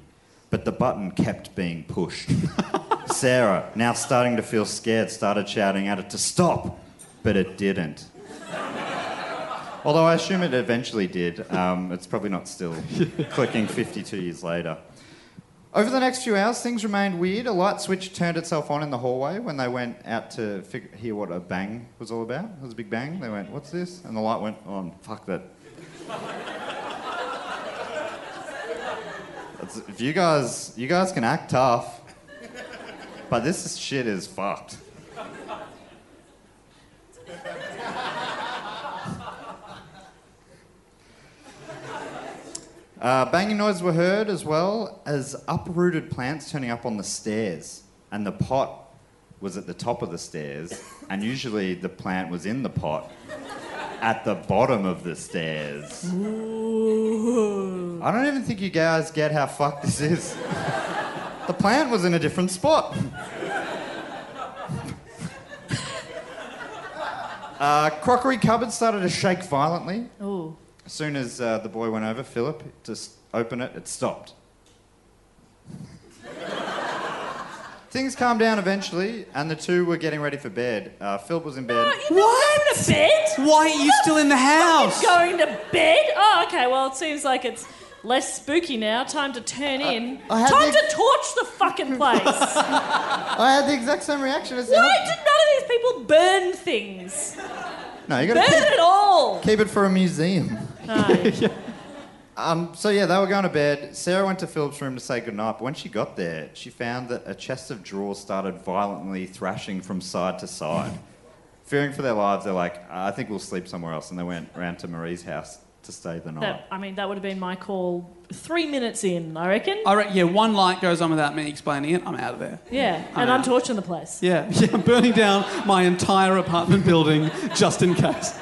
Speaker 1: But the button kept being pushed. <laughs> Sarah, now starting to feel scared, started shouting at it to stop, but it didn't. Although I assume it eventually did. Um, it's probably not still clicking 52 years later. Over the next few hours, things remained weird. A light switch turned itself on in the hallway when they went out to fig- hear what a bang was all about. It was a big bang. They went, What's this? And the light went on. Fuck that. <laughs> That's, if you guys, you guys can act tough, but this is- shit is fucked. Uh, banging noises were heard as well as uprooted plants turning up on the stairs, and the pot was at the top of the stairs, and usually the plant was in the pot at the bottom of the stairs. I don't even think you guys get how fucked this is. the plant was in a different spot. <laughs> uh, crockery cupboard started to shake violently.
Speaker 7: Oh.
Speaker 1: As soon as uh, the boy went over, Philip, to s- open it, it stopped. <laughs> Things calmed down eventually, and the two were getting ready for bed. Uh, Philip was in bed.
Speaker 7: What? Going to bed?
Speaker 6: Why are you still in the house?
Speaker 7: Going to bed? Oh, okay. Well, it seems like it's less spooky now. Time to turn in.
Speaker 1: I had
Speaker 7: Time
Speaker 1: the-
Speaker 7: to torch the fucking
Speaker 6: <laughs>
Speaker 7: place.
Speaker 1: I had the exact same reaction. As
Speaker 7: Why did none of these people burn things?
Speaker 1: No, you
Speaker 7: burn
Speaker 1: got to
Speaker 7: it
Speaker 6: <laughs>
Speaker 7: all.
Speaker 1: keep, keep it for a museum. <laughs> Um, so yeah, they were going to bed. Sarah went to Philip's room to say goodnight, but when she got there, she found that a chest of drawers started violently thrashing from side to side. Fearing for their lives, they're like, I think we'll sleep somewhere else. And they went round to Marie's house to stay the night.
Speaker 7: That, I mean, that would have been my call three minutes in, I reckon.
Speaker 6: I re- yeah, one light goes on without me explaining it. I'm out of there.
Speaker 7: yeah,
Speaker 6: I
Speaker 7: and
Speaker 6: know.
Speaker 7: I'm torching the place.
Speaker 6: Yeah, <laughs> yeah, I'm burning down my entire apartment building <laughs> just in case.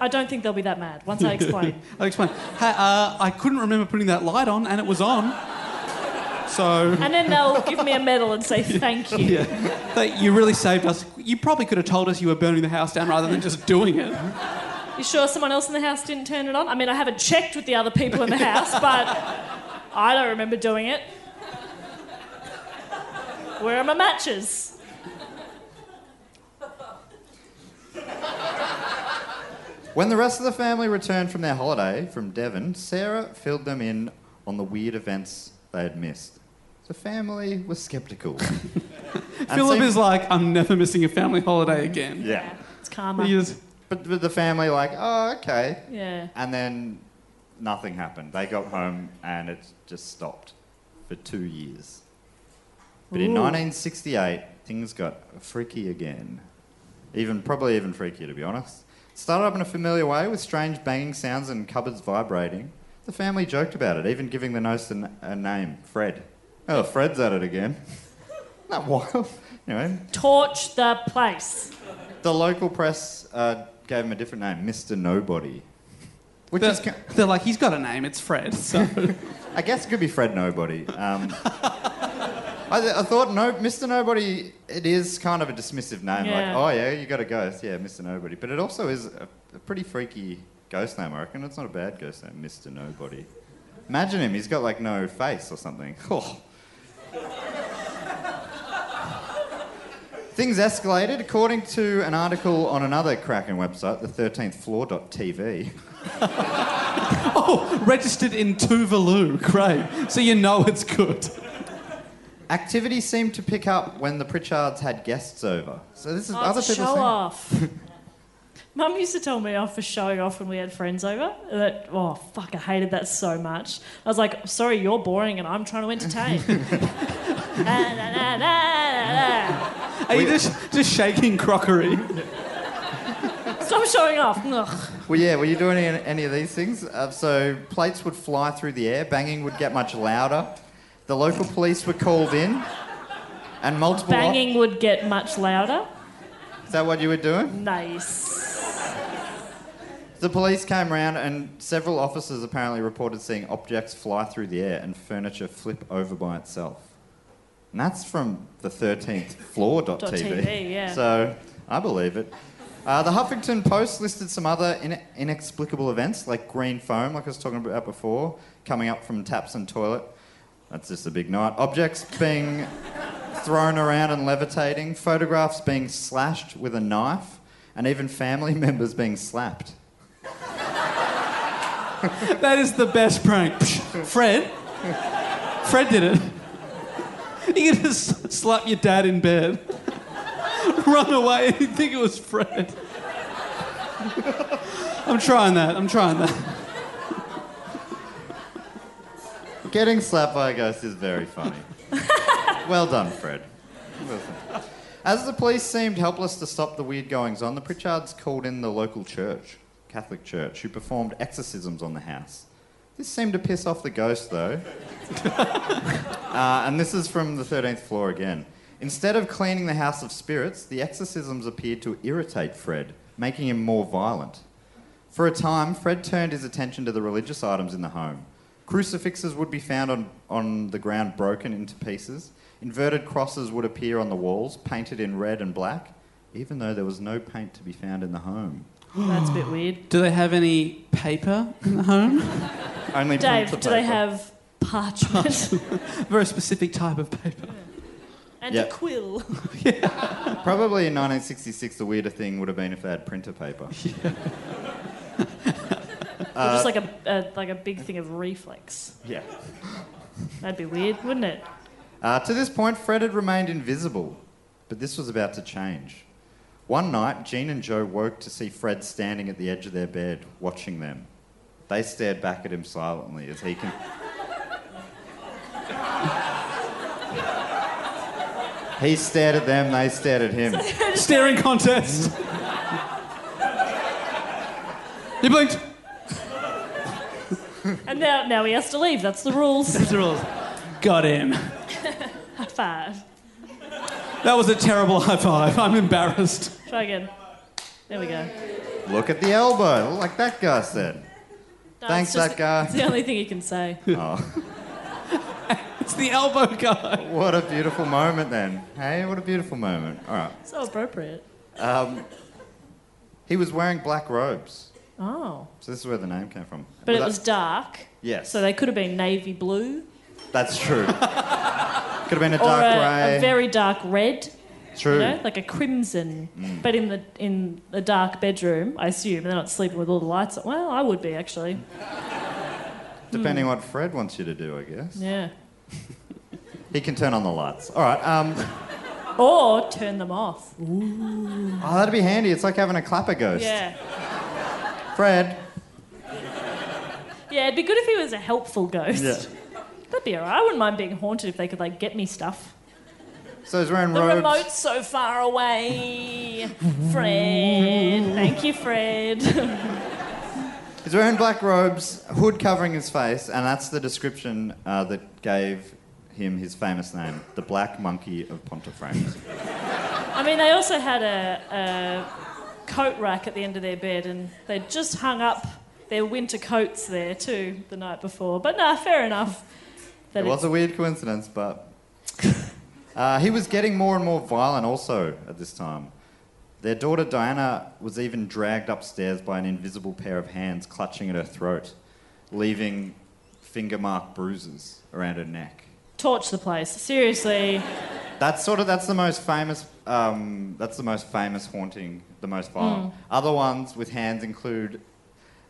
Speaker 7: I don't think they'll be that mad
Speaker 6: <laughs>
Speaker 7: once I explain.
Speaker 6: I'll explain. Hey, uh, I couldn't remember putting that light on, and it was on. So <laughs>
Speaker 7: and then they'll give me a medal and say thank you.
Speaker 6: but you really saved us. You probably could have told us you were burning the house down rather than just doing it.
Speaker 7: You sure someone else in the house didn't turn it on? I mean, I haven't checked with the other people in the house, but I don't remember doing it. Where are my matches?
Speaker 1: When the rest of the family returned from their holiday from Devon, Sarah filled them in on the weird events they had missed. The family was
Speaker 6: <laughs>
Speaker 1: sceptical.
Speaker 6: Philip is like, I'm never missing a family holiday again.
Speaker 1: Yeah.
Speaker 7: It's karma.
Speaker 6: He is.
Speaker 1: But, but the family, like, oh, okay.
Speaker 7: Yeah.
Speaker 1: And then nothing happened. They got home and it just stopped for two years. But in
Speaker 7: Ooh.
Speaker 1: 1968, things got freaky again. Even probably even freakier, to be honest. It started up in a familiar way with strange banging sounds and cupboards vibrating. The family joked about it, even giving the nurse a, n- a name, Fred. Oh, Fred's at it again. <laughs> Isn't that wild? <laughs> Anyway,
Speaker 7: Torch the place.
Speaker 1: the local press uh, gave him a different name, Mr. Nobody. Which
Speaker 6: They're,
Speaker 1: is, ki-
Speaker 6: they're like, he's got a name. It's Fred. So <laughs>
Speaker 1: I guess it could be Fred Nobody. Um, I, th- I thought no, Mr. Nobody, it is kind of a dismissive name.
Speaker 7: Yeah.
Speaker 1: Like, oh yeah, you got a ghost. Yeah, Mr. Nobody. But it also is a, a pretty freaky ghost name, I reckon. It's not a bad ghost name, Mr. Nobody. Imagine him, he's got like no face or something. <laughs> Oh. Things escalated according to an article on another Kraken website, the 13thfloor.tv.
Speaker 6: oh, registered in Tuvalu. Great. So you know it's good.
Speaker 1: Activity seemed to pick up when the Pritchards had guests over. So this is
Speaker 7: Oh,
Speaker 1: other
Speaker 7: it's a
Speaker 1: people's
Speaker 7: show
Speaker 1: thing.
Speaker 7: off. <laughs> Mum used to tell me off for showing off when we had friends over. That oh fuck, I hated that so much. I was like, sorry, you're boring, and I'm trying to entertain. <laughs> Na, na, na, na, na,
Speaker 6: Are you just, just shaking crockery?
Speaker 7: na. Stop showing off. Ugh.
Speaker 1: Well, yeah, were you doing any, any of these things? Uh, so plates would fly through the air, banging would get much louder. The local police were called in, and multiple.
Speaker 7: Banging would get much louder.
Speaker 1: Is that what you were doing?
Speaker 7: Nice.
Speaker 1: The police came round, and several officers apparently reported seeing objects fly through the air and furniture flip over by itself. And that's from the 13th
Speaker 7: Dot
Speaker 1: floor.tv.
Speaker 7: TV, yeah.
Speaker 1: <laughs> So I believe it. Uh, the Huffington Post listed some other in- inexplicable events like green foam, like I was talking about before, coming up from taps and toilet. That's just a big night. Objects being thrown around and levitating, photographs being slashed with a knife, and even family <laughs> members being slapped.
Speaker 6: That is the best prank. Psh, Fred, Fred did it. <laughs> You could just slap your dad in bed, <laughs> run away, <laughs> and you'd think it was Fred. <laughs> I'm trying that. I'm trying that.
Speaker 1: Getting slapped by a ghost is very funny. well done, Fred. Well done. As the police seemed helpless to stop the weird goings on, the Pritchards called in the local church, Catholic church, who performed exorcisms on the house. This seemed to piss off the ghost, though. Uh, and this is from the 13th floor again. Instead of cleaning the house of spirits, the exorcisms appeared to irritate Fred, making him more violent. For a time, Fred turned his attention to the religious items in the home. Crucifixes would be found on, on the ground broken into pieces. Inverted crosses would appear on the walls, painted in red and black, even though there was no paint to be found in the home.
Speaker 7: That's a bit weird.
Speaker 6: Do they have any paper in the home?
Speaker 1: Only
Speaker 7: Dave,
Speaker 1: printer
Speaker 7: do they
Speaker 1: paper.
Speaker 7: have
Speaker 1: <laughs>
Speaker 7: parchment
Speaker 6: Very specific type of paper.
Speaker 7: and
Speaker 1: Yep.
Speaker 7: a quill?
Speaker 1: Probably in 1966, the weirder thing would have been if they had
Speaker 7: <laughs>
Speaker 1: printer paper. Uh,
Speaker 7: or just like a, a like a big thing of reflex.
Speaker 1: Yeah.
Speaker 7: That'd be weird, wouldn't it?
Speaker 1: Uh, to this point, Fred had remained invisible, but this was about to change. One night, Jean and Joe woke to see Fred standing at the edge of their bed, watching them. They stared back at him silently as he con- <laughs> He stared at them, they stared at him.
Speaker 6: Staring contest. you blinked.
Speaker 7: And now now he has to leave. That's the
Speaker 1: <laughs>
Speaker 7: rules. <laughs>
Speaker 6: These are all- Got him.
Speaker 7: High five.
Speaker 6: That was a terrible high five. I'm embarrassed.
Speaker 7: Try again. There we go.
Speaker 1: Look at the elbow, like that guy said.
Speaker 7: No,
Speaker 1: Thanks,
Speaker 7: it's just-
Speaker 1: that guy.
Speaker 7: It's the only thing you can
Speaker 1: <laughs>
Speaker 7: say.
Speaker 6: It's the elbow guy.
Speaker 1: What a beautiful moment, then. Hey, what a beautiful moment. All right.
Speaker 7: So appropriate.
Speaker 1: He was wearing black robes,
Speaker 7: Oh.
Speaker 1: so this is where the name came from.
Speaker 7: But
Speaker 1: Well,
Speaker 7: it
Speaker 1: that-
Speaker 7: was dark.
Speaker 1: Yes.
Speaker 7: So they could have been navy blue
Speaker 1: That's
Speaker 7: <laughs>
Speaker 1: true. Could have been a
Speaker 7: or
Speaker 1: dark
Speaker 7: a,
Speaker 1: grey.
Speaker 7: a very dark red,
Speaker 1: true. Mm.
Speaker 7: you know, like a crimson. But in the in the dark bedroom, I assume they're not sleeping with all the lights on. Well, I would be actually. Mm.
Speaker 1: Depending what Fred wants you to do, I guess.
Speaker 7: Yeah.
Speaker 1: He can turn on the lights. All right. Um,
Speaker 7: Or turn them off.
Speaker 1: oh, that'd be handy. It's like having a clapper ghost.
Speaker 7: Yeah.
Speaker 1: Fred.
Speaker 7: Yeah, it'd be good if he was a helpful ghost.
Speaker 1: Yeah.
Speaker 7: That'd be alright. I wouldn't mind being haunted if they could like get me stuff.
Speaker 1: So he's wearing
Speaker 7: The
Speaker 1: robes.
Speaker 7: remote's so far away. Fred. Thank you, Fred. <laughs>
Speaker 1: He's wearing black robes, hood covering his face, and that's the description uh, that gave him his famous name, the Black Monkey of Pontefract.
Speaker 7: I mean, they also had a, a coat rack at the end of their bed and they'd just hung up their winter coats there too the night before. But nah, fair enough. That
Speaker 1: It was a weird coincidence, but. <laughs> Uh, he was getting more and more violent also at this time. Their daughter Diana was even dragged upstairs by an invisible pair of hands clutching at her throat, leaving finger mark bruises around her neck.
Speaker 7: torch the place. Seriously. <laughs>
Speaker 1: That's sort of that's the most famous. Um, that's the most famous haunting, the most violent. Other ones with hands include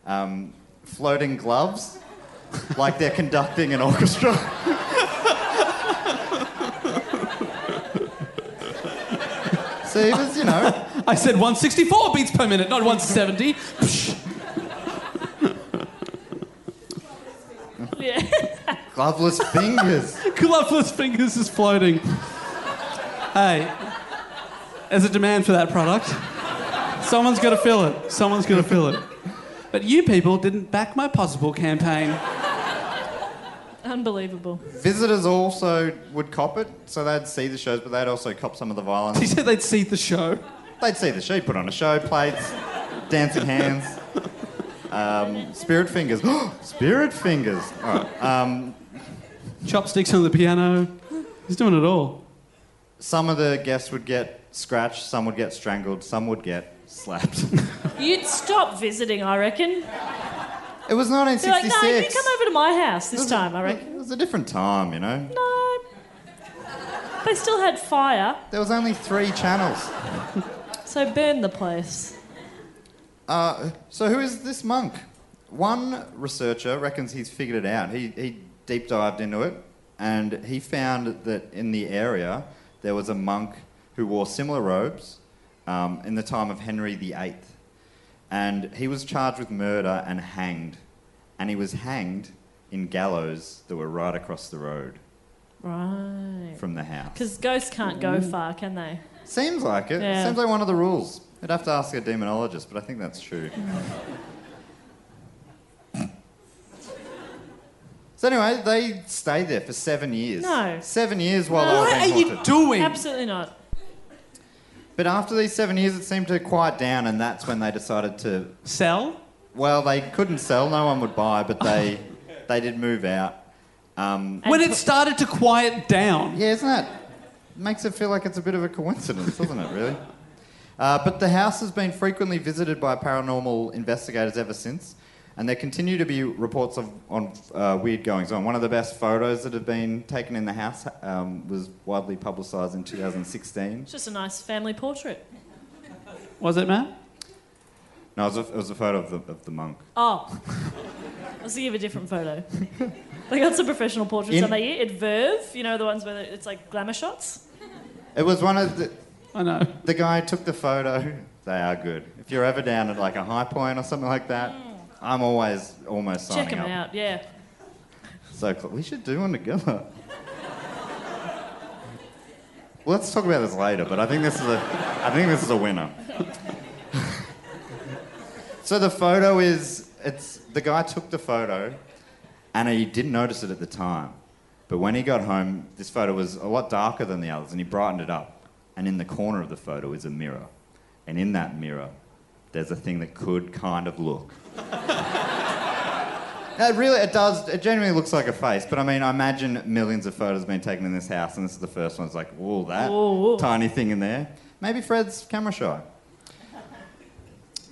Speaker 1: um, floating gloves, <laughs> like they're conducting an orchestra. <laughs> so it was, you know,
Speaker 6: I said 164 beats per minute, not 170. Psh.
Speaker 7: Yeah.
Speaker 1: gloveless fingers.
Speaker 6: Gloveless fingers is floating. Hey, there's a demand for that product. Someone's got to fill it. Someone's got to fill it. But you people didn't back my possible campaign.
Speaker 7: Unbelievable.
Speaker 1: Visitors also would cop it, so they'd see the shows, but they'd also cop some of the violence.
Speaker 6: You said they'd see the show.
Speaker 1: They'd see the show, put on a show, plates, dancing hands, um, spirit fingers. <gasps> spirit fingers. All right. Um,
Speaker 6: Chopsticks on the piano. He's doing it all.
Speaker 1: some of the guests would get scratched, some would get strangled, some would get slapped.
Speaker 7: You'd stop visiting, I reckon.
Speaker 1: It was 1966.
Speaker 7: They're like, no, you come over to my house this time, I reckon.
Speaker 1: It was a different time, you know.
Speaker 7: No. They still had fire,
Speaker 1: There was only three channels.
Speaker 7: so burn the place.
Speaker 1: So who is this monk? One researcher reckons he's figured it out. He, he deep dived into it, and he found that in the area there was a monk who wore similar robes um, in the time of Henry VIII, and he was charged with murder and hanged, and he was hanged in gallows that were right across the road
Speaker 7: Right.
Speaker 1: from the house.
Speaker 7: Because ghosts can't go
Speaker 1: Mm.
Speaker 7: far, can they?
Speaker 1: Seems like it.
Speaker 7: Yeah.
Speaker 1: Seems like one of the rules. I'd have to ask a demonologist, but I think that's true. so anyway, they stayed there for seven years.
Speaker 7: No.
Speaker 1: Seven years while
Speaker 7: Oh,
Speaker 1: they were
Speaker 6: What
Speaker 1: being
Speaker 6: are you
Speaker 1: haunted.
Speaker 6: doing?
Speaker 7: Absolutely not.
Speaker 1: But after these seven years, it seemed to quiet down, and that's when they decided to.
Speaker 6: Sell?
Speaker 1: Well, they couldn't sell; no one would buy. But they, they did move out. Um,
Speaker 7: And
Speaker 6: when
Speaker 7: put-
Speaker 6: it started to quiet down.
Speaker 1: Yeah, isn't that? Makes it feel like it's a bit of a coincidence, doesn't it, really? Uh, but the house has been frequently visited by paranormal investigators ever since, and there continue to be reports of on uh, weird goings on. One of the best photos that have been taken in the house um, was widely publicised in 2016.
Speaker 7: It's just a nice family portrait.
Speaker 6: Was it, Matt?
Speaker 1: No, it was a, it was a photo of the, of the monk.
Speaker 7: Oh. I'll see you have a different photo. they got some professional portraits
Speaker 1: In-
Speaker 7: on that year. At Verve, you know, the ones where it's like glamour shots.
Speaker 1: It was one of the.
Speaker 6: I know.
Speaker 1: The guy who took the photo. They are good. If you're ever down at like a high point or something like that, I'm always almost
Speaker 7: Mm.
Speaker 1: signing
Speaker 7: Check them
Speaker 1: up.
Speaker 7: out, yeah.
Speaker 1: So cl- we should do one together. well, let's talk about this later, but I think this is a, I think this is a winner. <laughs> so the photo is, it's the guy took the photo, and he didn't notice it at the time, but when he got home, this photo was a lot darker than the others, and he brightened it up. And in the corner of the photo is a mirror, and in that mirror, there's a thing that could kind of look no, it really, it does. It genuinely looks like a face, but I mean, I imagine millions of photos have been taken in this house, and this is the first one. It's like, whoa, that
Speaker 7: Ooh.
Speaker 1: tiny thing in there. Maybe Fred's camera shy.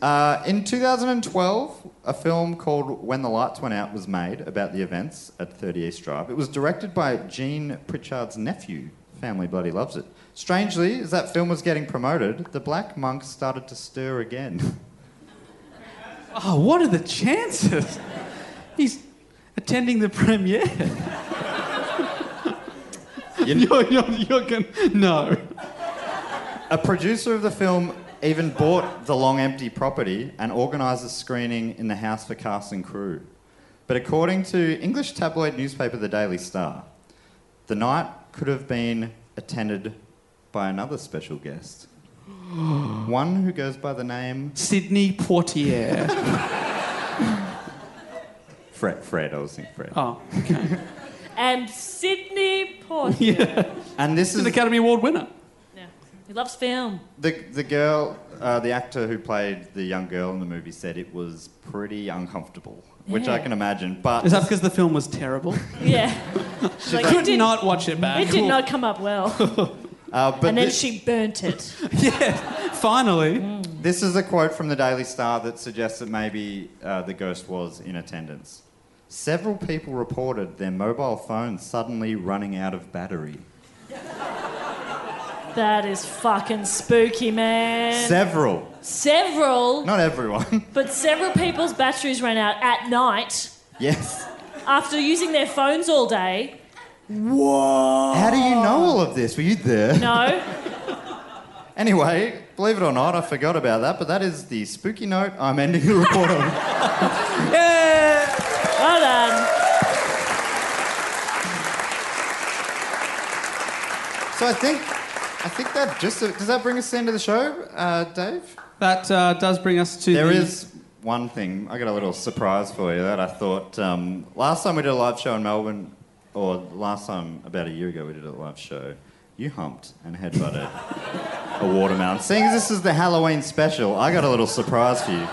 Speaker 1: Uh, in 2012, a film called When the Lights Went Out was made about the events at 30 East Drive. It was directed by Gene Pritchard's nephew. Family bloody loves it. Strangely, as that film was getting promoted, the black monks started to stir again. <laughs>
Speaker 6: Oh, what are the chances? He's attending the premiere. <laughs> you're, you're, you're going No.
Speaker 1: A producer of the film even bought the long empty property and organised a screening in the house for cast and crew. But according to English tabloid newspaper The Daily Star, the night could have been attended by another special
Speaker 6: <gasps>
Speaker 1: guest. One who goes by the name
Speaker 6: Sydney Poitier.
Speaker 1: Fred. Fred, I was thinking Fred.
Speaker 6: <laughs> Oh.
Speaker 7: And Sydney
Speaker 1: <laughs>
Speaker 7: Portier.
Speaker 1: And this
Speaker 6: He's
Speaker 1: is
Speaker 6: an Academy Award winner.
Speaker 7: Yeah. He loves film.
Speaker 1: the, the girl, uh, the actor who played the young girl in the movie said it was pretty uncomfortable, which I
Speaker 7: Yeah.
Speaker 1: can imagine. But
Speaker 6: Is that because the film was terrible? <laughs>
Speaker 7: Yeah. She's like,
Speaker 6: Could
Speaker 7: it did,
Speaker 6: not watch it back.
Speaker 7: It did not come up well.
Speaker 1: uh, but
Speaker 7: and then
Speaker 1: this-
Speaker 7: she burnt it.
Speaker 6: <laughs> Yeah, finally.
Speaker 7: Mm.
Speaker 1: This is a quote from the Daily Star that suggests that maybe uh, the ghost was in attendance. Several people reported their mobile phones suddenly running out of battery.
Speaker 7: That is fucking spooky, man.
Speaker 1: Several.
Speaker 7: several,
Speaker 1: Not everyone. <laughs>
Speaker 7: but several people's batteries ran out at night
Speaker 1: yes.
Speaker 7: after using their phones all day.
Speaker 1: How do you know all of this? Were you there?
Speaker 7: No.
Speaker 1: Anyway, believe it or not, I forgot about that, but that is the spooky note I'm ending the report on.
Speaker 7: Well done.
Speaker 1: So I think. I think that just does that bring us to the end of the show, uh, Dave?
Speaker 6: That uh, does bring us to
Speaker 1: There
Speaker 6: the-
Speaker 1: is one thing. I got a little surprise for you that I thought um, last time we did a live show in Melbourne, or last time about a year ago we did a live show. You humped and headbutted a watermelon. Seeing as this is the Halloween special, I got a little surprise for you.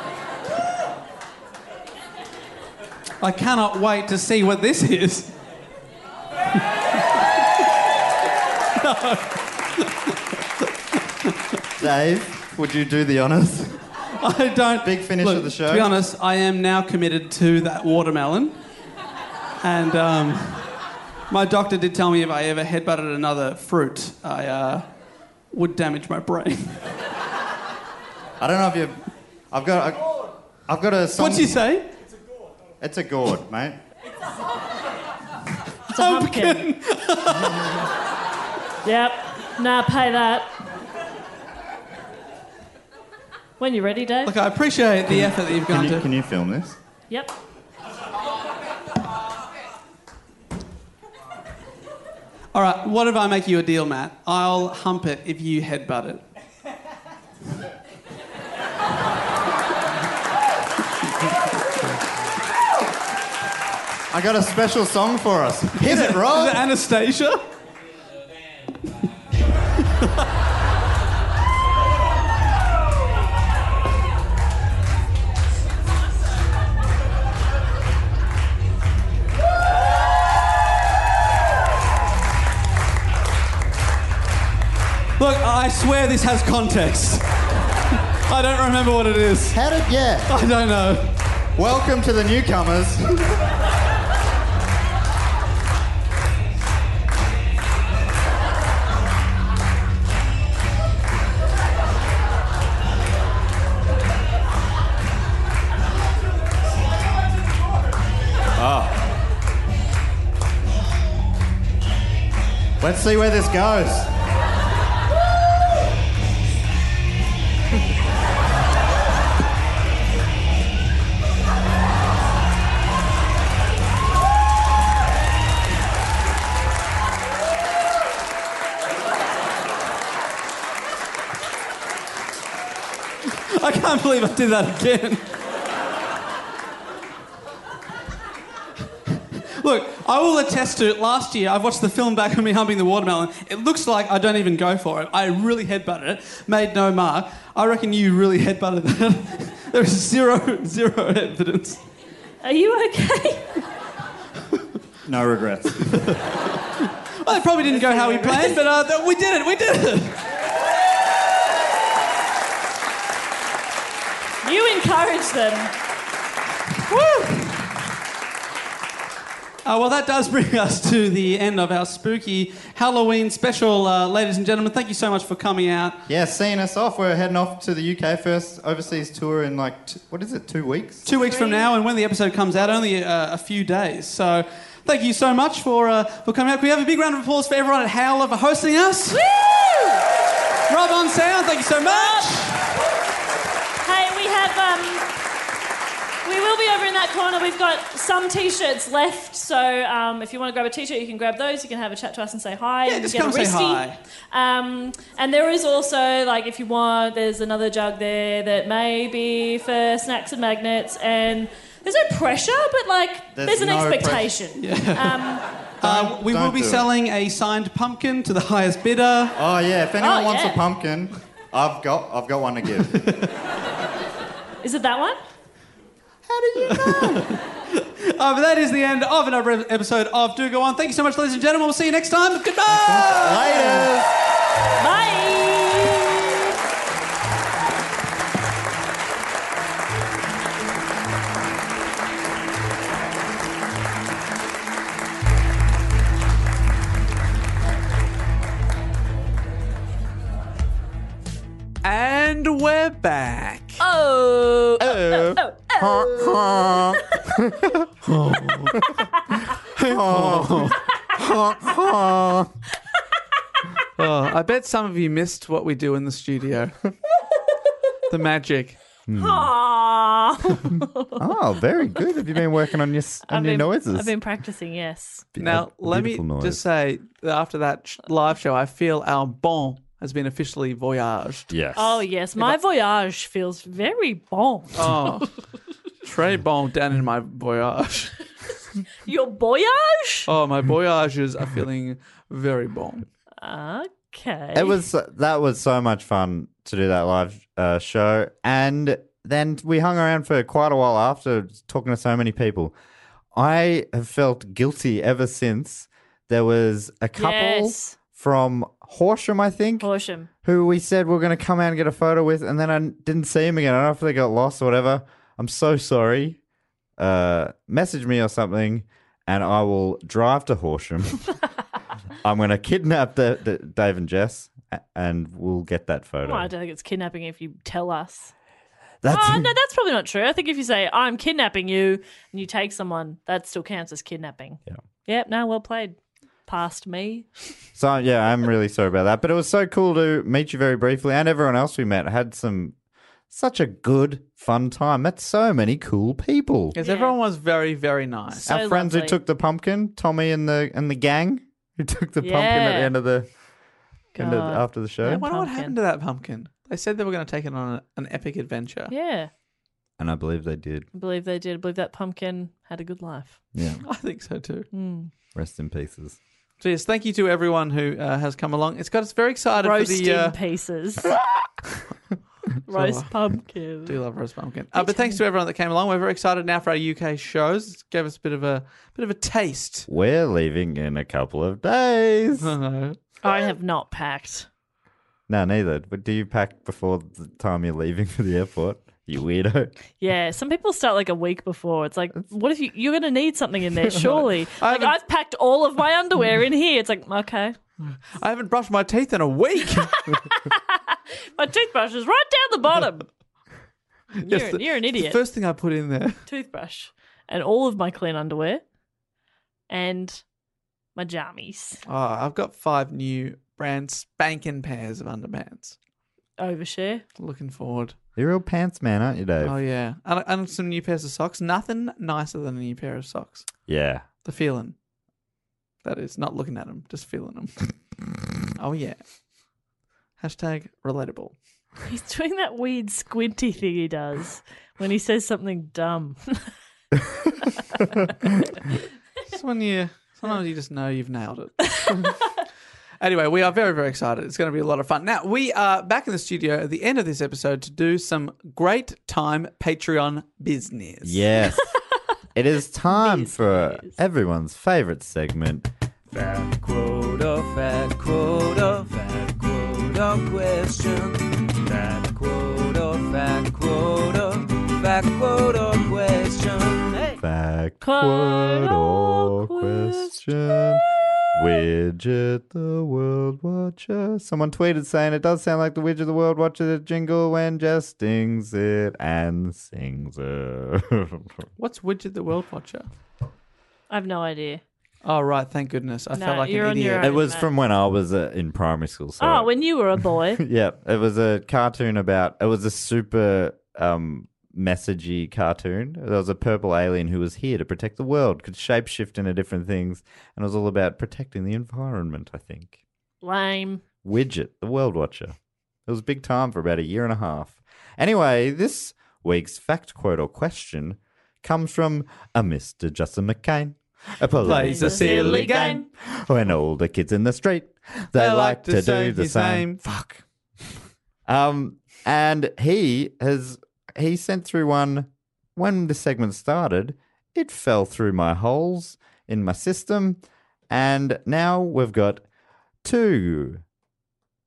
Speaker 6: I cannot wait to see what this is.
Speaker 1: Dave, would you do the honours?
Speaker 6: I don't.
Speaker 1: Big finish
Speaker 6: Look,
Speaker 1: of the show.
Speaker 6: To be honest, I am now committed to that watermelon, and um, my doctor did tell me if I ever headbutted another fruit, I uh, would damage my brain. <laughs>
Speaker 1: I don't know if you. I've got. I, I've got a song.
Speaker 6: What'd you say?
Speaker 1: It's a gourd, mate.
Speaker 6: Oh,
Speaker 7: a humpkin. yep. Nah, pay that. When you're ready, Dave.
Speaker 6: Look, I appreciate the effort that you've gone
Speaker 1: Can you,
Speaker 6: to.
Speaker 1: can you film this?
Speaker 7: Yep.
Speaker 6: All right, what if I make you a deal, Matt? I'll hump it if you headbutt it.
Speaker 1: I got a special song for us. Hit it,
Speaker 6: Is it
Speaker 1: Rob.
Speaker 6: Anastasia? Look, I swear this has context. <laughs> I don't remember what it is.
Speaker 1: How did, yeah.
Speaker 6: I don't know.
Speaker 1: Welcome to the newcomers. Ah. Let's see where this goes.
Speaker 6: I can't believe I did that again. Look, I will attest to it. Last year, I've watched the film back of me humping the watermelon. It looks like I don't even go for it. I really headbutted it, made no mark. I reckon you really headbutted that. <laughs> there is zero, zero evidence.
Speaker 7: Are you okay? <laughs>
Speaker 1: No regrets.
Speaker 6: Well, it probably didn't go <laughs> how we planned, but uh, th- we did it. We did it.
Speaker 7: you encourage them.
Speaker 6: Uh, well, that does bring <laughs> us to the end of our spooky Halloween special, uh, ladies and gentlemen. Thank you so much for coming out.
Speaker 1: <laughs> Yeah, seeing us off. We're heading off to the UK first overseas tour in like, t- what is it, two weeks?
Speaker 6: two weeks from now, and when the episode comes out, only uh, a few days. So, thank you so much for uh, for coming out. Can we have a big round of applause for everyone at Howler for hosting us? Rob on sound, thank you so much.
Speaker 7: Hey, we have um, we will be over in that corner. We've got some t-shirts left, so um, if you want to grab a t-shirt, you can grab those. You can have a chat to us and say hi.
Speaker 6: Yeah,
Speaker 7: you
Speaker 6: just
Speaker 7: can
Speaker 6: come
Speaker 7: get a
Speaker 6: say
Speaker 7: wristy. Um, and there is also like if you want, there's another jug there that may be for snacks and magnets. And there's no pressure, but like
Speaker 1: There's
Speaker 7: there's, an
Speaker 1: no
Speaker 7: expectation.
Speaker 6: Uh, we
Speaker 1: don't
Speaker 6: will be
Speaker 1: do it.
Speaker 6: selling a signed pumpkin to the highest bidder.
Speaker 1: Oh yeah, if anyone
Speaker 7: Oh,
Speaker 1: wants
Speaker 7: yeah.
Speaker 1: a pumpkin, I've got I've got one to
Speaker 7: <laughs>
Speaker 1: give.
Speaker 7: Um, is it that one?
Speaker 6: Uh, but that is the end of another episode of Do Go On. Thank you so much, ladies and gentlemen. We'll see you next time. Goodbye.
Speaker 1: Later.
Speaker 7: Bye.
Speaker 10: <laughs> And we're back.
Speaker 7: Oh. Oh. <laughs> oh, oh.
Speaker 10: Oh, I bet some of you missed what we do in the <laughs> studio. the magic.
Speaker 7: <laughs> Aw.
Speaker 1: Oh, very good. Have you been working on your s- on
Speaker 7: I've
Speaker 1: your
Speaker 7: been-
Speaker 1: noises?
Speaker 7: I've been practicing, yes.
Speaker 10: Now, let me
Speaker 1: beautiful
Speaker 10: just say
Speaker 1: noise.
Speaker 10: that after that sh- live show, I feel our bon has been officially voyaged.
Speaker 1: Yes.
Speaker 7: Oh, yes. My voyage feels very bon.
Speaker 1: <laughs>
Speaker 10: Oh, très bon down in my voyage.
Speaker 7: Your voyage?
Speaker 10: Oh, my voyages are feeling very bon.
Speaker 7: Okay.
Speaker 1: It was that was so much fun to do that live uh, show, and then we hung around for quite a while after talking to so many people. I have felt guilty ever since. There was a couple
Speaker 7: Yes.
Speaker 1: from Horsham, I think,
Speaker 7: Horsham.
Speaker 1: who we said we are going to come out and get a photo with, and then I didn't see him again. I don't know if they got lost or whatever. I'm so sorry. Uh, message me or something, and I will drive to
Speaker 7: <laughs>
Speaker 1: Horsham. I'm going to kidnap the, the Dave and Jess, a- and we'll get that photo.
Speaker 7: Well, Oh, I don't think it's kidnapping if you tell
Speaker 1: <laughs>
Speaker 7: us.
Speaker 1: That's
Speaker 7: Oh, no, that's probably not true. I think if you say, I'm kidnapping you, and you take someone, that still counts as kidnapping. Yeah. Yep, no, well played. Past me.
Speaker 1: So yeah, I'm really sorry about that, but it was so cool to meet you very briefly, and everyone else we met had some such a good, fun time. Met so many cool people.
Speaker 10: Because everyone was very, very nice.
Speaker 1: Our friends who took the pumpkin, Tommy and the and the gang who took the pumpkin at the
Speaker 10: Yeah.
Speaker 1: end of the, end of,
Speaker 10: God.
Speaker 1: after the show.
Speaker 10: I wonder what happened to that pumpkin. They said they were going to take it on a, an epic adventure.
Speaker 7: Yeah,
Speaker 1: And I believe they did.
Speaker 7: I believe they did. I believe that pumpkin had a good life.
Speaker 1: Yeah.
Speaker 10: I think so too.
Speaker 7: Mm.
Speaker 1: Rest in pieces.
Speaker 10: So yes, thank you to everyone who uh, has come along. It's got us very excited
Speaker 7: Roast
Speaker 10: for the.
Speaker 7: in
Speaker 10: Uh,
Speaker 7: pieces.
Speaker 1: <laughs>
Speaker 10: So,
Speaker 7: Roast
Speaker 10: uh,
Speaker 7: pumpkin.
Speaker 10: do love roast pumpkin. Uh, but thanks to everyone that came along. We're very excited now for our UK shows. It gave us a bit of a bit of a taste.
Speaker 1: We're leaving in a couple of
Speaker 10: <laughs>
Speaker 1: days.
Speaker 10: no,
Speaker 7: I have not packed.
Speaker 1: neither. But do you pack before the time you're leaving for the airport? You weirdo.
Speaker 7: Yeah, some people start like a week before. It's like, what if you, you're going to need something in
Speaker 10: <laughs>
Speaker 7: there, surely?
Speaker 10: I
Speaker 7: like,
Speaker 10: haven't-
Speaker 7: I've packed all of my underwear in here. It's like, okay.
Speaker 10: I haven't brushed my teeth in a week.
Speaker 7: My toothbrush is right down the bottom. You're,
Speaker 10: <laughs> Yes, the-
Speaker 7: you're an
Speaker 10: it's
Speaker 7: idiot.
Speaker 10: The first thing I put in there.
Speaker 7: Toothbrush and all of my clean underwear and my jammies.
Speaker 10: Oh, I've got five new brand spanking pairs of underpants.
Speaker 7: Overshare.
Speaker 10: Looking forward.
Speaker 1: You're a real pants man, aren't you, Dave?
Speaker 10: Oh yeah, and, and some new pairs of socks. Nothing nicer than a new pair of socks.
Speaker 1: yeah.
Speaker 10: The feeling. That is not looking at them, just feeling them. oh yeah. Hashtag relatable.
Speaker 7: He's doing that weird squinty thing he does when he says something dumb. <laughs>
Speaker 10: It's when you sometimes you just know you've nailed
Speaker 7: <laughs>
Speaker 10: it. anyway, we are very very excited. It's going to be a lot of fun. Now we are back in the studio at the end of this episode to do some great time Patreon business.
Speaker 1: Yes.
Speaker 10: <laughs>
Speaker 1: it is time for everyone's favorite segment. Fat
Speaker 9: quota, fat quota, fat quota question. Fat quota, fat quota, fat quota question. Hey.
Speaker 1: Fact quote or question. Widget the World Watcher. Someone tweeted saying it does sound like the Widget the World Watcher jingle when Jess stings it and sings it. <laughs>
Speaker 10: What's Widget the World Watcher?
Speaker 7: I have no idea.
Speaker 10: Oh right, thank goodness. I
Speaker 7: No,
Speaker 10: felt like
Speaker 7: you're
Speaker 10: an
Speaker 7: on your
Speaker 10: idiot.
Speaker 7: own,
Speaker 1: it was
Speaker 7: mate.
Speaker 1: from when I was uh, in primary school. So
Speaker 7: Oh, when you were a boy.
Speaker 1: <laughs>
Speaker 7: <laughs>
Speaker 1: yeah, it was a cartoon about. It was a super um, messagey cartoon. There was a purple alien who was here to protect the world, could shapeshift into different things, and it was all about protecting the environment. I think
Speaker 7: Lame.
Speaker 1: Widget, the World Watcher. It was a big time for about a year and a half. Anyway, this week's fact quote or question comes from a Mister Justin McCain. A
Speaker 10: Plays a silly game.
Speaker 1: When older kids in the street, they, like, to, do the same. Fuck. Um, and he has he sent through one when the segment started. It fell through my holes in my system, and now we've got two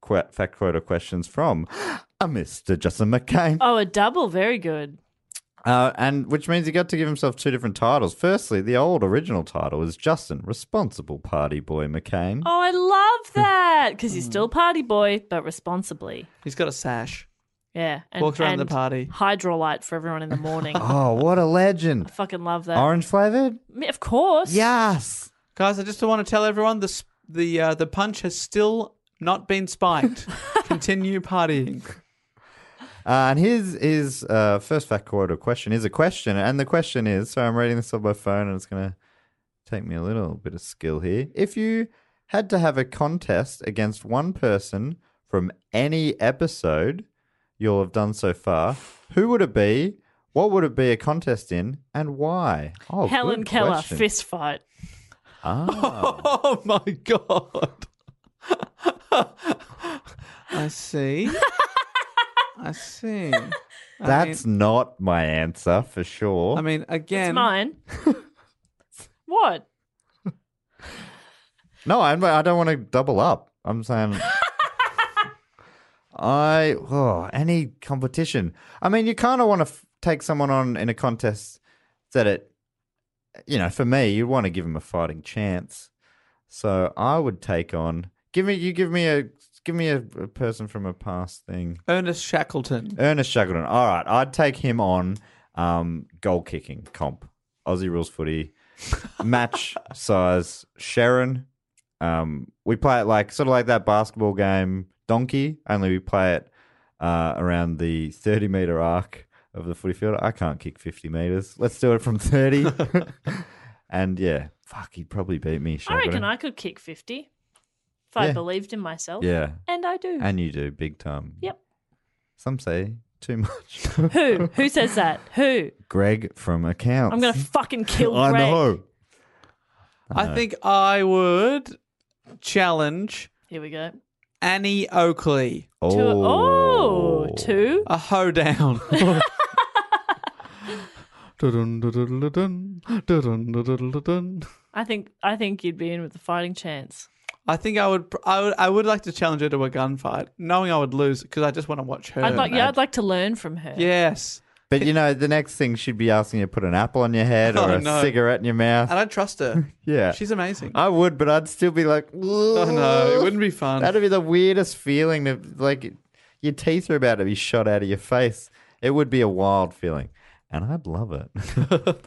Speaker 1: que- fact quota questions from <gasps> a Mister Justin McCain.
Speaker 7: Oh, a double. Very good.
Speaker 1: Uh, and which means he got to give himself two different titles. Firstly, the old original title was Justin, Responsible Party Boy McCain.
Speaker 7: Oh, I
Speaker 10: Hmm.
Speaker 7: love that because he's still party boy, but responsibly.
Speaker 10: He's got a sash.
Speaker 7: Yeah,
Speaker 10: Walks around the party.
Speaker 7: Hydrolite for everyone in the
Speaker 10: <laughs>
Speaker 7: morning.
Speaker 1: Oh, what a
Speaker 7: <laughs>
Speaker 1: legend.
Speaker 7: Fucking love that.
Speaker 1: Orange flavored?
Speaker 7: Yeah, Of course.
Speaker 1: Yes.
Speaker 10: Guys, I just want to tell everyone the sp- the uh, the punch has still not been
Speaker 1: <laughs>
Speaker 10: spiked. Continue partying.
Speaker 1: Uh, and his his uh, first fact quarter question is a question, and the question is: so I'm reading this off my phone, and it's gonna take me a little bit of skill here. If you had to have a contest against one person from any episode you'll have done so far, who would it be? What would it be a contest in, and why? Oh,
Speaker 7: Helen
Speaker 1: good
Speaker 7: Keller
Speaker 1: question.
Speaker 7: fist fight.
Speaker 1: Ah.
Speaker 10: <laughs> Oh my god!
Speaker 7: <laughs>
Speaker 10: I see. I see. I
Speaker 1: That's
Speaker 10: mean,
Speaker 1: not my answer for sure.
Speaker 10: I mean, again,
Speaker 7: It's
Speaker 10: <laughs>
Speaker 7: mine. what?
Speaker 1: No, I'm, I don't want to double up. I'm saying I oh, any competition. I mean, you kind of want to f- take someone on in a contest that it, you know, for me, you want to give them a fighting chance. So I would take on. Give me you give me a give me a, a person from a past thing.
Speaker 10: Ernest Shackleton.
Speaker 1: Ernest
Speaker 7: <laughs>
Speaker 1: Shackleton. All right, I'd take him on um, goal kicking comp, Aussie rules footy. match size Sharon. Um, we play it like sort of like that basketball game Donkey, only we play it uh, around the 30 meter arc of the footy field. I can't kick 50 meters. Let's do it
Speaker 7: <laughs>
Speaker 1: from 30. and yeah, fuck, he'd probably beat me.
Speaker 7: I reckon
Speaker 1: Sharon.
Speaker 7: I could kick 50 if I
Speaker 1: Yeah.
Speaker 7: believed in myself.
Speaker 1: Yeah.
Speaker 7: And I do.
Speaker 1: And you do, big time.
Speaker 7: Yep.
Speaker 1: Some say too
Speaker 7: <laughs>
Speaker 1: much. <laughs>
Speaker 7: Who? Who says that? Who?
Speaker 1: Greg from accounts.
Speaker 7: I'm going to fucking kill
Speaker 1: I
Speaker 7: Greg.
Speaker 1: know.
Speaker 10: I think I would challenge
Speaker 7: Here we go.
Speaker 10: Annie Oakley.
Speaker 7: Two, oh, two.
Speaker 10: A hoedown. Dun, dun, dun, dun, dun, dun, dun, dun, dun, dun.
Speaker 7: I think I think you'd be in with a fighting chance.
Speaker 10: I think I would, I would. I would like to challenge her to a gunfight, knowing I would lose because I just want to watch her.
Speaker 7: I'd like, yeah, I'd like to learn from her.
Speaker 10: Yes.
Speaker 1: But you know, the next thing she'd be asking you to put an apple on your head or
Speaker 10: Oh,
Speaker 1: a
Speaker 10: no.
Speaker 1: cigarette in your mouth.
Speaker 10: And I trust her.
Speaker 7: <laughs>
Speaker 1: Yeah.
Speaker 10: She's amazing.
Speaker 1: I would, but I'd still be like,
Speaker 10: Oh no, it wouldn't be fun.
Speaker 1: That'd be the weirdest feeling to like your teeth are about to be shot out of your face. It would be a wild feeling, and I'd love it.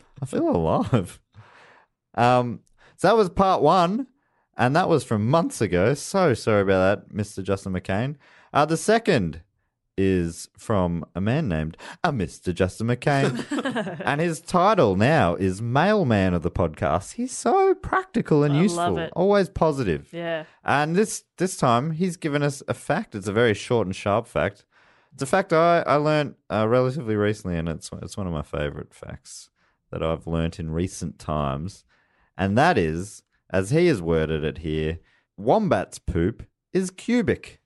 Speaker 1: <laughs> I feel alive. Um, so that was part one, and that was from months ago. So sorry about that, Mr. Justin McCain. Uh, the second is from a man named a Mr.
Speaker 7: <laughs>
Speaker 1: Justin McCain, and his title now is Mailman of the podcast. He's so practical and
Speaker 7: I love
Speaker 1: useful,
Speaker 7: it.
Speaker 1: always positive.
Speaker 7: Yeah.
Speaker 1: And this this time he's given us a fact. It's a very short and sharp fact. It's a fact I, I learned uh, relatively recently, and it's it's one of my favorite facts that I've learnt in recent times. And that is, as he has worded it here, wombat's poop is cubic.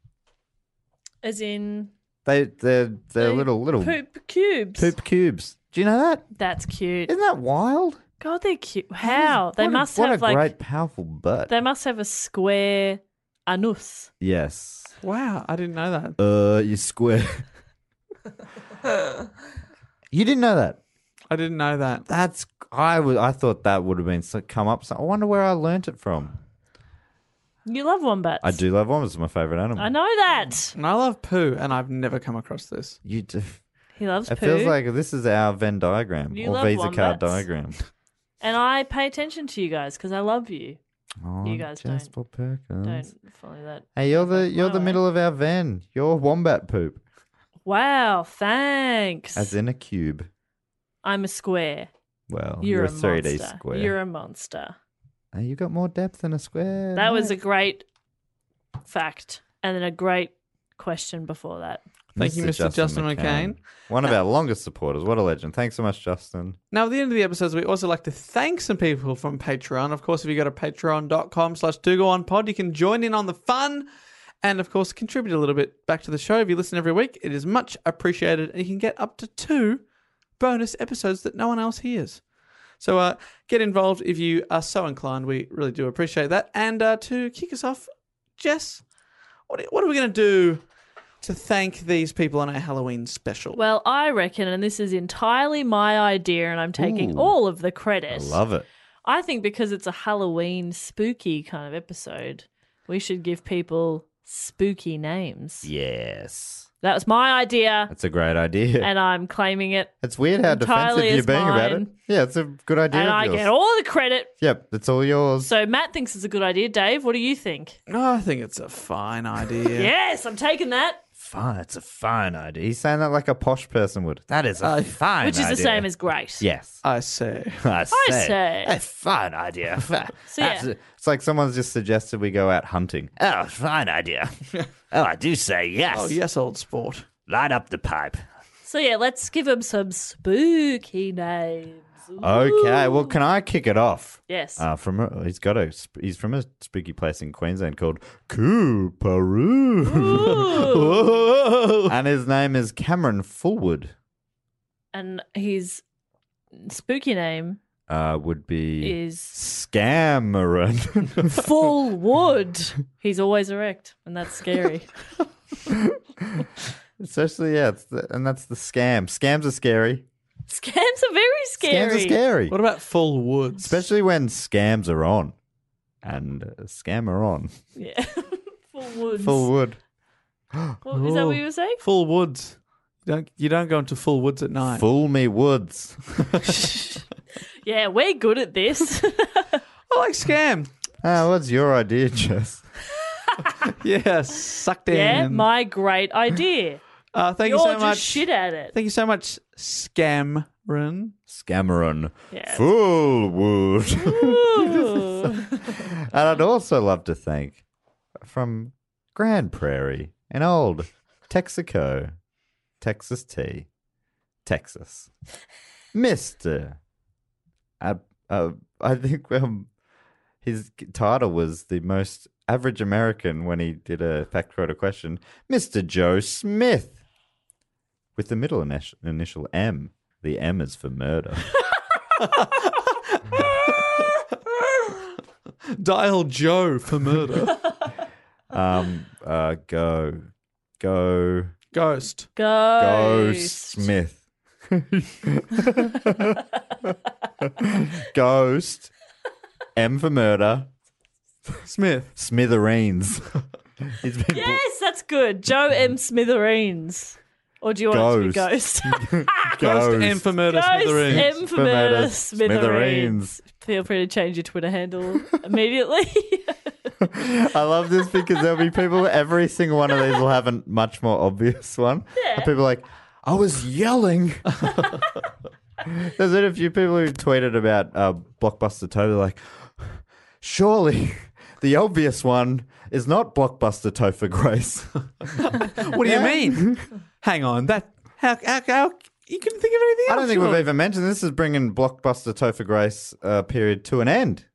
Speaker 7: As in
Speaker 1: They they're they're
Speaker 7: They
Speaker 1: little little
Speaker 7: poop cubes.
Speaker 1: poop cubes. Do you know that?
Speaker 7: That's cute.
Speaker 1: Isn't that wild?
Speaker 7: God, they're cute. How? They
Speaker 1: What a-
Speaker 7: must
Speaker 1: what
Speaker 7: have
Speaker 1: a
Speaker 7: like
Speaker 1: great powerful butt.
Speaker 7: they must have a square anus.
Speaker 1: yes.
Speaker 10: Wow, I didn't know that.
Speaker 1: Uh, you square. you didn't know that.
Speaker 10: I didn't know that.
Speaker 1: That's I was I thought that would have been so, come up. So I wonder where I learnt it from.
Speaker 7: You love wombats.
Speaker 1: I do love wombats. It's my favorite animal.
Speaker 7: I know that.
Speaker 10: And I love poo, and I've never come across this.
Speaker 1: You do.
Speaker 7: He loves
Speaker 1: It
Speaker 7: poo.
Speaker 1: feels like this is our Venn diagram
Speaker 7: You
Speaker 1: or
Speaker 7: love
Speaker 1: Visa card
Speaker 7: wombats.
Speaker 1: diagram.
Speaker 7: And I pay attention to you guys because I love you. You guys don't-
Speaker 1: Oh, Jasper Perkins.
Speaker 7: Don't follow that.
Speaker 1: Hey, you're the you're
Speaker 7: my
Speaker 1: the
Speaker 7: way.
Speaker 1: middle of our Venn. You're wombat poop,
Speaker 7: Wow, thanks.
Speaker 1: as in a cube.
Speaker 7: I'm a square.
Speaker 1: Well,
Speaker 7: You're,
Speaker 1: Oh,
Speaker 7: a,
Speaker 1: a three D
Speaker 7: monster.
Speaker 1: square.
Speaker 7: You're a monster.
Speaker 1: Hey, you got more depth than a square.
Speaker 7: That was a
Speaker 1: mate.
Speaker 7: great fact and then a great question before that.
Speaker 10: Thank you, Mr. Justin McCain.
Speaker 1: One
Speaker 7: Uh,
Speaker 1: of our longest supporters. What a legend. Thanks so much, Justin.
Speaker 10: Now, at the end of the episodes, we also like to thank some people from Patreon. Of course, if you go to patreon.com slash do go on pod, you can join in on the fun and, of course, contribute a little bit back to the show. If you listen every week, it is much appreciated, and you can get up to two bonus episodes that no one else hears. So uh, get involved if you are so inclined. We really do appreciate that. And uh, to kick us off, Jess, what what are we going to do to thank these people on our Halloween special?
Speaker 7: Well, I reckon, and this is entirely my idea, and I'm taking
Speaker 1: Ooh.
Speaker 7: all of the credit.
Speaker 1: I love it.
Speaker 7: I think because it's a Halloween spooky kind of episode, we should give people spooky names.
Speaker 1: Yes.
Speaker 7: That was my idea,
Speaker 1: That's a great idea.
Speaker 7: and I'm claiming it,
Speaker 1: it's weird how defensive
Speaker 7: entirely
Speaker 1: you're
Speaker 7: is
Speaker 1: being about it.
Speaker 7: mine.
Speaker 1: Yeah, it's a good idea.
Speaker 7: and
Speaker 1: of
Speaker 7: I
Speaker 1: yours.
Speaker 7: get all the credit.
Speaker 1: Yep, it's all yours.
Speaker 7: So Matt thinks it's a good idea. Dave, what do you think?
Speaker 10: Oh, I think it's a fine idea.
Speaker 7: Yes, I'm taking that,
Speaker 1: fine. It's a fine idea. He's saying that like a posh person would. That is a fine
Speaker 7: Oh, which is the same as great. <laughs>
Speaker 1: Yes.
Speaker 10: I say.
Speaker 1: I
Speaker 7: say.
Speaker 1: A fine idea.
Speaker 7: <laughs>
Speaker 1: <laughs>
Speaker 7: So, yeah.
Speaker 1: That's- It's like someone's just suggested we go out hunting. Oh, fine
Speaker 7: <laughs>
Speaker 1: idea. oh, I do say yes.
Speaker 10: Oh, yes, old sport.
Speaker 1: Light up the pipe.
Speaker 7: So yeah, let's give him some spooky names.
Speaker 1: Okay,
Speaker 7: Ooh.
Speaker 1: well, can I kick it off?
Speaker 7: Yes.
Speaker 1: Uh, from a, he's got a sp- he's from a spooky place in Queensland called Cooperoo, <laughs> and his name is Cameron Fullwood.
Speaker 7: and his spooky name
Speaker 1: Uh, would be
Speaker 7: is
Speaker 1: Scameron.
Speaker 7: Full Wood. He's always erect, and that's scary.
Speaker 1: <laughs> Especially, yeah, it's the, and that's the scam. Scams are scary.
Speaker 7: Scams are very
Speaker 1: Scams are
Speaker 7: scary.
Speaker 1: scary,
Speaker 10: What about full woods?
Speaker 1: especially when scams are on and uh, scam are on.
Speaker 7: Yeah. Full Woods.
Speaker 1: Fullwood.
Speaker 7: What, is that what you were saying?
Speaker 10: full woods. You don't you don't go into full woods at night.
Speaker 1: Fool me woods.
Speaker 7: Yeah, we're good at this.
Speaker 10: I like scam.
Speaker 1: <laughs> Ah, what's your idea, Jess?
Speaker 10: yeah, sucked in.
Speaker 7: yeah, my great idea.
Speaker 10: Uh, thank
Speaker 7: You're
Speaker 10: you so
Speaker 7: just
Speaker 10: much.
Speaker 7: shit at it.
Speaker 10: Thank you so much, Scamron.
Speaker 1: Scameron.
Speaker 7: Yeah.
Speaker 1: Fullwood. <laughs> and I'd also love to thank from Grand Prairie, an old Texaco, Texas T, Texas, Mr. I, uh, I think um, his title was the most average American when he did a factoid question, Mr. Joe Smith with the middle init- initial M. The M is for murder. <laughs>
Speaker 10: Dial Joe for <laughs> murder.
Speaker 1: um, uh, go, go,
Speaker 10: Ghost.
Speaker 1: go,
Speaker 7: Ghost.
Speaker 10: <laughs>
Speaker 1: Smith. Ghost, M for murder,
Speaker 10: Smith.
Speaker 1: smithereens. <laughs> He's been bl-
Speaker 7: Yes, that's good. Joe M. Smithereens. Or do you want it to be Ghost?
Speaker 10: Ghost M for murder.
Speaker 7: Ghost
Speaker 10: Smithereens.
Speaker 7: M for
Speaker 1: For murder,
Speaker 7: murder,
Speaker 1: Smithereens.
Speaker 7: Smithereens. Feel free to change your Twitter handle immediately. <laughs>
Speaker 1: I love this because there'll be people, every single one of these will have a much more obvious one. And people are like, I was yelling. There's been a few people who tweeted about uh, Blockbuster Toe. They're like, surely the obvious one is not Blockbuster Toe for Grace.
Speaker 10: What do you mean?
Speaker 1: <laughs>
Speaker 10: Hang on. That how, how how you couldn't think of anything else?
Speaker 1: I don't think we've
Speaker 10: surely?
Speaker 1: even mentioned this is bringing Blockbuster Toe for Grace uh, period to an end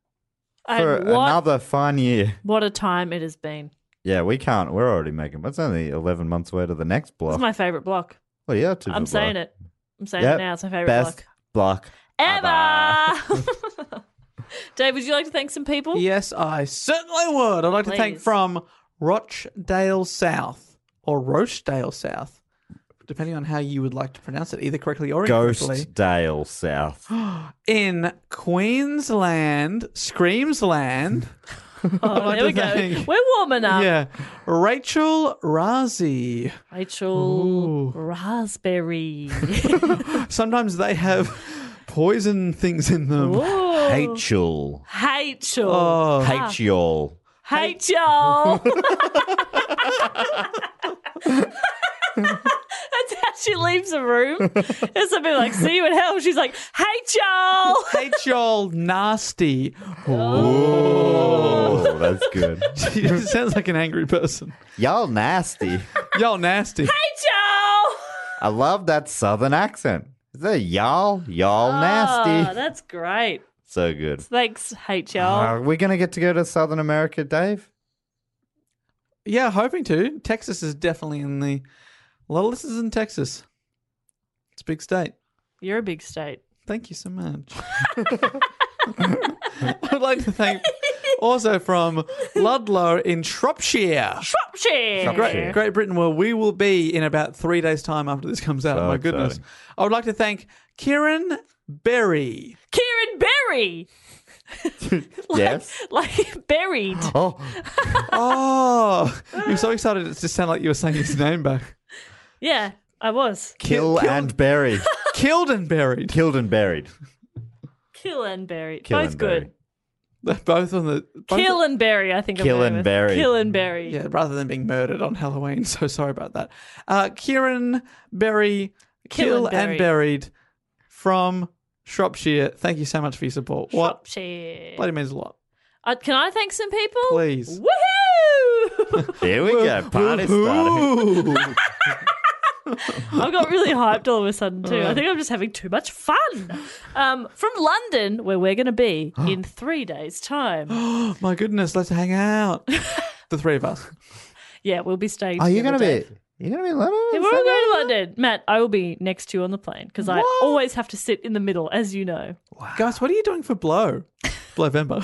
Speaker 1: for
Speaker 7: and what,
Speaker 1: another fine year.
Speaker 7: what a time it has been.
Speaker 1: Yeah, we can't. We're already making, but it's only 11 months away to the next block.
Speaker 7: It's my favourite block.
Speaker 1: well, yeah, to the
Speaker 7: I'm
Speaker 1: block.
Speaker 7: saying it. I'm saying
Speaker 1: Yep.
Speaker 7: it now. It's my favourite
Speaker 1: Best
Speaker 7: block.
Speaker 1: block.
Speaker 7: Ever! <laughs> Dave, would you like to thank some people?
Speaker 10: Yes, I certainly would. I'd like to thank
Speaker 7: Please.
Speaker 10: from Rochdale South or Rochdale South, depending on how you would like to pronounce it, either correctly or incorrectly.
Speaker 1: Ghost
Speaker 7: <gasps>
Speaker 1: Dale South.
Speaker 10: In Queensland, <laughs> Screamsland.
Speaker 7: Oh, there
Speaker 10: like to
Speaker 7: we go.
Speaker 10: thank-
Speaker 7: We're warming up.
Speaker 10: yeah. Rachel Razi.
Speaker 7: Rachel
Speaker 10: <laughs>
Speaker 7: Raspberry.
Speaker 10: Sometimes they have poison things in them.
Speaker 7: Ooh.
Speaker 1: Hate y'all.
Speaker 7: Hate you. Ah. <laughs>
Speaker 1: Hate y'all.
Speaker 7: Hate
Speaker 1: <laughs>
Speaker 7: y'all. That's how she leaves the room. It's a bit like, see you in hell. She's like, hate y'all.
Speaker 10: Hate y'all nasty.
Speaker 1: Oh, that's
Speaker 7: <laughs>
Speaker 1: good.
Speaker 10: She sounds like an angry person.
Speaker 1: y'all nasty.
Speaker 10: Y'all nasty. <laughs>
Speaker 7: Hate y'all.
Speaker 1: I love that southern accent. Is that y'all? Y'all
Speaker 7: Oh,
Speaker 1: nasty.
Speaker 7: that's Oh. great.
Speaker 1: So good.
Speaker 7: Thanks, hate y'all.
Speaker 1: Are we going to get to go to Southern America, Dave?
Speaker 10: Yeah, hoping to. Texas is definitely in the. A lot of this is in Texas. It's a big state.
Speaker 7: You're a big state.
Speaker 10: Thank you
Speaker 7: <laughs>
Speaker 10: so much. I'd like to thank also from Ludlow in Shropshire.
Speaker 7: Shropshire.
Speaker 1: Shropshire.
Speaker 10: Great, Great Britain, where we will be in about three days' time after this comes out.
Speaker 1: So
Speaker 10: Oh, My goodness.
Speaker 7: <laughs>
Speaker 1: exciting.
Speaker 10: I would like to thank Kieran Berry.
Speaker 7: Kieran Berry.
Speaker 1: yes.
Speaker 7: <laughs> Like, buried. <laughs>
Speaker 1: Oh,
Speaker 10: Oh, you're so excited. It just sounded like you were saying his name back.
Speaker 7: Yeah, I was.
Speaker 1: kill, and bury.
Speaker 10: Killed and buried. <laughs>
Speaker 1: Killed and buried.
Speaker 7: Kill and bury.
Speaker 1: Kill
Speaker 7: Both
Speaker 1: and
Speaker 7: good.
Speaker 1: bury.
Speaker 10: Both on the. both-
Speaker 7: Kill and bury, I think. I'm
Speaker 1: Kill
Speaker 7: going
Speaker 1: and
Speaker 7: with.
Speaker 1: bury.
Speaker 7: Kill and bury.
Speaker 10: Yeah, rather than being murdered on Halloween. <laughs> So sorry about that. Uh, Kieran Berry,
Speaker 7: Kill
Speaker 10: Kill
Speaker 7: and Bury.
Speaker 10: and Buried from Shropshire. Thank you so much for your support. What?
Speaker 7: Shropshire.
Speaker 10: Bloody means a lot.
Speaker 7: Uh, can I thank some people?
Speaker 10: Please.
Speaker 7: Woohoo! <laughs>
Speaker 1: Here we go. Party started.
Speaker 10: started.
Speaker 7: I got really hyped all of a sudden too. I think I'm just having too much fun. Um, from London, where we're going to
Speaker 1: <gasps>
Speaker 7: be in three days' time.
Speaker 10: My goodness, let's hang out. the three of us.
Speaker 7: Yeah, we'll be staying.
Speaker 1: Are you going
Speaker 7: together,
Speaker 1: to be.
Speaker 7: Dave.
Speaker 1: You're going to be in London?
Speaker 7: Yeah,
Speaker 1: on
Speaker 7: we're all
Speaker 1: Sunday?
Speaker 7: going to London, Matt. I will be next to you on the plane because I always have to sit in the middle, as you know.
Speaker 10: Guys, what are you doing for Blow? Blowvember.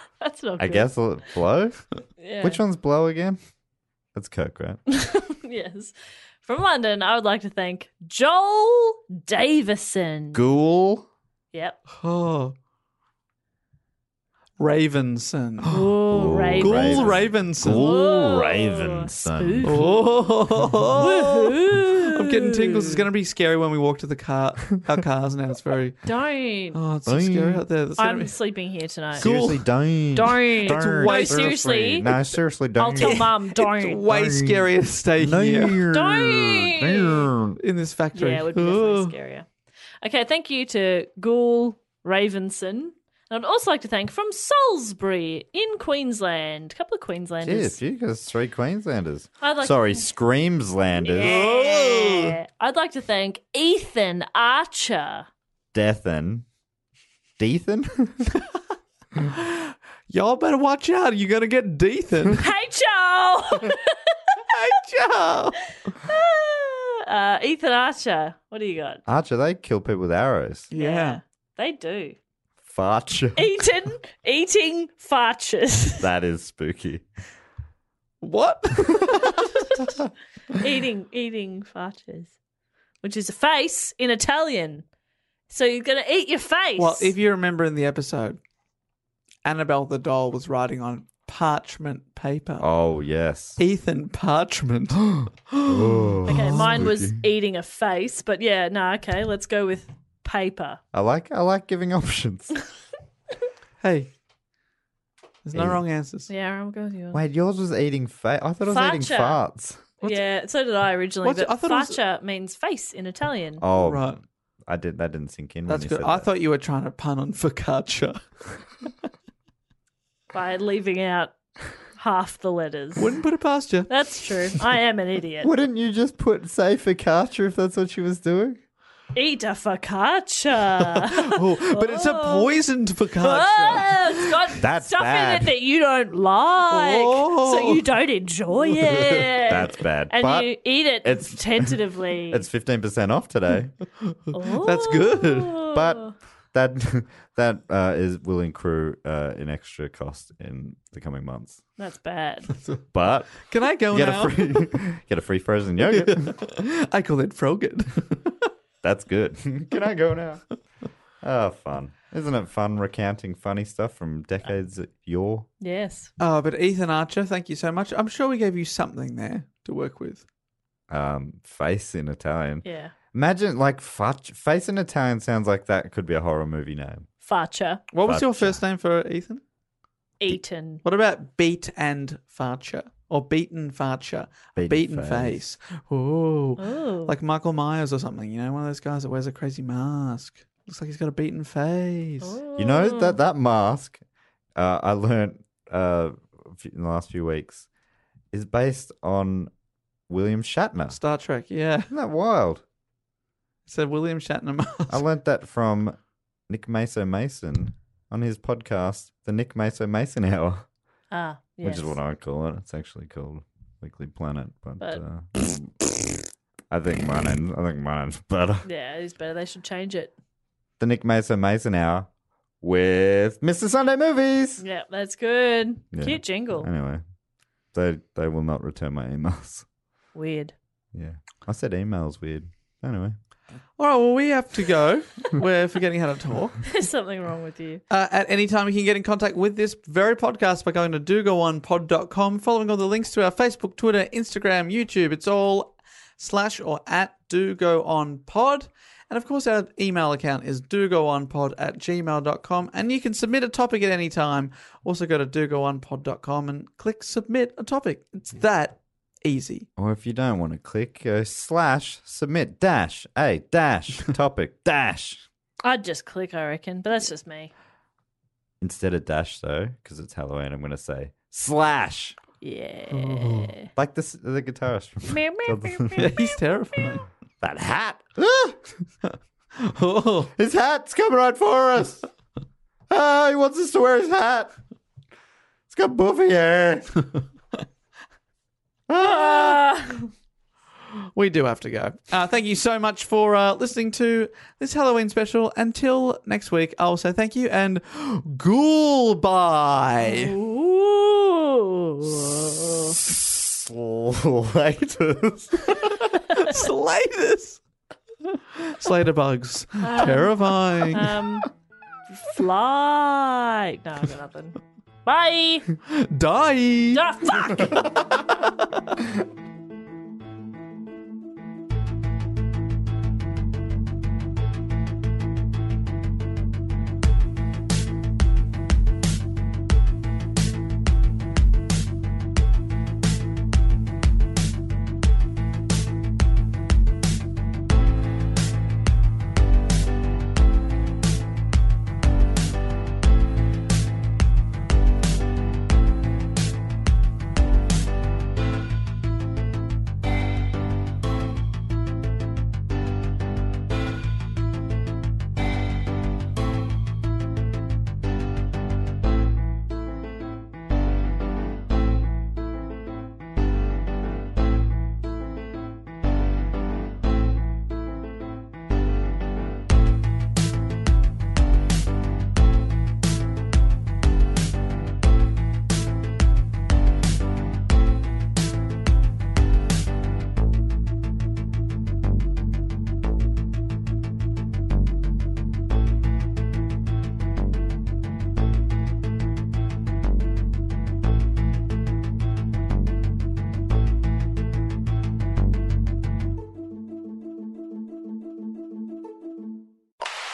Speaker 10: <laughs>
Speaker 7: <laughs> That's not.
Speaker 1: I
Speaker 7: good.
Speaker 1: guess it'll blow.
Speaker 7: Yeah.
Speaker 1: Which one's blow again? That's Coke, right? <laughs>
Speaker 7: yes. From London, I would like to thank Joel Davison.
Speaker 1: Ghoul.
Speaker 7: Yep.
Speaker 10: <gasps> oh. Ravenson.
Speaker 7: Ooh, Raven.
Speaker 10: Ghoul
Speaker 1: Raven.
Speaker 10: Ravenson.
Speaker 1: Ghoul
Speaker 7: Whoa.
Speaker 1: Ravenson.
Speaker 7: Spoof.
Speaker 10: <laughs> Oh.
Speaker 7: Woohoo.
Speaker 10: I'm getting tingles. It's going to be scary when we walk to the car, our cars now. It's very.
Speaker 7: Don't.
Speaker 10: Oh, it's so scary out there. That's gonna
Speaker 7: I'm
Speaker 10: be-
Speaker 7: sleeping here tonight.
Speaker 10: Seriously,
Speaker 1: don't.
Speaker 7: Don't.
Speaker 10: It's way-
Speaker 7: no, seriously.
Speaker 1: No, seriously, don't.
Speaker 7: I'll tell mum, don't.
Speaker 10: <laughs> It's way scarier to stay here.
Speaker 7: Don't.
Speaker 10: In this factory.
Speaker 7: Yeah, it would be
Speaker 10: Oh.
Speaker 7: definitely scarier. Okay, thank you to Ghoul Ravenson. And I'd also like to thank from Salisbury in Queensland, a couple of
Speaker 1: Gee, a
Speaker 7: Queenslanders.
Speaker 1: few, 'cause three Queenslanders.
Speaker 7: I'd like-
Speaker 1: Sorry, Screamslanders.
Speaker 7: Yeah. I'd like to thank Ethan Archer.
Speaker 1: Deathan. Deathan?
Speaker 10: Y'all better watch out. You're going to get Dethan.
Speaker 7: Hey, Joe! <laughs> hey,
Speaker 10: Joe!
Speaker 7: <laughs> Uh, Ethan Archer, what do you got?
Speaker 1: <laughs> Archer, they kill people with arrows.
Speaker 10: Yeah.
Speaker 7: They do. <laughs>
Speaker 1: Farcher.
Speaker 7: Eaten, eating farches. <laughs>
Speaker 1: that is spooky.
Speaker 10: What?
Speaker 7: eating, eating farches, which is a face in Italian. So you're going to eat your face.
Speaker 10: Well, if you remember in the episode, Annabelle the doll was writing on parchment paper.
Speaker 1: Oh, yes.
Speaker 10: Ethan
Speaker 1: <gasps>
Speaker 10: Parchment.
Speaker 7: okay, mine was eating a face, but yeah, no, okay, let's go with paper.
Speaker 1: I like I like giving <laughs> options.
Speaker 10: hey. There's no
Speaker 1: Eat.
Speaker 10: wrong answers.
Speaker 7: Yeah, I'm going with you.
Speaker 1: Wait, yours was eating fat. I thought it was eating
Speaker 7: Farcher.
Speaker 1: farts.
Speaker 7: yeah, so did I originally,
Speaker 10: what's-
Speaker 7: but
Speaker 10: I thought it was-
Speaker 7: faccia means face in Italian.
Speaker 1: Oh,
Speaker 10: Right.
Speaker 1: I did that didn't sink in.
Speaker 10: That's
Speaker 1: when you
Speaker 10: good.
Speaker 1: Said
Speaker 10: I
Speaker 1: that.
Speaker 10: thought you were trying to pun on focaccia. <laughs>
Speaker 7: By leaving out half the letters.
Speaker 10: Wouldn't put it past you.
Speaker 7: That's true. I am an idiot.
Speaker 1: Wouldn't you just put say for Karcher if that's what she was doing?
Speaker 7: Eat a
Speaker 1: <laughs>
Speaker 7: focaccia.
Speaker 10: Oh, Ah! but it's a poisoned focaccia.
Speaker 7: Oh, <laughs> it's got
Speaker 1: That's
Speaker 7: stuff in
Speaker 1: bad.
Speaker 7: it that you don't like,
Speaker 10: Oh.
Speaker 7: so you don't enjoy
Speaker 1: <laughs>
Speaker 7: it.
Speaker 1: That's bad.
Speaker 7: And
Speaker 1: but
Speaker 7: you eat it
Speaker 1: it's- <laughs>
Speaker 7: tentatively.
Speaker 1: it's fifteen percent off today.
Speaker 10: <laughs> That's good.
Speaker 7: Oh.
Speaker 1: but that <laughs> that uh, is will accrue uh, an extra cost in the coming months.
Speaker 7: that's bad.
Speaker 1: But
Speaker 10: Can I go
Speaker 1: you get
Speaker 10: now?
Speaker 1: a free <laughs> get a free frozen yogurt.
Speaker 10: I call it frogged.
Speaker 1: That's good. <laughs> Can I go
Speaker 10: <laughs>
Speaker 1: now? Oh, fun! Isn't it fun recounting funny stuff from decades your?
Speaker 7: Yes.
Speaker 10: oh, but Ethan Archer, thank you so much. I'm sure we gave you something there to work with.
Speaker 1: um, face in Italian.
Speaker 7: Yeah.
Speaker 1: Imagine like fac- face in Italian sounds like that could be a horror movie name.
Speaker 7: Farcha.
Speaker 10: What was your first name for Ethan?
Speaker 7: Eaten.
Speaker 10: What about beat and farcher or beaten farcher,
Speaker 1: Beaten
Speaker 10: beaten,
Speaker 1: face.
Speaker 10: face? Oh,
Speaker 7: Ooh.
Speaker 10: like Michael Myers or something. You know, one of those guys that wears a crazy mask. Looks like he's got a beaten face.
Speaker 7: Oh.
Speaker 1: You
Speaker 7: Mm.
Speaker 1: know that that mask uh, I learned uh, f- in the last few weeks is based on William Shatner.
Speaker 10: Star Trek, yeah. <laughs>
Speaker 1: Isn't that wild?
Speaker 10: It's a William Shatner <laughs> mask.
Speaker 1: I learnt that from Nick Maso Mason on his podcast, The Nick Maso Mason Hour,
Speaker 7: Ah, yes.
Speaker 1: which is what I call it. It's actually called Weekly Planet, but,
Speaker 7: But-
Speaker 1: Uh, I think my name. I think my name's better.
Speaker 7: Yeah, it is better. They should change it.
Speaker 1: the Nick Mason Mason Hour with Mr. Sunday Movies.
Speaker 7: Yeah, that's good.
Speaker 1: Yeah.
Speaker 7: Cute jingle.
Speaker 1: Anyway, they they will not return my emails. <laughs>
Speaker 7: Weird. <laughs>
Speaker 1: Yeah, I said emails weird. Anyway,
Speaker 10: <laughs> All right, well, we have to go. We're forgetting how to talk.
Speaker 7: There's something wrong with you.
Speaker 10: Uh, at any time, you can get in contact with this very podcast by going to dogoonpod.com, following all the links to our Facebook, Twitter, Instagram, YouTube. It's all slash or at dogoonpod. And of course, our email account is dogoonpod at gmail.com. And you can submit a topic at any time. Also, go to dogoonpod.com and click submit a topic. It's that easy.
Speaker 1: or if you don't want to click, go slash submit dash a
Speaker 7: <laughs>
Speaker 1: dash topic dash
Speaker 7: I'd just click, I reckon, but that's just me.
Speaker 1: instead of dash though, because it's Halloween. I'm gonna say slash Oh.
Speaker 7: Yeah.
Speaker 1: like this the guitarist. from-
Speaker 7: Meow, meow, meow,
Speaker 10: Yeah,
Speaker 7: meow.
Speaker 1: <laughs>
Speaker 10: he's terrifying.
Speaker 1: that hat. Ah!
Speaker 10: <laughs> oh.
Speaker 1: His hat's coming right for us.
Speaker 10: <laughs>
Speaker 1: Ah, he wants us to wear his hat. It's got boofy
Speaker 10: <laughs>
Speaker 1: hair.
Speaker 7: Ah.
Speaker 10: We do have to go. Uh, thank you so much for uh, listening to this Halloween special. Until next week, I'll say thank you and <gasps> goodbye.
Speaker 7: Ooh.
Speaker 1: <laughs> Slaters.
Speaker 10: Slaters. Slater bugs. Terrifying.
Speaker 7: Um, fly. No, I've got nothing. Bye.
Speaker 10: Die.
Speaker 7: Ah, fuck.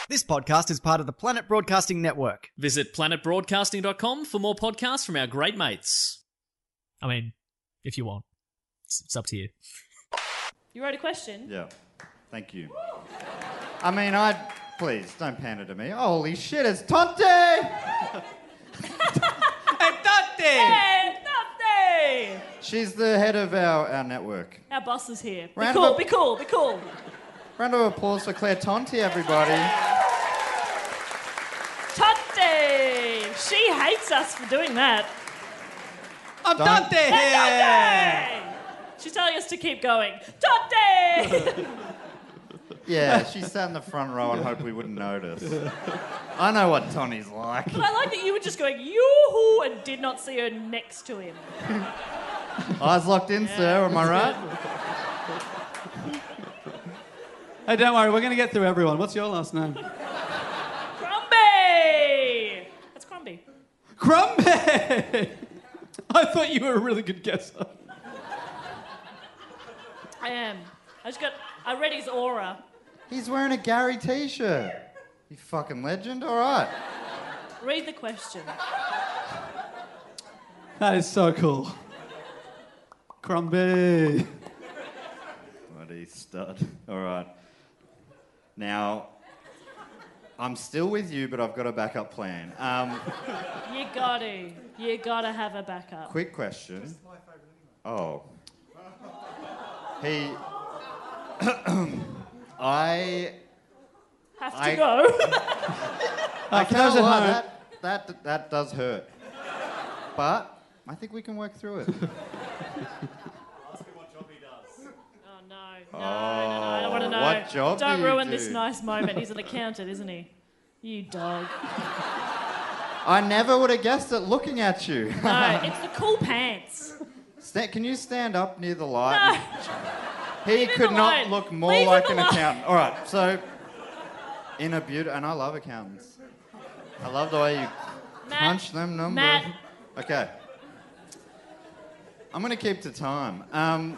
Speaker 4: This podcast is part of the Planet Broadcasting Network.
Speaker 5: Visit planetbroadcasting.com for more podcasts from our great mates.
Speaker 11: I mean, if you want, it's, it's up to you.
Speaker 7: You wrote a question.
Speaker 1: Yeah. Thank you. I mean, I. Please, don't pander to me. Holy shit, it's Tonte!
Speaker 7: Hey, Dante!
Speaker 1: She's the head of our, our network.
Speaker 7: Our boss is here. Be
Speaker 1: Round
Speaker 7: cool,
Speaker 1: of-
Speaker 7: be cool, be cool.
Speaker 1: Round of applause for Claire Tonte, everybody.
Speaker 7: Tante! She hates us for doing that.
Speaker 6: I'm
Speaker 1: Dante
Speaker 7: here! She's telling us to keep going. Tante!
Speaker 1: Yeah, she sat in the front row and hoped we wouldn't notice. I know what Tony's like.
Speaker 7: but I like that you were just going, yoo-hoo, and did not see her next to him.
Speaker 1: Eyes locked in, sir, am I right?
Speaker 6: Hey, don't worry, we're going to get through everyone. What's your last name?
Speaker 7: Crumby! That's Crumby.
Speaker 6: Crumby! <laughs> I thought you were a really good guesser.
Speaker 7: I am. I just got, I read his aura.
Speaker 1: He's wearing a Gary t shirt. You fucking legend, alright.
Speaker 7: Read the question.
Speaker 6: That is so cool. Crumby.
Speaker 1: Bloody stud. Alright. Now, I'm still with you, but I've got a backup plan. Um,
Speaker 7: You gotta, you gotta have a backup.
Speaker 1: quick question. Oh. He. <coughs> I.
Speaker 7: Have to
Speaker 1: I- <laughs>
Speaker 7: go. Oh,
Speaker 1: I
Speaker 6: for
Speaker 1: can't
Speaker 6: those at
Speaker 1: lie,
Speaker 6: home-
Speaker 1: that, that, that does hurt. But I think we can work through it.
Speaker 7: oh no, no, no, no, I don't want to know.
Speaker 1: Oh, what job
Speaker 7: don't
Speaker 1: do you
Speaker 7: ruin this
Speaker 1: do?
Speaker 7: nice moment.
Speaker 1: <laughs>
Speaker 7: He's an accountant, isn't he? You dog.
Speaker 1: I never would have guessed it looking
Speaker 7: <laughs>
Speaker 1: at you. <laughs>
Speaker 7: No, it's the cool pants.
Speaker 1: Sta- can you stand up near the light? He
Speaker 7: him
Speaker 1: could not
Speaker 7: alone.
Speaker 1: look more
Speaker 7: Leave him
Speaker 1: like an
Speaker 7: alone.
Speaker 1: accountant. All right, so in a beauty, and I love accountants. I love the way you
Speaker 7: Matt,
Speaker 1: punch them numbers.
Speaker 7: Matt.
Speaker 1: Okay. I'm going to keep to time. Um,